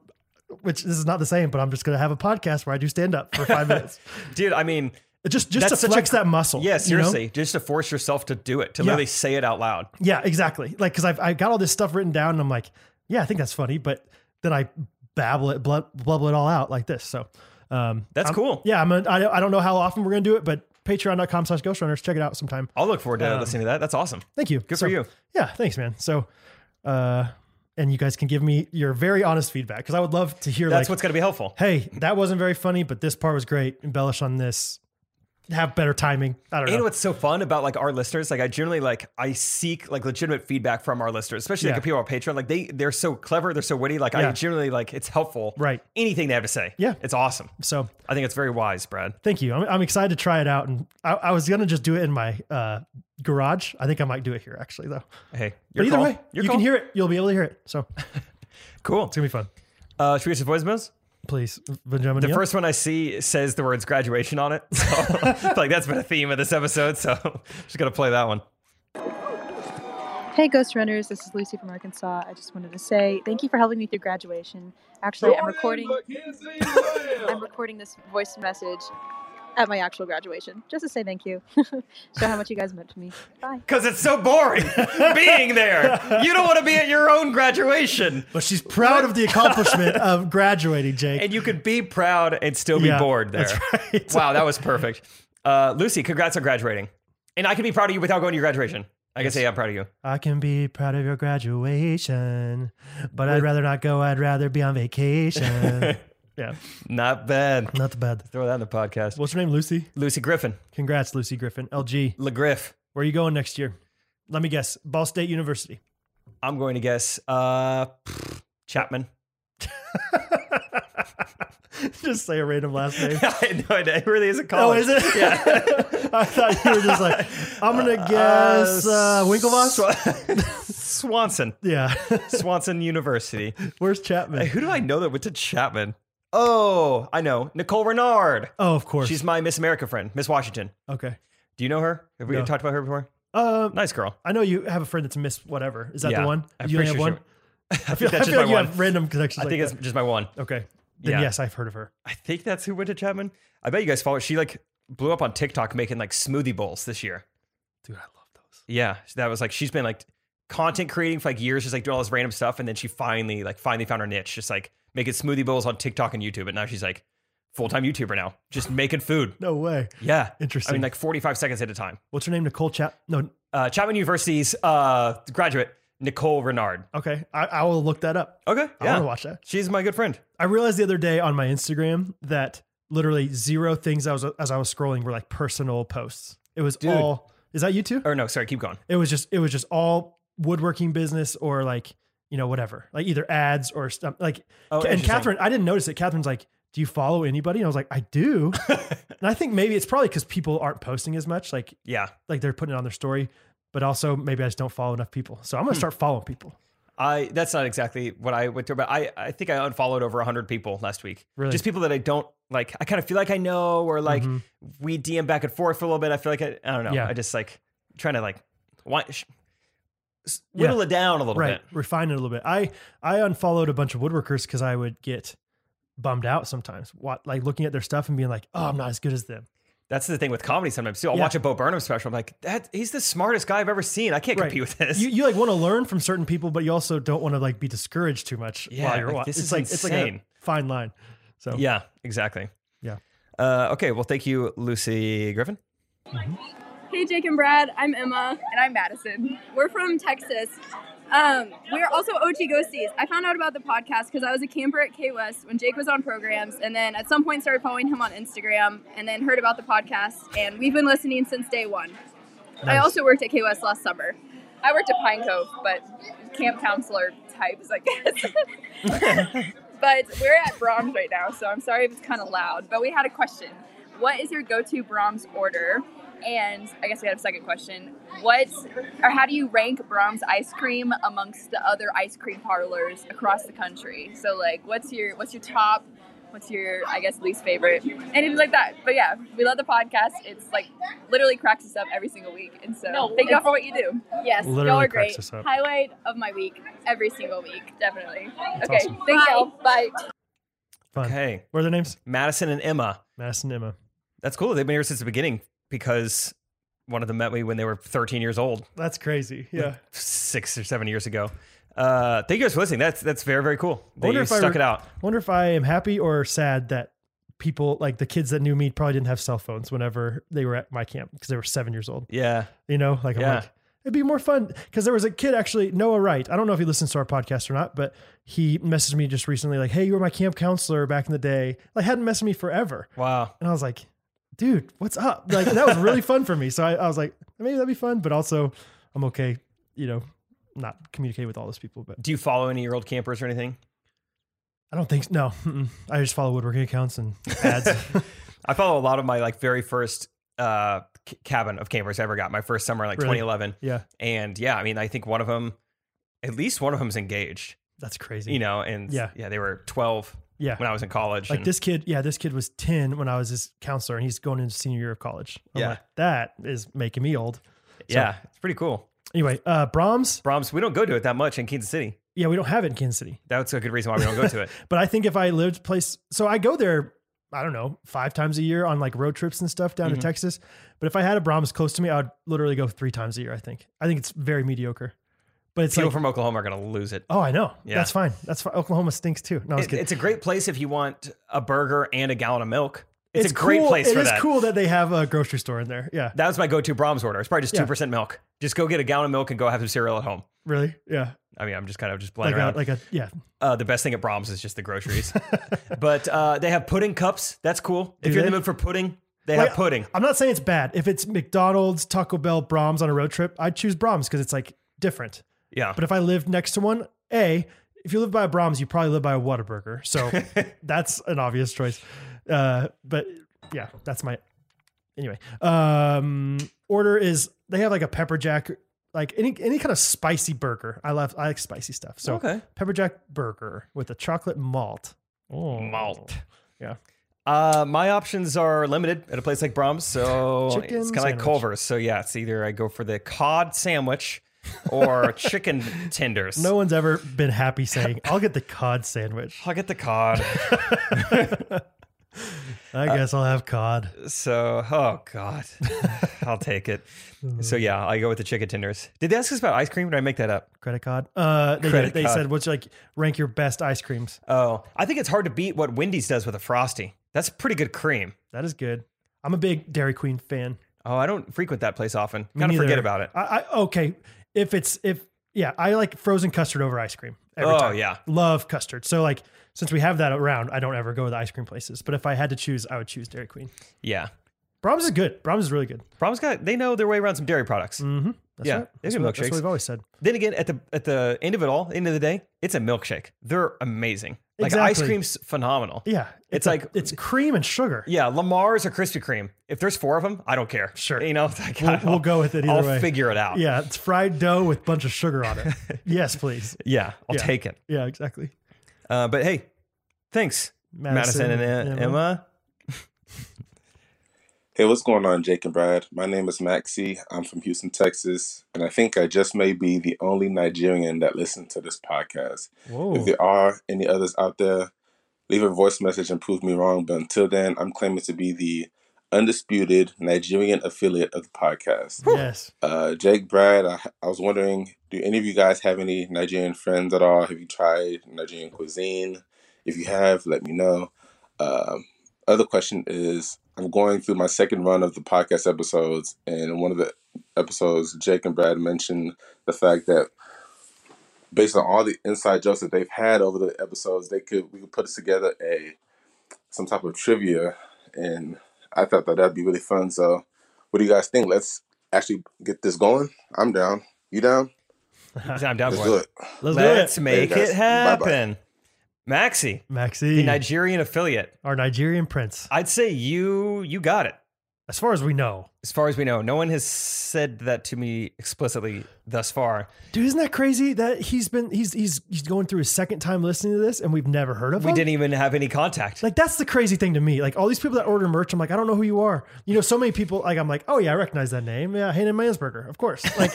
S2: Which this is not the same, but I'm just gonna have a podcast where I do stand up for five minutes
S1: dude. I mean,
S2: just
S1: That's
S2: just to
S1: such a
S2: flex
S1: gr-
S2: that muscle.
S1: yeah,
S2: you know?
S1: seriously, just to force yourself to do it, to literally say it out loud.
S2: Yeah, exactly. Like because I've I got all this stuff written down, and I'm like, yeah, I think that's funny, but then I babble it, blub, blubble it all out like this. So um,
S1: That's
S2: I'm-
S1: cool.
S2: Yeah, I'm. A, I, am I don't know how often we're gonna do it, but Patreon.com/slash Ghostrunners. Check it out sometime.
S1: I'll look forward
S2: Um,
S1: to listening to that. That's awesome.
S2: Thank you.
S1: Good
S2: So,
S1: for you.
S2: Yeah, thanks, man. So, uh, and you guys can give me your very honest feedback because I would love to hear.
S1: That's
S2: like,
S1: what's going to be helpful.
S2: hey, that wasn't very funny, but this part was great. Embellish on this. Have better timing. I don't
S1: You know
S2: know.
S1: what's so fun about like our listeners? Like I generally like I seek like legitimate feedback from our listeners, especially
S2: Yeah.
S1: like the people on Patreon. Like they they're so clever, they're so witty. Like
S2: Yeah.
S1: I generally like it's helpful.
S2: Right.
S1: Anything they have to say.
S2: Yeah.
S1: It's awesome.
S2: So
S1: I think it's very wise, Brad.
S2: Thank you. I'm, I'm excited to try it out, and I, I was gonna just do it in my uh, garage. I think I might do it here actually, though.
S1: Hey, your
S2: But either
S1: call.
S2: way,
S1: Your
S2: you
S1: call.
S2: can hear it. You'll be able to hear it. So it's
S1: Cool.
S2: gonna be fun.
S1: Uh, should we get some voicemails?
S2: Please, Benjamin.
S1: The
S2: Neal?
S1: first one I see says the words graduation on it. So, like that's been a theme of this episode. So just gonna play that one.
S3: Hey, Ghost Runners. This is Lucy from Arkansas. I just wanted to say thank you for helping me through graduation. Actually, I'm recording. I'm recording this voice message at my actual graduation, just to say thank you. Show how much you guys meant to me. Bye.
S1: Because it's so boring being there. You don't want to be at your own graduation.
S2: but she's proud of the accomplishment of graduating, Jake.
S1: And you could be proud and still be
S2: Yeah,
S1: bored there.
S2: that's right.
S1: Wow, that was perfect. Uh, Lucy, congrats on graduating. And I can be proud of you without going to your graduation. I can say I'm proud of you.
S2: I can be proud of your graduation, but I'd rather not go. I'd rather be on vacation. yeah, Yeah,
S1: Not bad.
S2: not bad.
S1: Throw that in the podcast.
S2: What's her name? Lucy.
S1: Lucy Griffin,
S2: Congrats, Lucy Griffin. LG.
S1: LeGriff.
S2: Where are you going next year? Let me guess. Ball State University.
S1: I'm going to guess uh, Chapman.
S2: just say a random last name.
S1: I had no idea. It really is a
S2: Oh,
S1: college.
S2: is it?
S1: Yeah.
S2: I thought you were just like, I'm gonna guess uh, Winklevoss.
S1: Swa- Swanson.
S2: yeah.
S1: Swanson University.
S2: Where's
S1: Hey,
S2: Chapman?
S1: Who do I know that went to Chapman? Oh, I know. Nicole Renard.
S2: Oh, of course.
S1: She's my Miss America friend, Miss Washington.
S2: okay.
S1: Do you know her? Have we
S2: No.
S1: talked about her before?
S2: Um,
S1: Nice girl.
S2: I know you have a friend that's missed whatever. Is that
S1: Yeah,
S2: the one?
S1: I'm
S2: you only have
S1: pretty
S2: one.
S1: sure
S2: I feel, I
S1: that's
S2: feel
S1: just
S2: like
S1: my
S2: you
S1: one.
S2: have random connections.
S1: I
S2: like
S1: think it's
S2: that.
S1: just my one.
S2: okay. Then
S1: Yeah.
S2: yes, I've heard of her.
S1: I think that's who went to Chapman. I bet you guys follow. She like blew up on TikTok making like smoothie bowls this year.
S2: Dude, I love those.
S1: Yeah, so that was like she's been like content creating for like years, just like doing all this random stuff, and then she finally like finally found her niche, just like making smoothie bowls on TikTok and YouTube, and now she's like full time YouTuber now, just making food.
S2: No way.
S1: Yeah, I
S2: Interesting.
S1: mean like forty five seconds at a time.
S2: What's her name? Nicole Chap? No.
S1: Uh, Chapman University's uh, graduate Nicole Renard.
S2: Okay. I, I will look that up.
S1: Okay,
S2: I want
S1: yeah,
S2: to watch that.
S1: she's my good friend.
S2: I realized the other day on my Instagram that literally zero things I was as I was scrolling were like personal posts. It was
S1: Dude.
S2: all. Is that you too?
S1: Or no, sorry, keep going.
S2: It was just it was just all woodworking business or like you know whatever like either ads or stuff like.
S1: Oh,
S2: and
S1: interesting.
S2: Catherine, I didn't notice it. Catherine's like, "Do you follow anybody?" And I was like, "I do," and I think maybe it's probably because people aren't posting as much. Like
S1: Yeah,
S2: like they're putting it on their story. But also, maybe I just don't follow enough people. So I'm
S1: Hmm.
S2: gonna start following people.
S1: I that's not exactly what I went through, but I I think I unfollowed over hundred people last week.
S2: Really?
S1: just people that I don't like. I kind of feel like I know, or like
S2: Mhm.
S1: we DM back and forth for a little bit. I feel like I, I don't know.
S2: Yeah.
S1: I just like trying to like why, sh- s-
S2: Yeah.
S1: whittle it down a little bit.
S2: right refine it a little bit i i unfollowed a bunch of woodworkers because i would get bummed out sometimes what like looking at their stuff and being like oh i'm not as good as them
S1: That's the thing with comedy sometimes too. I'll
S2: Yeah.
S1: watch a Bo Burnham special. I'm like, that he's the smartest guy I've ever seen. I can't
S2: Right.
S1: compete with this.
S2: you, you like want to learn from certain people but you also don't want to like be discouraged too much
S1: Yeah,
S2: while you're
S1: like,
S2: wa-
S1: this
S2: it's
S1: is
S2: like it's like
S1: insane.
S2: a fine line so
S1: yeah, exactly.
S2: Yeah.
S1: Uh, okay. Well, thank you, Lucy Griffin.
S4: Hey, Jake and Brad. I'm Emma. And I'm Madison. We're from Texas. Um, we're also OG Ghosties. I found out about the podcast because I was a camper at K West when Jake was on programs, and then at some point started following him on Instagram, Um, and then heard about the podcast, and we've been listening since day one. I
S2: Nice.
S4: also worked at K West last summer. I worked at Pine Cove, but camp counselor types, I guess. but we're at Brahms right now, so I'm sorry if it's kind of loud. But we had a question. What is your go-to Brahms order? And I guess we had a second question. What or how do you rank Brahms ice cream amongst the other ice cream parlors across the country? So like, what's your what's your top? What's your I guess least favorite? Anything like that. But yeah, we love the podcast. It's like literally cracks us up every single week. And so
S3: No,
S4: thank y'all
S3: it's-
S4: for what you do. Yes,
S2: y'all Literally are cracks great. us up.
S4: Highlight of my week every single week, definitely.
S2: Okay, awesome.
S4: thank y'all. Bye.
S2: fun
S1: Okay,
S2: what are their names
S1: Madison and Emma.
S2: madison and emma
S1: That's cool. They've been here since the beginning because one of them met me when they were 13 years old.
S2: that's crazy yeah
S1: six or seven years ago. Uh, thank you guys for listening. That's that's very very cool. They
S2: wonder if I
S1: stuck
S2: re-
S1: it out.
S2: wonder if i am happy or sad that people like the kids that knew me probably didn't have cell phones whenever they were at my camp because they were seven years old
S1: Yeah,
S2: You know, like I'm
S1: Yeah.
S2: like, it'd be more fun because there was a kid actually, Noah Wright. I don't know if he listens to our podcast or not, but he messaged me just recently, like, "Hey, you were my camp counselor back in the day." Like, hadn't messaged me forever,
S1: wow.
S2: and I was like, "Dude, what's up?" Like, that was really fun for me. So I, I was like, maybe that'd be fun, but also, I'm okay, you know, not communicate with all those people. But
S1: Do you follow any of your old campers or anything?
S2: I don't think no. Mm-mm. I just follow woodworking accounts and ads.
S1: I follow a lot of my like very first uh c- cabin of campers I ever got. My first summer in like
S2: Really?
S1: 2011,
S2: yeah,
S1: and yeah, I mean I think one of them, at least one of them's engaged.
S2: that's crazy.
S1: You know, and
S2: Yeah.
S1: yeah, they were 12
S2: yeah.
S1: when I was in college.
S2: Like
S1: and
S2: this kid, yeah, this kid was 10 when I was his counselor and he's going into senior year of college. I'm
S1: Yeah.
S2: like, that is making me old.
S1: yeah, it's pretty cool.
S2: Anyway, uh Brahms,
S1: Brahms, we don't go to it that much in Kansas City.
S2: yeah, we don't have it in Kansas City.
S1: That's a good reason why we don't go to it.
S2: But I think if I lived place so I go there, I don't know, five times a year on like road trips and stuff down
S1: Mm-hmm.
S2: to Texas. But if I had a Brahms close to me, I would literally go three times a year, I think. I think it's very mediocre. But it's
S1: People
S2: like
S1: from Oklahoma are going to lose it.
S2: Oh, I know.
S1: Yeah.
S2: That's fine. That's fine. Oklahoma stinks too. No, I was
S1: It-
S2: kidding.
S1: it's a great place if you want a burger and a gallon of milk. It's, a great
S2: cool-
S1: place for
S2: It is
S1: that.
S2: cool that they have a grocery store in there. Yeah.
S1: That was my go-to Brahms order. It's probably just
S2: Yeah.
S1: two percent milk. Just go get a gallon of milk and go have some cereal at home.
S2: Really? Yeah.
S1: I mean, I'm just kind of just playing
S2: Like
S1: around.
S2: a, like a yeah.
S1: uh, the best thing at Brahms is just the groceries. but uh, they have pudding cups. That's cool. if
S2: Do
S1: you're in
S2: they?
S1: the mood for pudding, they
S2: Wait,
S1: have pudding.
S2: I'm not saying it's bad. If it's McDonald's, Taco Bell, Brahms on a road trip, I'd choose Brahms because it's like different.
S1: Yeah.
S2: But if I lived next to one, A, if you live by a Brahms, you probably live by a Whataburger. So that's an obvious choice. Uh, but yeah, that's my anyway. Um, order is they have like a pepper jack, like any any kind of spicy burger. I love I like spicy stuff. So
S1: Okay.
S2: pepper jack burger with a chocolate malt. Oh.
S1: Malt.
S2: Yeah.
S1: Uh, my options are limited at a place like Brahms, so
S2: Chicken
S1: it's kind of like
S2: sandwich.
S1: Culver's. So yeah, it's either I go for the cod sandwich or chicken tenders.
S2: No one's ever been happy saying, I'll get the cod sandwich.
S1: I'll get the cod.
S2: I
S1: Uh,
S2: guess I'll have cod.
S1: so oh god, I'll take it. So
S2: Mm.
S1: yeah, I go with the chicken tenders. Did they ask us about ice cream? Or did I make that up?
S2: Credit card. Uh, they,
S1: Credit
S2: they
S1: card.
S2: said, "What's like rank your best ice creams?"
S1: Oh, I think it's hard to beat what Wendy's does with a frosty. That's pretty good cream.
S2: That is good. I'm a big Dairy Queen fan.
S1: Oh, I don't frequent that place often.
S2: Me
S1: Kind of forget
S2: neither.
S1: about it.
S2: I, I okay. If it's if yeah, I like frozen custard over ice cream. Every
S1: oh
S2: time.
S1: yeah,
S2: love custard. So like since we have that around, I don't ever go to the ice cream places. But if I had to choose, I would choose Dairy Queen.
S1: yeah.
S2: Brahms is good. Brahms is really good.
S1: Brahms got they know their way around some dairy products.
S2: Mm-hmm. That's
S1: Yeah,
S2: right.
S1: they
S2: That's
S1: do
S2: what, that's
S1: milkshakes.
S2: what we've always said.
S1: Then again, at the at the end of it all, end of the day, it's a milkshake. They're amazing. Like ice
S2: Exactly.
S1: cream's phenomenal.
S2: Yeah,
S1: It's
S2: a-
S1: like-
S2: it's cream and sugar.
S1: Yeah, Lamar's or Krispy Kreme. If there's four of them, I don't care.
S2: Sure.
S1: you know, it's like,
S2: We'll,
S1: I'll-
S2: we'll go with it either
S1: I'll
S2: way.
S1: figure it out.
S2: yeah, it's fried dough with bunch of sugar on it. yes, please.
S1: yeah, I'll
S2: Yeah.
S1: take it.
S2: Yeah, exactly.
S1: Uh, but hey, thanks, Madison, and uh, Emma.
S5: Hey, what's going on, Jake and Brad? My name is Maxie. I'm from Houston, Texas, and I think I just may be the only Nigerian that listens to this podcast. If
S2: Whoa.
S5: there are any others out there, leave a voice message and prove me wrong. But until then, I'm claiming to be the undisputed Nigerian affiliate of the podcast.
S2: Yes.
S5: Uh, Jake, Brad, I, I was wondering, do any of you guys have any Nigerian friends at all? Have you tried Nigerian cuisine? If you have, let me know. Um, other question is, I'm going through my second run of the podcast episodes, and in one of the episodes, Jake and Brad mentioned the fact that based on all the inside jokes that they've had over the episodes, they could we could put together a some type of trivia, and I thought that that'd be really fun. So, what do you guys think? Let's actually get this going. I'm down. You down?
S1: I'm down
S5: Let's
S1: for
S5: do
S1: it.
S5: it.
S2: Let's,
S1: Let's
S2: do it.
S1: make
S5: There you
S1: it
S5: guys. Bye-bye.
S1: happen. Maxi, the
S2: Maxi,
S1: Nigerian affiliate.
S2: our Nigerian prince.
S1: I'd say you you got it.
S2: As far as we know.
S1: As far as we know, no one has said that to me explicitly thus far.
S2: Dude, isn't that crazy that he's been he's he's he's going through his second time listening to this and we've never heard of
S1: We
S2: him?
S1: didn't even have any contact.
S2: Like that's the crazy thing to me. Like all these people that order merch, I'm like, I don't know who you are. You know, so many people like I'm like, oh yeah, I recognize that name. Yeah, Hayden Mansberger, of course. Like,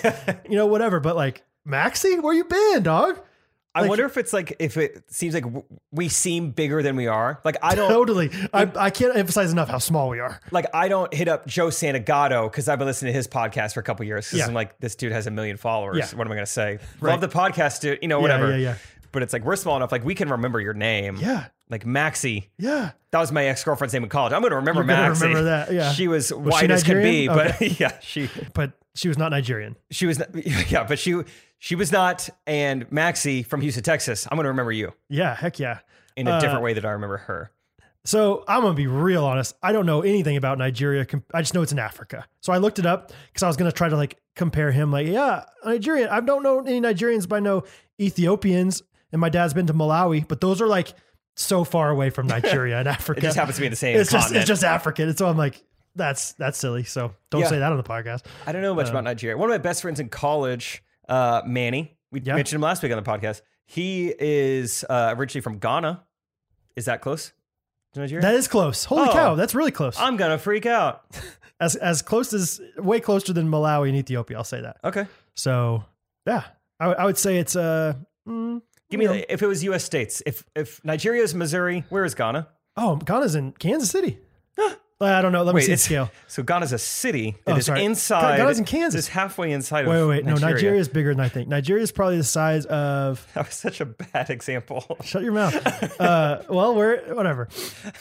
S2: you know, whatever. But like, Maxi, where you been, dog?
S1: I
S2: like-
S1: wonder if it's like if it seems like w- we seem bigger than we are. Like I don't
S2: Totally. I, I can't emphasize enough how small we are.
S1: like I don't hit up Joe Santagato because I've been listening to his podcast for a couple years. Because
S2: Yeah.
S1: I'm like, this dude has a million followers.
S2: Yeah.
S1: What am I gonna say?
S2: Right.
S1: Love the podcast, dude. You know,
S2: Yeah,
S1: whatever.
S2: yeah, yeah.
S1: But it's like we're small enough. Like we can remember your name.
S2: Yeah.
S1: Like Maxie.
S2: Yeah.
S1: That was my ex girlfriend's name in college. I'm gonna remember
S2: You're gonna
S1: Maxie.
S2: remember that, yeah.
S1: She was,
S2: she
S1: white as could be,
S2: Nigerian?
S1: but yeah, she
S2: But she was not Nigerian.
S1: she was not, yeah, but she she was not. And Maxie from Houston, Texas. I'm gonna remember you
S2: Yeah, heck yeah.
S1: in a
S2: Uh,
S1: different way that I remember her.
S2: So I'm gonna be real honest. I don't know anything about Nigeria. com- I just know it's in Africa. So I looked it up because I was gonna try to like compare him. Like, yeah, Nigerian. I don't know any Nigerians, but I know Ethiopians. And my dad's been to Malawi, but those are like so far away from Nigeria and Africa.
S1: It just happens to be in the same
S2: It's just
S1: continent.
S2: it's just African. And so I'm like, that's that's silly. So don't
S1: Yeah.
S2: say that on the podcast.
S1: I don't know
S2: uh,
S1: much about Nigeria. One of my best friends in college, uh, Manny, we
S2: Yeah.
S1: mentioned him last week on the podcast. He is uh, originally from Ghana. Is that close to Nigeria?
S2: That is close. Holy
S1: Oh.
S2: cow, that's really close.
S1: I'm gonna freak out.
S2: as as close as way closer than Malawi and Ethiopia. I'll say that.
S1: Okay,
S2: So yeah, I would- I would say it's uh. mm,
S1: give me
S2: you know.
S1: if it was U.S. states. If if Nigeria is Missouri, where is Ghana?
S2: Oh, Ghana's in Kansas City. I don't know. Let me see the scale.
S1: so Ghana's a city
S2: Oh,
S1: that is
S2: sorry.
S1: inside.
S2: Ghana's in Kansas.
S1: It's halfway inside.
S2: Wait,
S1: of
S2: wait, wait.
S1: Nigeria.
S2: No, Nigeria is bigger than I think. Nigeria is probably the size of.
S1: That was such a bad example.
S2: Shut your mouth. uh, well, we're whatever.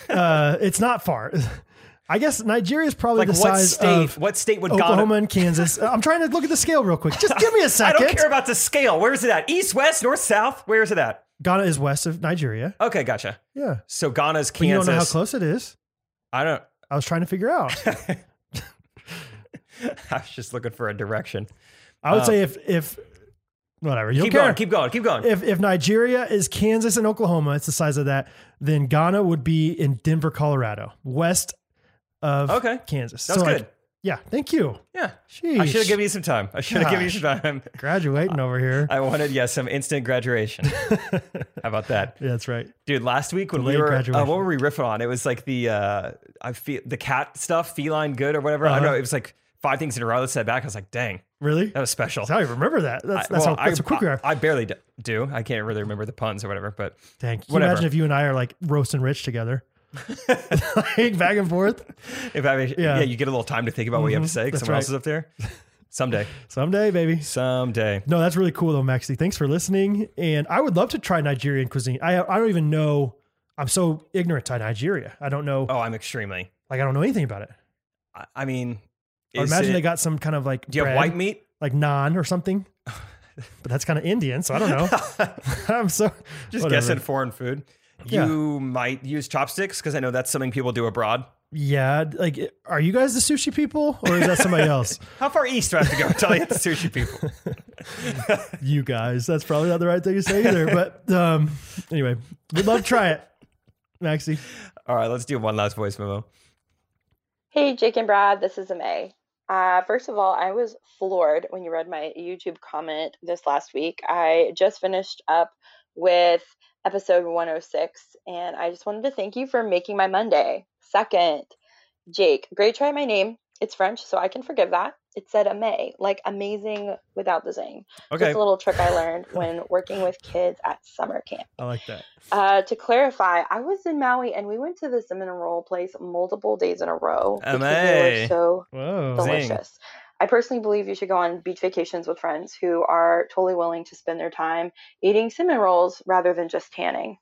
S2: Uh, it's not far. I guess Nigeria is probably
S1: Like
S2: the
S1: what
S2: size
S1: state?
S2: of
S1: What state would
S2: Oklahoma
S1: Ghana?
S2: and Kansas. Uh, I'm trying to look at the scale real quick. Just give me a
S1: I
S2: second.
S1: don't care about the scale. Where is it at? East, west, north, south? Where is it at?
S2: Ghana is west of Nigeria.
S1: Okay, gotcha.
S2: Yeah.
S1: So Ghana's
S2: But you don't
S1: Kansas.
S2: know how close it is.
S1: I don't.
S2: I was trying to figure out.
S1: I was just looking for a direction.
S2: I would
S1: Uh,
S2: say if if whatever you
S1: keep
S2: don't care.
S1: going. Keep going. Keep going.
S2: if if Nigeria is Kansas and Oklahoma, it's the size of that. Then Ghana would be in Denver, Colorado, west of
S1: Okay.
S2: Kansas.
S1: That was
S2: So, like,
S1: good.
S2: yeah, thank you.
S1: Yeah.
S2: Sheesh.
S1: I should have given you some time. I should have given you Uh, some time.
S2: graduating over here.
S1: I wanted, yeah, some instant graduation. How about that?
S2: yeah, that's right.
S1: Dude, last week when we
S2: Delayed
S1: were, uh,
S2: graduation.
S1: what were we riffing on? It was like the, uh, I feel the cat stuff, feline good or whatever. I don't
S2: Uh-huh.
S1: know. It was like five things in a row that said back. I was like, dang,
S2: Really?
S1: that was special.
S2: That's how you remember that. That's,
S1: I-
S2: that's,
S1: well,
S2: how, that's
S1: I,
S2: how quick we are.
S1: I, I barely d- do. I can't really remember the puns or whatever, but
S2: Dang, can you
S1: whatever.
S2: imagine if you and I are like roasting rich together? like back and forth.
S1: if I, yeah.
S2: Yeah. Mm-hmm.
S1: you get a little time to think about what you have to say because
S2: That's
S1: someone
S2: right.
S1: else is up there. Someday,
S2: Someday, baby.
S1: someday.
S2: No, that's really cool though, Maxie. Thanks for listening. And I would love to try Nigerian cuisine. I I don't even know. I'm so ignorant to Nigeria. I don't know.
S1: Oh, I'm extremely.
S2: Like I don't know anything about it.
S1: I, I mean,
S2: I
S1: is
S2: imagine
S1: it-
S2: they got some kind of like
S1: Do you have
S2: bread,
S1: white meat?
S2: like naan or something. but that's kind of Indian, so I don't know. I'm so
S1: Just
S2: whatever.
S1: guessing foreign food.
S2: Yeah.
S1: You might use chopsticks because I know that's something people do abroad.
S2: Yeah, like are you guys the sushi people or is that somebody else?
S1: How far east do I have to go? Tell you the sushi people.
S2: you guys. That's probably not the right thing to say either. But um, anyway, we'd love to try it, Maxie.
S1: All right, let's do one last voice memo.
S6: Hey, Jake and Brad, this is Amay. Uh, first of all, I was floored when you read my YouTube comment this last week. I just finished up with episode 106, and I just wanted to thank you for making my Monday. Second, Jake, great try my name. It's French, so I can forgive that. It said Amay, like amazing without the zing.
S1: Okay.
S6: Just a little trick I learned when working with kids at summer camp.
S2: I like that.
S6: Uh, to clarify, I was in Maui and we went to this mineral place multiple days in a row. because They
S1: Amazing.
S6: were so
S2: Whoa.
S1: Zing.
S6: delicious. I personally believe you should go on beach vacations with friends who are totally willing to spend their time eating cinnamon rolls rather than just tanning.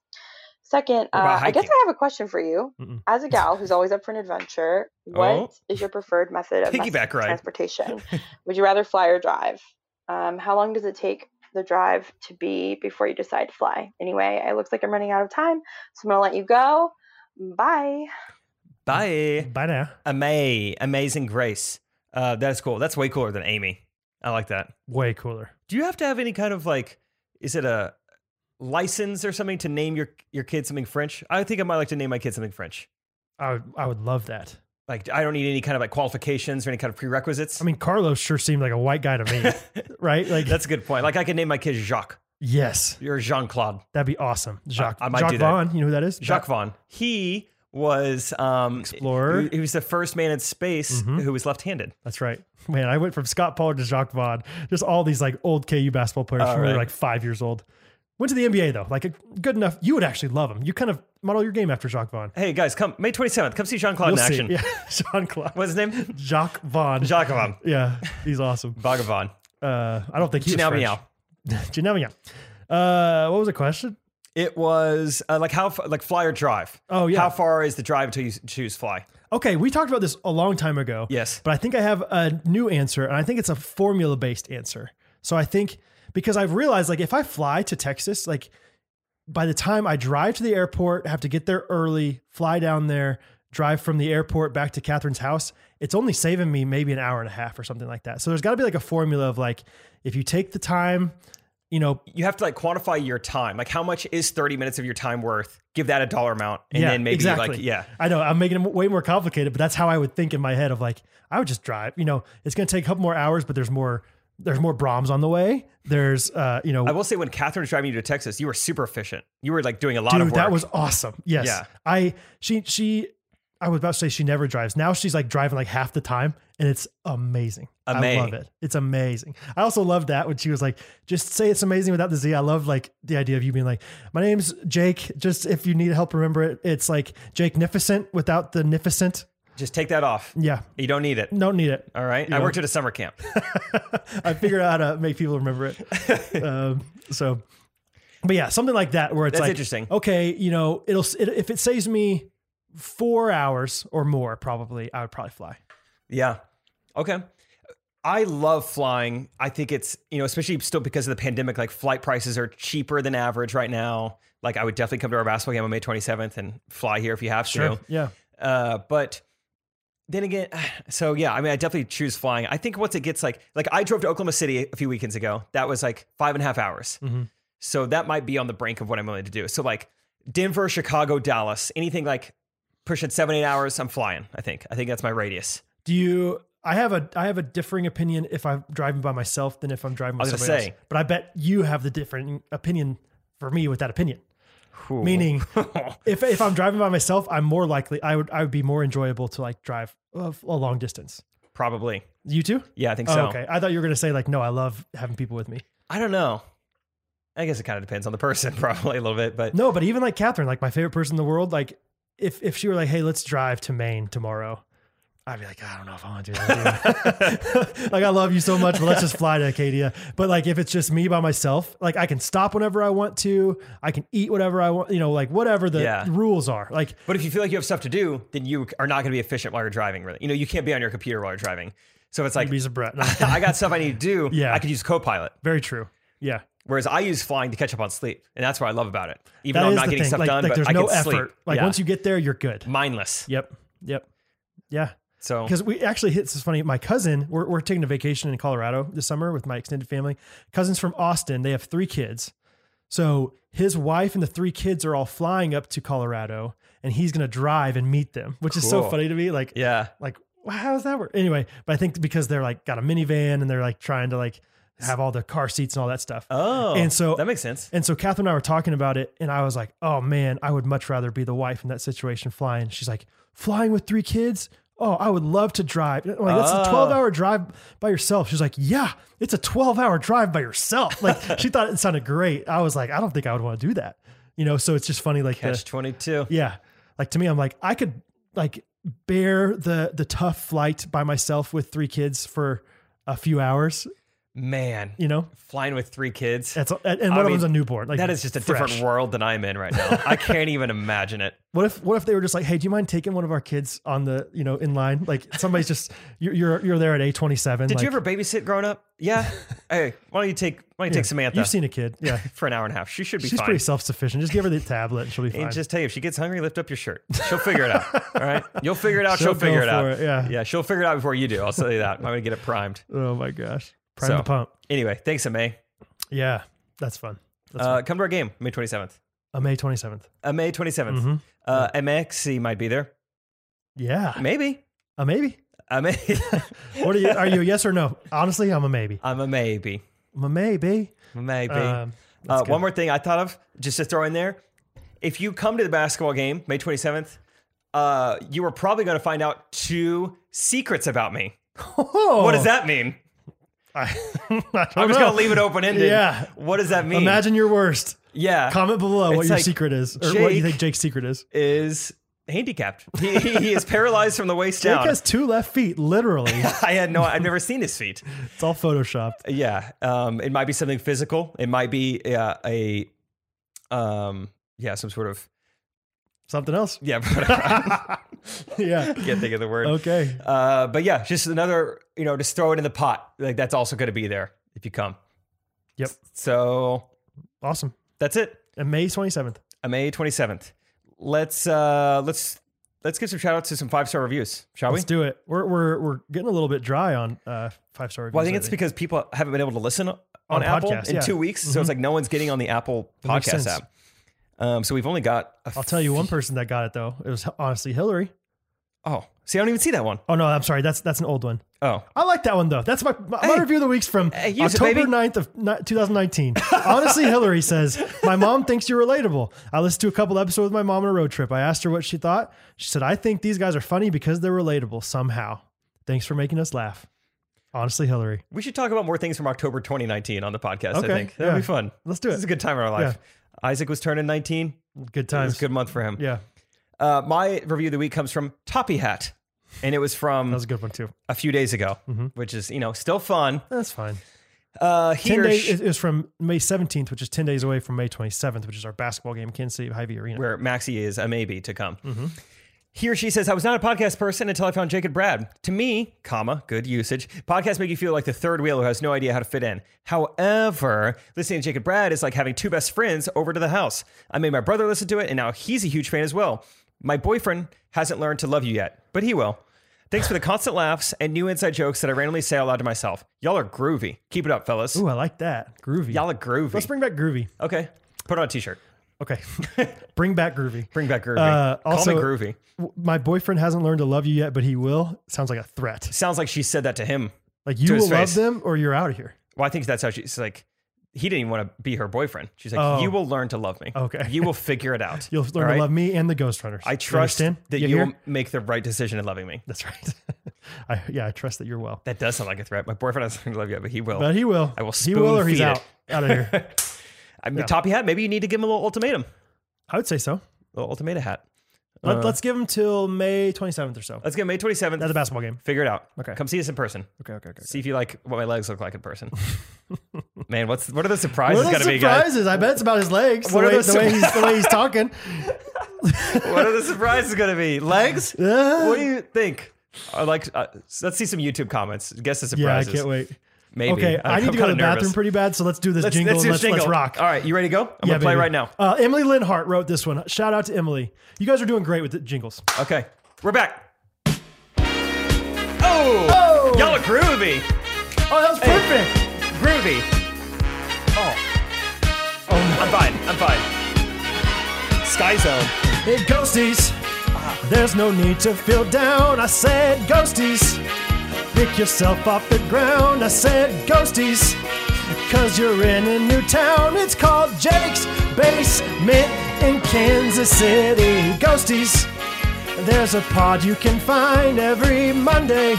S6: Second,
S1: What about
S6: uh, I guess
S1: hiking?
S6: I have a question for you.
S2: Mm-mm.
S6: As a gal who's always up for an adventure, what is
S1: Oh.
S6: your preferred method of mass
S1: Piggyback ride.
S6: transportation? Would you rather fly or drive? Um, how long does it take the drive to be before you decide to fly? Anyway, it looks like I'm running out of time, so I'm gonna let you go. Bye.
S1: Bye.
S2: Bye now.
S1: Amay. Amazing Grace. Uh, that's cool. That's way cooler than Amy. I like that.
S2: Way cooler.
S1: Do you have to have any kind of like, is it a license or something to name your your kid something French? I think I might like to name my kid something French.
S2: I would, I would love that.
S1: Like I don't need any kind of like qualifications or any kind of prerequisites.
S2: I mean, Carlos sure seemed like a white guy to me, right? Like,
S1: that's a good point. Like I could name my kid Jacques.
S2: yes,
S1: You're Jean Claude.
S2: that'd be awesome. Jacques,
S1: I might
S2: Jacques
S1: do that.
S2: Vaughn, you know who that is?
S1: Jacques Vaughn. He was um
S2: Explorer.
S1: He, he was the first man in space
S2: Mhm.
S1: who was left-handed.
S2: That's right. Man, I went from Scott Pollard to Jacques Vaughn. Just all these like old KU basketball players
S1: All
S2: from when we were
S1: right.
S2: like five years old. Went to the NBA though. Like a good enough. You would actually love him. You kind of model your game after Jacques Vaughn.
S1: Hey guys, come May 27th. Come see Jean Claude in
S2: You'll see.
S1: action.
S2: Yeah, Jean Claude.
S1: What's his name?
S2: Jacques Vaughn.
S1: Jacques Vaughn.
S2: Yeah, he's awesome.
S1: Bhagavan.
S2: Uh, I don't think he's
S1: Janelle
S2: French.
S1: Meow.
S2: Janelle Meow. Uh, what was the question?
S1: It was uh, like how f- like fly or drive.
S2: Oh, yeah.
S1: How far is the drive until you s- choose fly?
S2: Okay, we talked about this a long time ago.
S1: Yes.
S2: But I think I have a new answer, and I think it's a formula based answer. So I think because I've realized, like, if I fly to Texas, like, by the time I drive to the airport, have to get there early, fly down there, drive from the airport back to Catherine's house, it's only saving me maybe an hour and a half or something like that. So there's got to be like a formula of like, if you take the time, you know,
S1: You have to like quantify your time. Like how much is 30 minutes of your time worth? Give that a dollar amount and
S2: Yeah,
S1: then maybe
S2: exactly.
S1: like yeah.
S2: I know I'm making it way more complicated, but that's how I would think in my head of like, I would just drive, you know, it's going to take a couple more hours, but there's more, there's more Brahms on the way. There's, uh, you know,
S1: I will say when Catherine was driving you to Texas, you were super efficient. You were like doing a lot
S2: dude,
S1: of work.
S2: that was awesome. Yes.
S1: Yeah.
S2: I, she, she, I was about to say she never drives. Now she's like driving like half the time and it's amazing. I love
S1: Amazing.
S2: it. It's amazing. I also love that when she was like, just say it's amazing without the Z. I love like the idea of you being like, my name's Jake. Just if you need help, remember it. It's like Jake Nificent without the Nificent.
S1: Just take that off.
S2: Yeah.
S1: You don't need it.
S2: Don't need it.
S1: All right.
S2: You
S1: I
S2: know.
S1: worked at a summer camp.
S2: I figured out how to make people remember it. Um, so, but yeah, something like that where it's
S1: That's
S2: like,
S1: interesting.
S2: okay, you know, it'll, it, if it saves me four hours or more, probably, I would probably fly.
S1: Yeah. Okay. I love flying. I think it's, you know, especially still because of the pandemic, like flight prices are cheaper than average right now. Like I would definitely come to our basketball game on May 27th and fly here if you have to.
S2: Yeah.
S1: Uh, but then again, so yeah, I mean, I definitely choose flying. I think once it gets like, like I drove to Oklahoma City a few weekends ago. That was like five and a half hours.
S2: Mhm.
S1: So that might be on the brink of what I'm willing to do. So like Denver, Chicago, Dallas, anything like pushing seven, eight hours, I'm flying. I think. I think that's my radius.
S2: Do you? I have a I have a differing opinion if I'm driving by myself than if I'm driving by
S1: I was gonna
S2: somebody else.
S1: say.
S2: But I bet you have the different opinion for me with that opinion.
S1: Whew.
S2: Meaning, if if I'm driving by myself, I'm more likely I would I would be more enjoyable to like drive a, a long distance.
S1: probably.
S2: You too?
S1: Yeah, I think
S2: Oh,
S1: so.
S2: okay. I thought you were gonna say like, no, I love having people with me.
S1: I don't know. I guess it kind of depends on the person, probably a little bit, but
S2: No, but even like Catherine, like my favorite person in the world, like if if she were like, hey, let's drive to Maine tomorrow, I'd be like, I don't know if I want to do that. dude." like I love you so much, but let's just fly to Acadia. But like if it's just me by myself, like I can stop whenever I want to, I can eat whatever I want, you know, like whatever the
S1: Yeah.
S2: rules are. Like
S1: but if you feel like you have stuff to do, then you are not going to be efficient while you're driving. Really, you know, you can't be on your computer while you're driving. So it's like
S2: be surprised. No,
S1: I got stuff I need to do.
S2: Yeah.
S1: I could use Copilot.
S2: very true. Yeah.
S1: Whereas I use flying to catch up on sleep, and that's what I love about it. Even
S2: That
S1: though I'm
S2: is
S1: not
S2: the
S1: getting
S2: thing.
S1: stuff
S2: like,
S1: done,
S2: like
S1: but
S2: there's
S1: I
S2: no
S1: can
S2: effort.
S1: sleep.
S2: Like
S1: Yeah.
S2: once you get there, you're good.
S1: mindless.
S2: Yep. Yep. Yeah.
S1: So
S2: because we actually hit this is funny. My cousin, we're, we're taking a vacation in Colorado this summer with my extended family. Cousins from Austin, they have three kids. So his wife and the three kids are all flying up to Colorado and he's going to drive and meet them, which is so
S1: Cool.
S2: funny to me. Like,
S1: yeah,
S2: like, wow, how does that work? Anyway, but I think because they're like got a minivan and they're like trying to like have all the car seats and all that stuff.
S1: oh,
S2: And so-
S1: that makes sense.
S2: And so Catherine and I were talking about it, and I was like, "Oh man, I would much rather be the wife in that situation flying." She's like, "Flying with three kids? Oh, I would love to drive." And I'm like, that's a
S1: Oh.
S2: twelve-hour drive by yourself. She's like, "Yeah, it's a twelve-hour drive by yourself." Like she thought it sounded great. I was like, "I don't think I would want to do that," you know. So it's just funny, like the-
S1: Catch twenty two.
S2: yeah. Like to me, I'm like, I could like bear the the tough flight by myself with three kids for a few hours,
S1: Man,
S2: you know.
S1: flying with three kids.
S2: That's and one
S1: I
S2: of
S1: mean,
S2: them's a newborn. Like
S1: that is just a
S2: fresh.
S1: different world than I'm in right now. I can't even imagine it.
S2: What if what if they were just like, hey, do you mind taking one of our kids on the you know in line? Like somebody's just you're you're, you're there at a twenty seven.
S1: Did you ever babysit growing up? Yeah. hey, why don't you take why don't you take Samantha
S2: You've seen a kid, yeah.
S1: for an hour and a half? She should be
S2: She's
S1: fine.
S2: pretty self sufficient. Just give her the tablet, and she'll be fine.
S1: and just tell you if she gets hungry, lift up your shirt. She'll figure it out. All right, you'll figure it out. She'll,
S2: She'll go
S1: figure it
S2: for
S1: out.
S2: it, yeah.
S1: yeah, she'll figure it out before you do. I'll tell you that. I'm gonna get it primed.
S2: oh my gosh, prime
S1: So-
S2: the pump.
S1: Anyway, thanks, Amay.
S2: Yeah, that's fun. That's
S1: Uh, come to our game May 27th.
S2: fun. Uh, May twenty seventh.
S1: Uh, May 27th.
S2: Mhm.
S1: Uh, MXC might be there.
S2: Yeah,
S1: Maybe.
S2: a maybe.
S1: I may-
S2: What are you? Are you a yes or no? Honestly, I'm a maybe.
S1: I'm a maybe.
S2: I'm a maybe.
S1: Maybe.
S2: Um, that's
S1: Uh,
S2: good.
S1: one more thing I thought of, just to throw in there. If you come to the basketball game, May 27th, uh, you are probably going to find out two secrets about me. What does that mean?
S2: I, I Oh. don't
S1: I'm just
S2: know.
S1: going to leave it open ended.
S2: Yeah.
S1: What does that mean?
S2: Imagine your worst.
S1: Yeah.
S2: Comment below what
S1: It's
S2: your
S1: like,
S2: secret is, or what you
S1: Jake-
S2: think Jake's secret is.
S1: is handicapped. He, he, he is paralyzed from the waist
S2: Jake
S1: down.
S2: has two left feet, literally.
S1: I had no, I've never seen his feet.
S2: It's all photoshopped.
S1: Yeah. Um, it might be something physical. It might be uh, a, um, yeah, some sort of,
S2: Something else.
S1: yeah, but I
S2: Yeah.
S1: can't think of the word.
S2: Okay.
S1: Uh, but yeah, just another, you know, just throw it in the pot. Like that's also going to be there if you come.
S2: Yep.
S1: So
S2: Awesome.
S1: that's it.
S2: And May 27th.
S1: Uh, May 27th. Let's, uh, let's, let's give some shout outs to some five star reviews, shall we?
S2: Let's do it. We're, we're, we're getting a little bit dry on uh, five star reviews.
S1: Well, I think it's
S2: lately.
S1: because people haven't been able to listen on,
S2: On
S1: Apple
S2: podcasts,
S1: in
S2: yeah. Mm-hmm.
S1: two weeks, so it's like no one's getting on the Apple
S2: makes
S1: podcast
S2: sense.
S1: app. Um, so we've only got. A
S2: I'll tell you one person that got it though. It was honestly Hillary.
S1: Oh, see, I don't even see that one.
S2: Oh no, I'm sorry. That's that's an old one.
S1: Oh,
S2: I like that one though. That's my my, my
S1: Hey.
S2: review of the week's from
S1: Hey, use it,
S2: October
S1: baby.
S2: 9th of ni- 2019. Honestly, Hillary says, "My mom thinks you're relatable." I listened to a couple episodes with my mom on a road trip. I asked her what she thought. She said, "I think these guys are funny because they're relatable somehow." Thanks for making us laugh. Honestly, Hillary.
S1: we should talk about more things from October 2019 on the podcast.
S2: Okay,
S1: I think that'd
S2: yeah.
S1: be fun.
S2: Let's do
S1: This is
S2: it.
S1: a good time in our life. Isaac was turning 19.
S2: Good
S1: It was
S2: times.
S1: a good month for him.
S2: Yeah,
S1: Uh, my review of the week comes from Toppy Hat, and it was from
S2: that was a good one too.
S1: a few days ago,
S2: Mhm.
S1: which is you know still fun.
S2: That's fine.
S1: Uh, he
S2: Ten
S1: or
S2: days
S1: she-
S2: it was from May 17th, which is 10 days away from May 27th, which is our basketball game, Kansas City Hy-Vee Arena. Mm-hmm.
S1: where Maxie is a maybe to come. He or she says, I was not a podcast person until I found Jake and Brad. To me, comma, good usage, podcasts make you feel like the third wheel who has no idea how to fit in. However, listening to Jake and Brad is like having two best friends over to the house. I made my brother listen to it, and now he's a huge fan as well. My boyfriend hasn't learned to love you yet, but he will. Thanks for the constant laughs and new inside jokes that I randomly say aloud to myself. Y'all are groovy. Keep it up, fellas.
S2: Ooh, I like that. Groovy.
S1: Y'all are groovy.
S2: Let's bring back groovy.
S1: okay. Put on a t shirt.
S2: Okay. bring back groovy.
S1: Bring back groovy.
S2: Uh, also-
S1: Call me groovy.
S2: W- My boyfriend hasn't learned to love you yet, but he will. Sounds like a threat.
S1: Sounds like she said that to him.
S2: Like
S1: To
S2: you
S1: his
S2: will love
S1: face.
S2: them or you're out of here.
S1: Well, I think that's how she's like, he didn't even want to be her boyfriend. She's like,
S2: Oh.
S1: you will learn to love me.
S2: Okay.
S1: You will figure it out.
S2: You'll learn
S1: All right?
S2: to love me and the Ghost Runners.
S1: I
S2: You
S1: trust
S2: understand?
S1: that
S2: You
S1: you
S2: hear?
S1: will make the right decision in loving me.
S2: That's right. I, yeah, I trust that you're well.
S1: That does sound like a threat. My boyfriend doesn't love you, but he will.
S2: But he will.
S1: I will
S2: He will or he's
S1: spoon-feed
S2: out. Out of here.
S1: I mean,
S2: yeah.
S1: Toppy hat, maybe you need to give him a little ultimatum.
S2: I would say so.
S1: little ultimatum hat.
S2: Let,
S1: Uh,
S2: let's give him till May 27th or so.
S1: Let's get May 27th.
S2: That's a basketball game.
S1: Figure it out.
S2: Okay.
S1: Come see us in person.
S2: Okay, okay, okay.
S1: See if you like what my legs look like in person. Man, what's what are the surprises
S2: What are
S1: going
S2: the
S1: to be, guys?
S2: surprises? I bet it's about his legs. The
S1: What are
S2: way,
S1: the
S2: the way he's, the way he's talking.
S1: What are the surprises going to be? Legs?
S2: Yeah.
S1: What do you think? I like. Uh, let's see some YouTube comments. Guess the
S2: yeah, I
S1: surprises.
S2: can't wait.
S1: Maybe.
S2: Okay,
S1: I'm
S2: I need to go to
S1: kinda
S2: the bathroom
S1: nervous.
S2: pretty bad, so let's do this
S1: Let's,
S2: jingle.
S1: let's,
S2: and
S1: do a
S2: let's,
S1: jingle.
S2: let's rock.
S1: All right, you ready to go? I'm
S2: Yeah,
S1: gonna play
S2: baby.
S1: right now.
S2: Uh, Emily Linhart wrote this one. Shout out to Emily. You guys are doing great with the jingles.
S1: Okay, we're back. Oh,
S2: Oh!
S1: y'all are groovy,
S2: Oh, that was perfect.
S1: groovy. Oh, I'm fine. I'm fine. Sky Zone.
S2: Hey, ghosties, there's no need to feel down. I said, ghosties, pick yourself off the ground. I said, ghosties, cause you're in a new town. It's called Jake's Basement in Kansas City. Ghosties, there's a pod you can find every Monday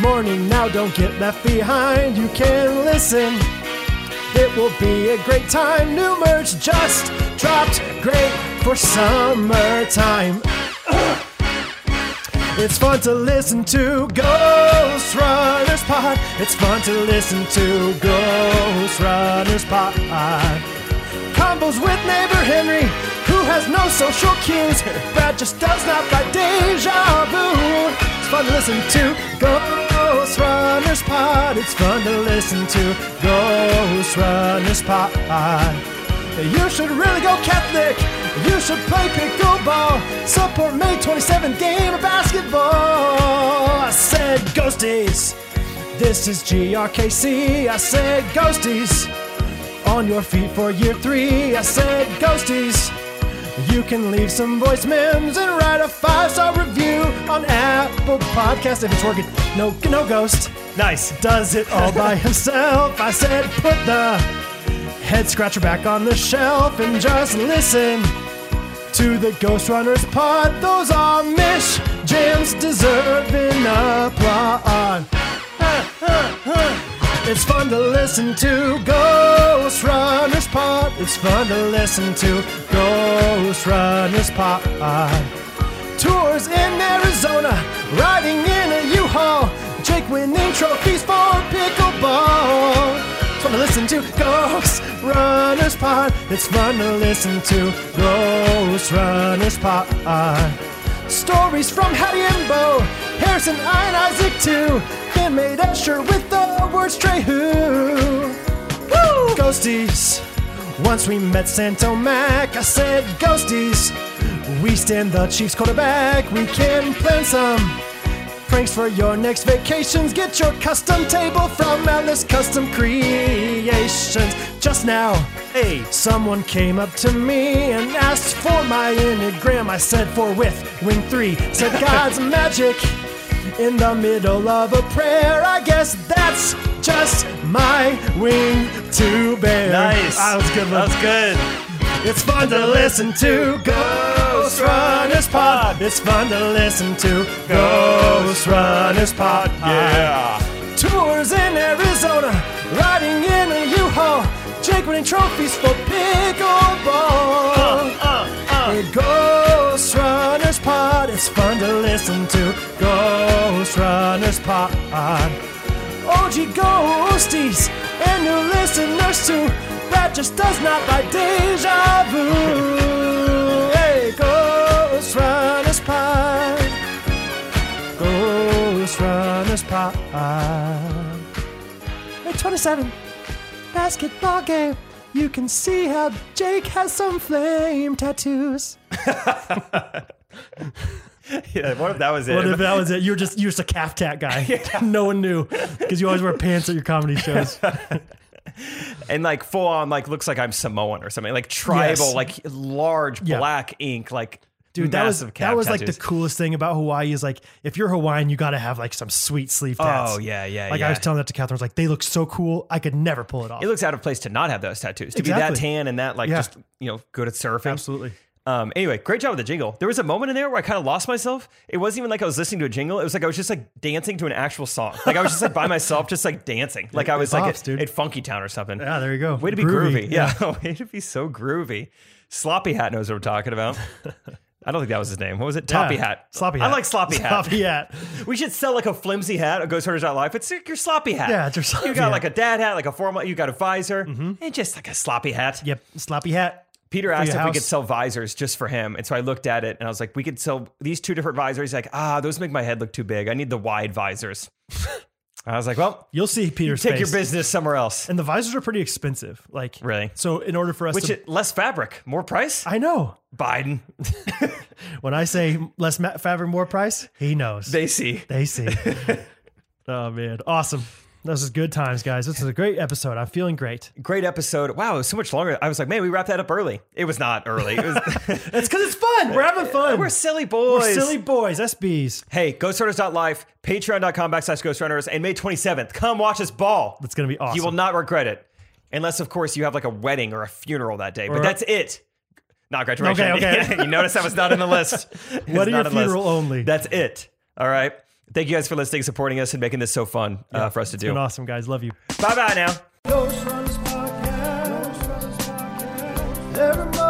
S2: morning. Now don't get left behind. You can listen. It will be a great time. New merch just dropped. Great for summertime. It's fun to listen to Ghost Runners Pod. It's fun to listen to Ghost Runners Pod. Combos with neighbor Henry, who has no social cues. Brad just does not like deja vu. It's fun to listen to Ghost Runners Pod. It's fun to listen to Ghost Runners Pod. You should really go Catholic. You should play pickleball. Support May 27th game of basketball. I said ghosties. This is GRKC. I said ghosties. On your feet for year three. I said ghosties. You can leave some voice memes and write a five-star review on Apple Podcast if it's working. No, no ghost
S1: Nice.
S2: does it all by himself. I said, put the head scratcher back on the shelf and just listen to the Ghost Runners pod. Those are Mish Jams deserving applause. It's fun to listen to Ghost Runners Pod. It's fun to listen to Ghost Runners Pod tours in Arizona, riding in a U-Haul, Jake winning trophies for pickleball. It's fun to listen to Ghost Runners Pod. It's fun to listen to Ghost Runners Pod. Stories from Hattie and Bo, Harrison I and Isaac too, and made a shirt with the words Trey Who. Woo! Ghosties. Once we met Santo Mac, I said, Ghosties, we stand the Chiefs quarterback. We can plan some pranks for your next vacations. Get your custom table from Atlas Custom Creations. Just now, hey, someone came up to me and asked for my Enneagram. I said, for with, win three. Said, God's magic in the middle of a prayer. I guess that's just my wing to bear.
S1: Nice.
S2: That was good.
S1: That
S2: One.
S1: was good.
S2: It's fun to listen to Ghost Runners Pod. It's fun to listen to Ghost Runners Pod. Tours in Arizona, riding in a U-Haul, Jake winning trophies for pickleball. Hey, Ghost Runners Pod, it's fun to listen to Ghost Runners Pod. OG Ghosties and new listeners too. That just does not buy deja vu. hey, Ghost Runners Pod. Pop. At 27, basketball game. You can see how Jake has some flame tattoos.
S1: yeah, what if that was it?
S2: What if that was it? You're just you're just a calf tat guy. no one knew because you always wear pants at your comedy shows.
S1: and like full on, like looks like I'm Samoan or something, like tribal,
S2: Yes.
S1: like large
S2: Yeah.
S1: black ink, like
S2: Dude, that was
S1: massive calf
S2: that was like the
S1: tattoos.
S2: coolest thing about Hawaii is like if you're Hawaiian, you got to have like some sweet sleeve tats.
S1: Oh yeah, yeah,
S2: Like
S1: yeah.
S2: I was telling that to Catherine, I was like, they look so cool. I could never pull it off.
S1: it looks out of place to not have those tattoos. To be that
S2: Exactly.
S1: tan and that like
S2: Yeah.
S1: just you know good at surfing.
S2: absolutely.
S1: Um, anyway, great job with the jingle. There was a moment in there where I kind of lost myself. It wasn't even like I was listening to a jingle. It was like I was just like dancing to an actual song. Like I was just like by myself, just like dancing. Like I was like
S2: bops,
S1: at,
S2: dude.
S1: at Funky Town or something.
S2: Yeah, Ah, there you go.
S1: Way to be groovy. Yeah. Way to be so groovy. Sloppy Hat knows what we're talking about. I don't think that was his name. What was it? Toppy
S2: Yeah.
S1: Hat.
S2: Sloppy
S1: I
S2: hat.
S1: like Sloppy Hat.
S2: Sloppy hat.
S1: We should sell like a flimsy hat at Ghost Hunters Out Live. It's like your sloppy hat.
S2: Yeah, it's your sloppy
S1: You got
S2: hat.
S1: like a dad hat, like a formal, you got a visor, and just like a sloppy hat.
S2: Yep. Sloppy hat.
S1: Peter asked
S2: your
S1: if we
S2: house.
S1: could sell visors just for him. And so I looked at it and I was like, we could sell these two different visors. He's like, ah, those make my head look too big. I need the wide visors. I was like, well,
S2: You'll see Peter's
S1: take your
S2: face.
S1: business somewhere else.
S2: And the visors are pretty expensive. Like
S1: Really?
S2: So in order for us
S1: Which
S2: to,
S1: it, less fabric, more price?
S2: I know.
S1: Biden.
S2: When I say less ma- fabric, more price, he knows.
S1: They see.
S2: They see. oh man, awesome. This is good times, guys. This is a great episode. I'm feeling great.
S1: Great episode. Wow, it was so much longer. I was like, man, we wrapped that up early. It was not early. It was,
S2: It's because it's fun. We're having fun.
S1: we're silly boys.
S2: We're silly boys. SBs.
S1: Hey, ghostrunners.life, patreon.com backslash ghostrunners, and May 27th, come watch us ball.
S2: That's gonna be awesome.
S1: You will not regret it. Unless, of course, you have like a wedding or a funeral that day. But
S2: Or-
S1: that's it. Not graduation.
S2: Okay, okay.
S1: you notice that was not in the list. It's
S2: Wedding or
S1: not in the list.
S2: funeral only.
S1: That's it. All right. Thank you guys for listening, supporting us, and making this so fun uh, for us to
S2: Been
S1: do.
S2: awesome, guys. Love you.
S1: Bye bye now.
S7: Ghost Runners Podcast. Ghost Runners Podcast. Every Monday.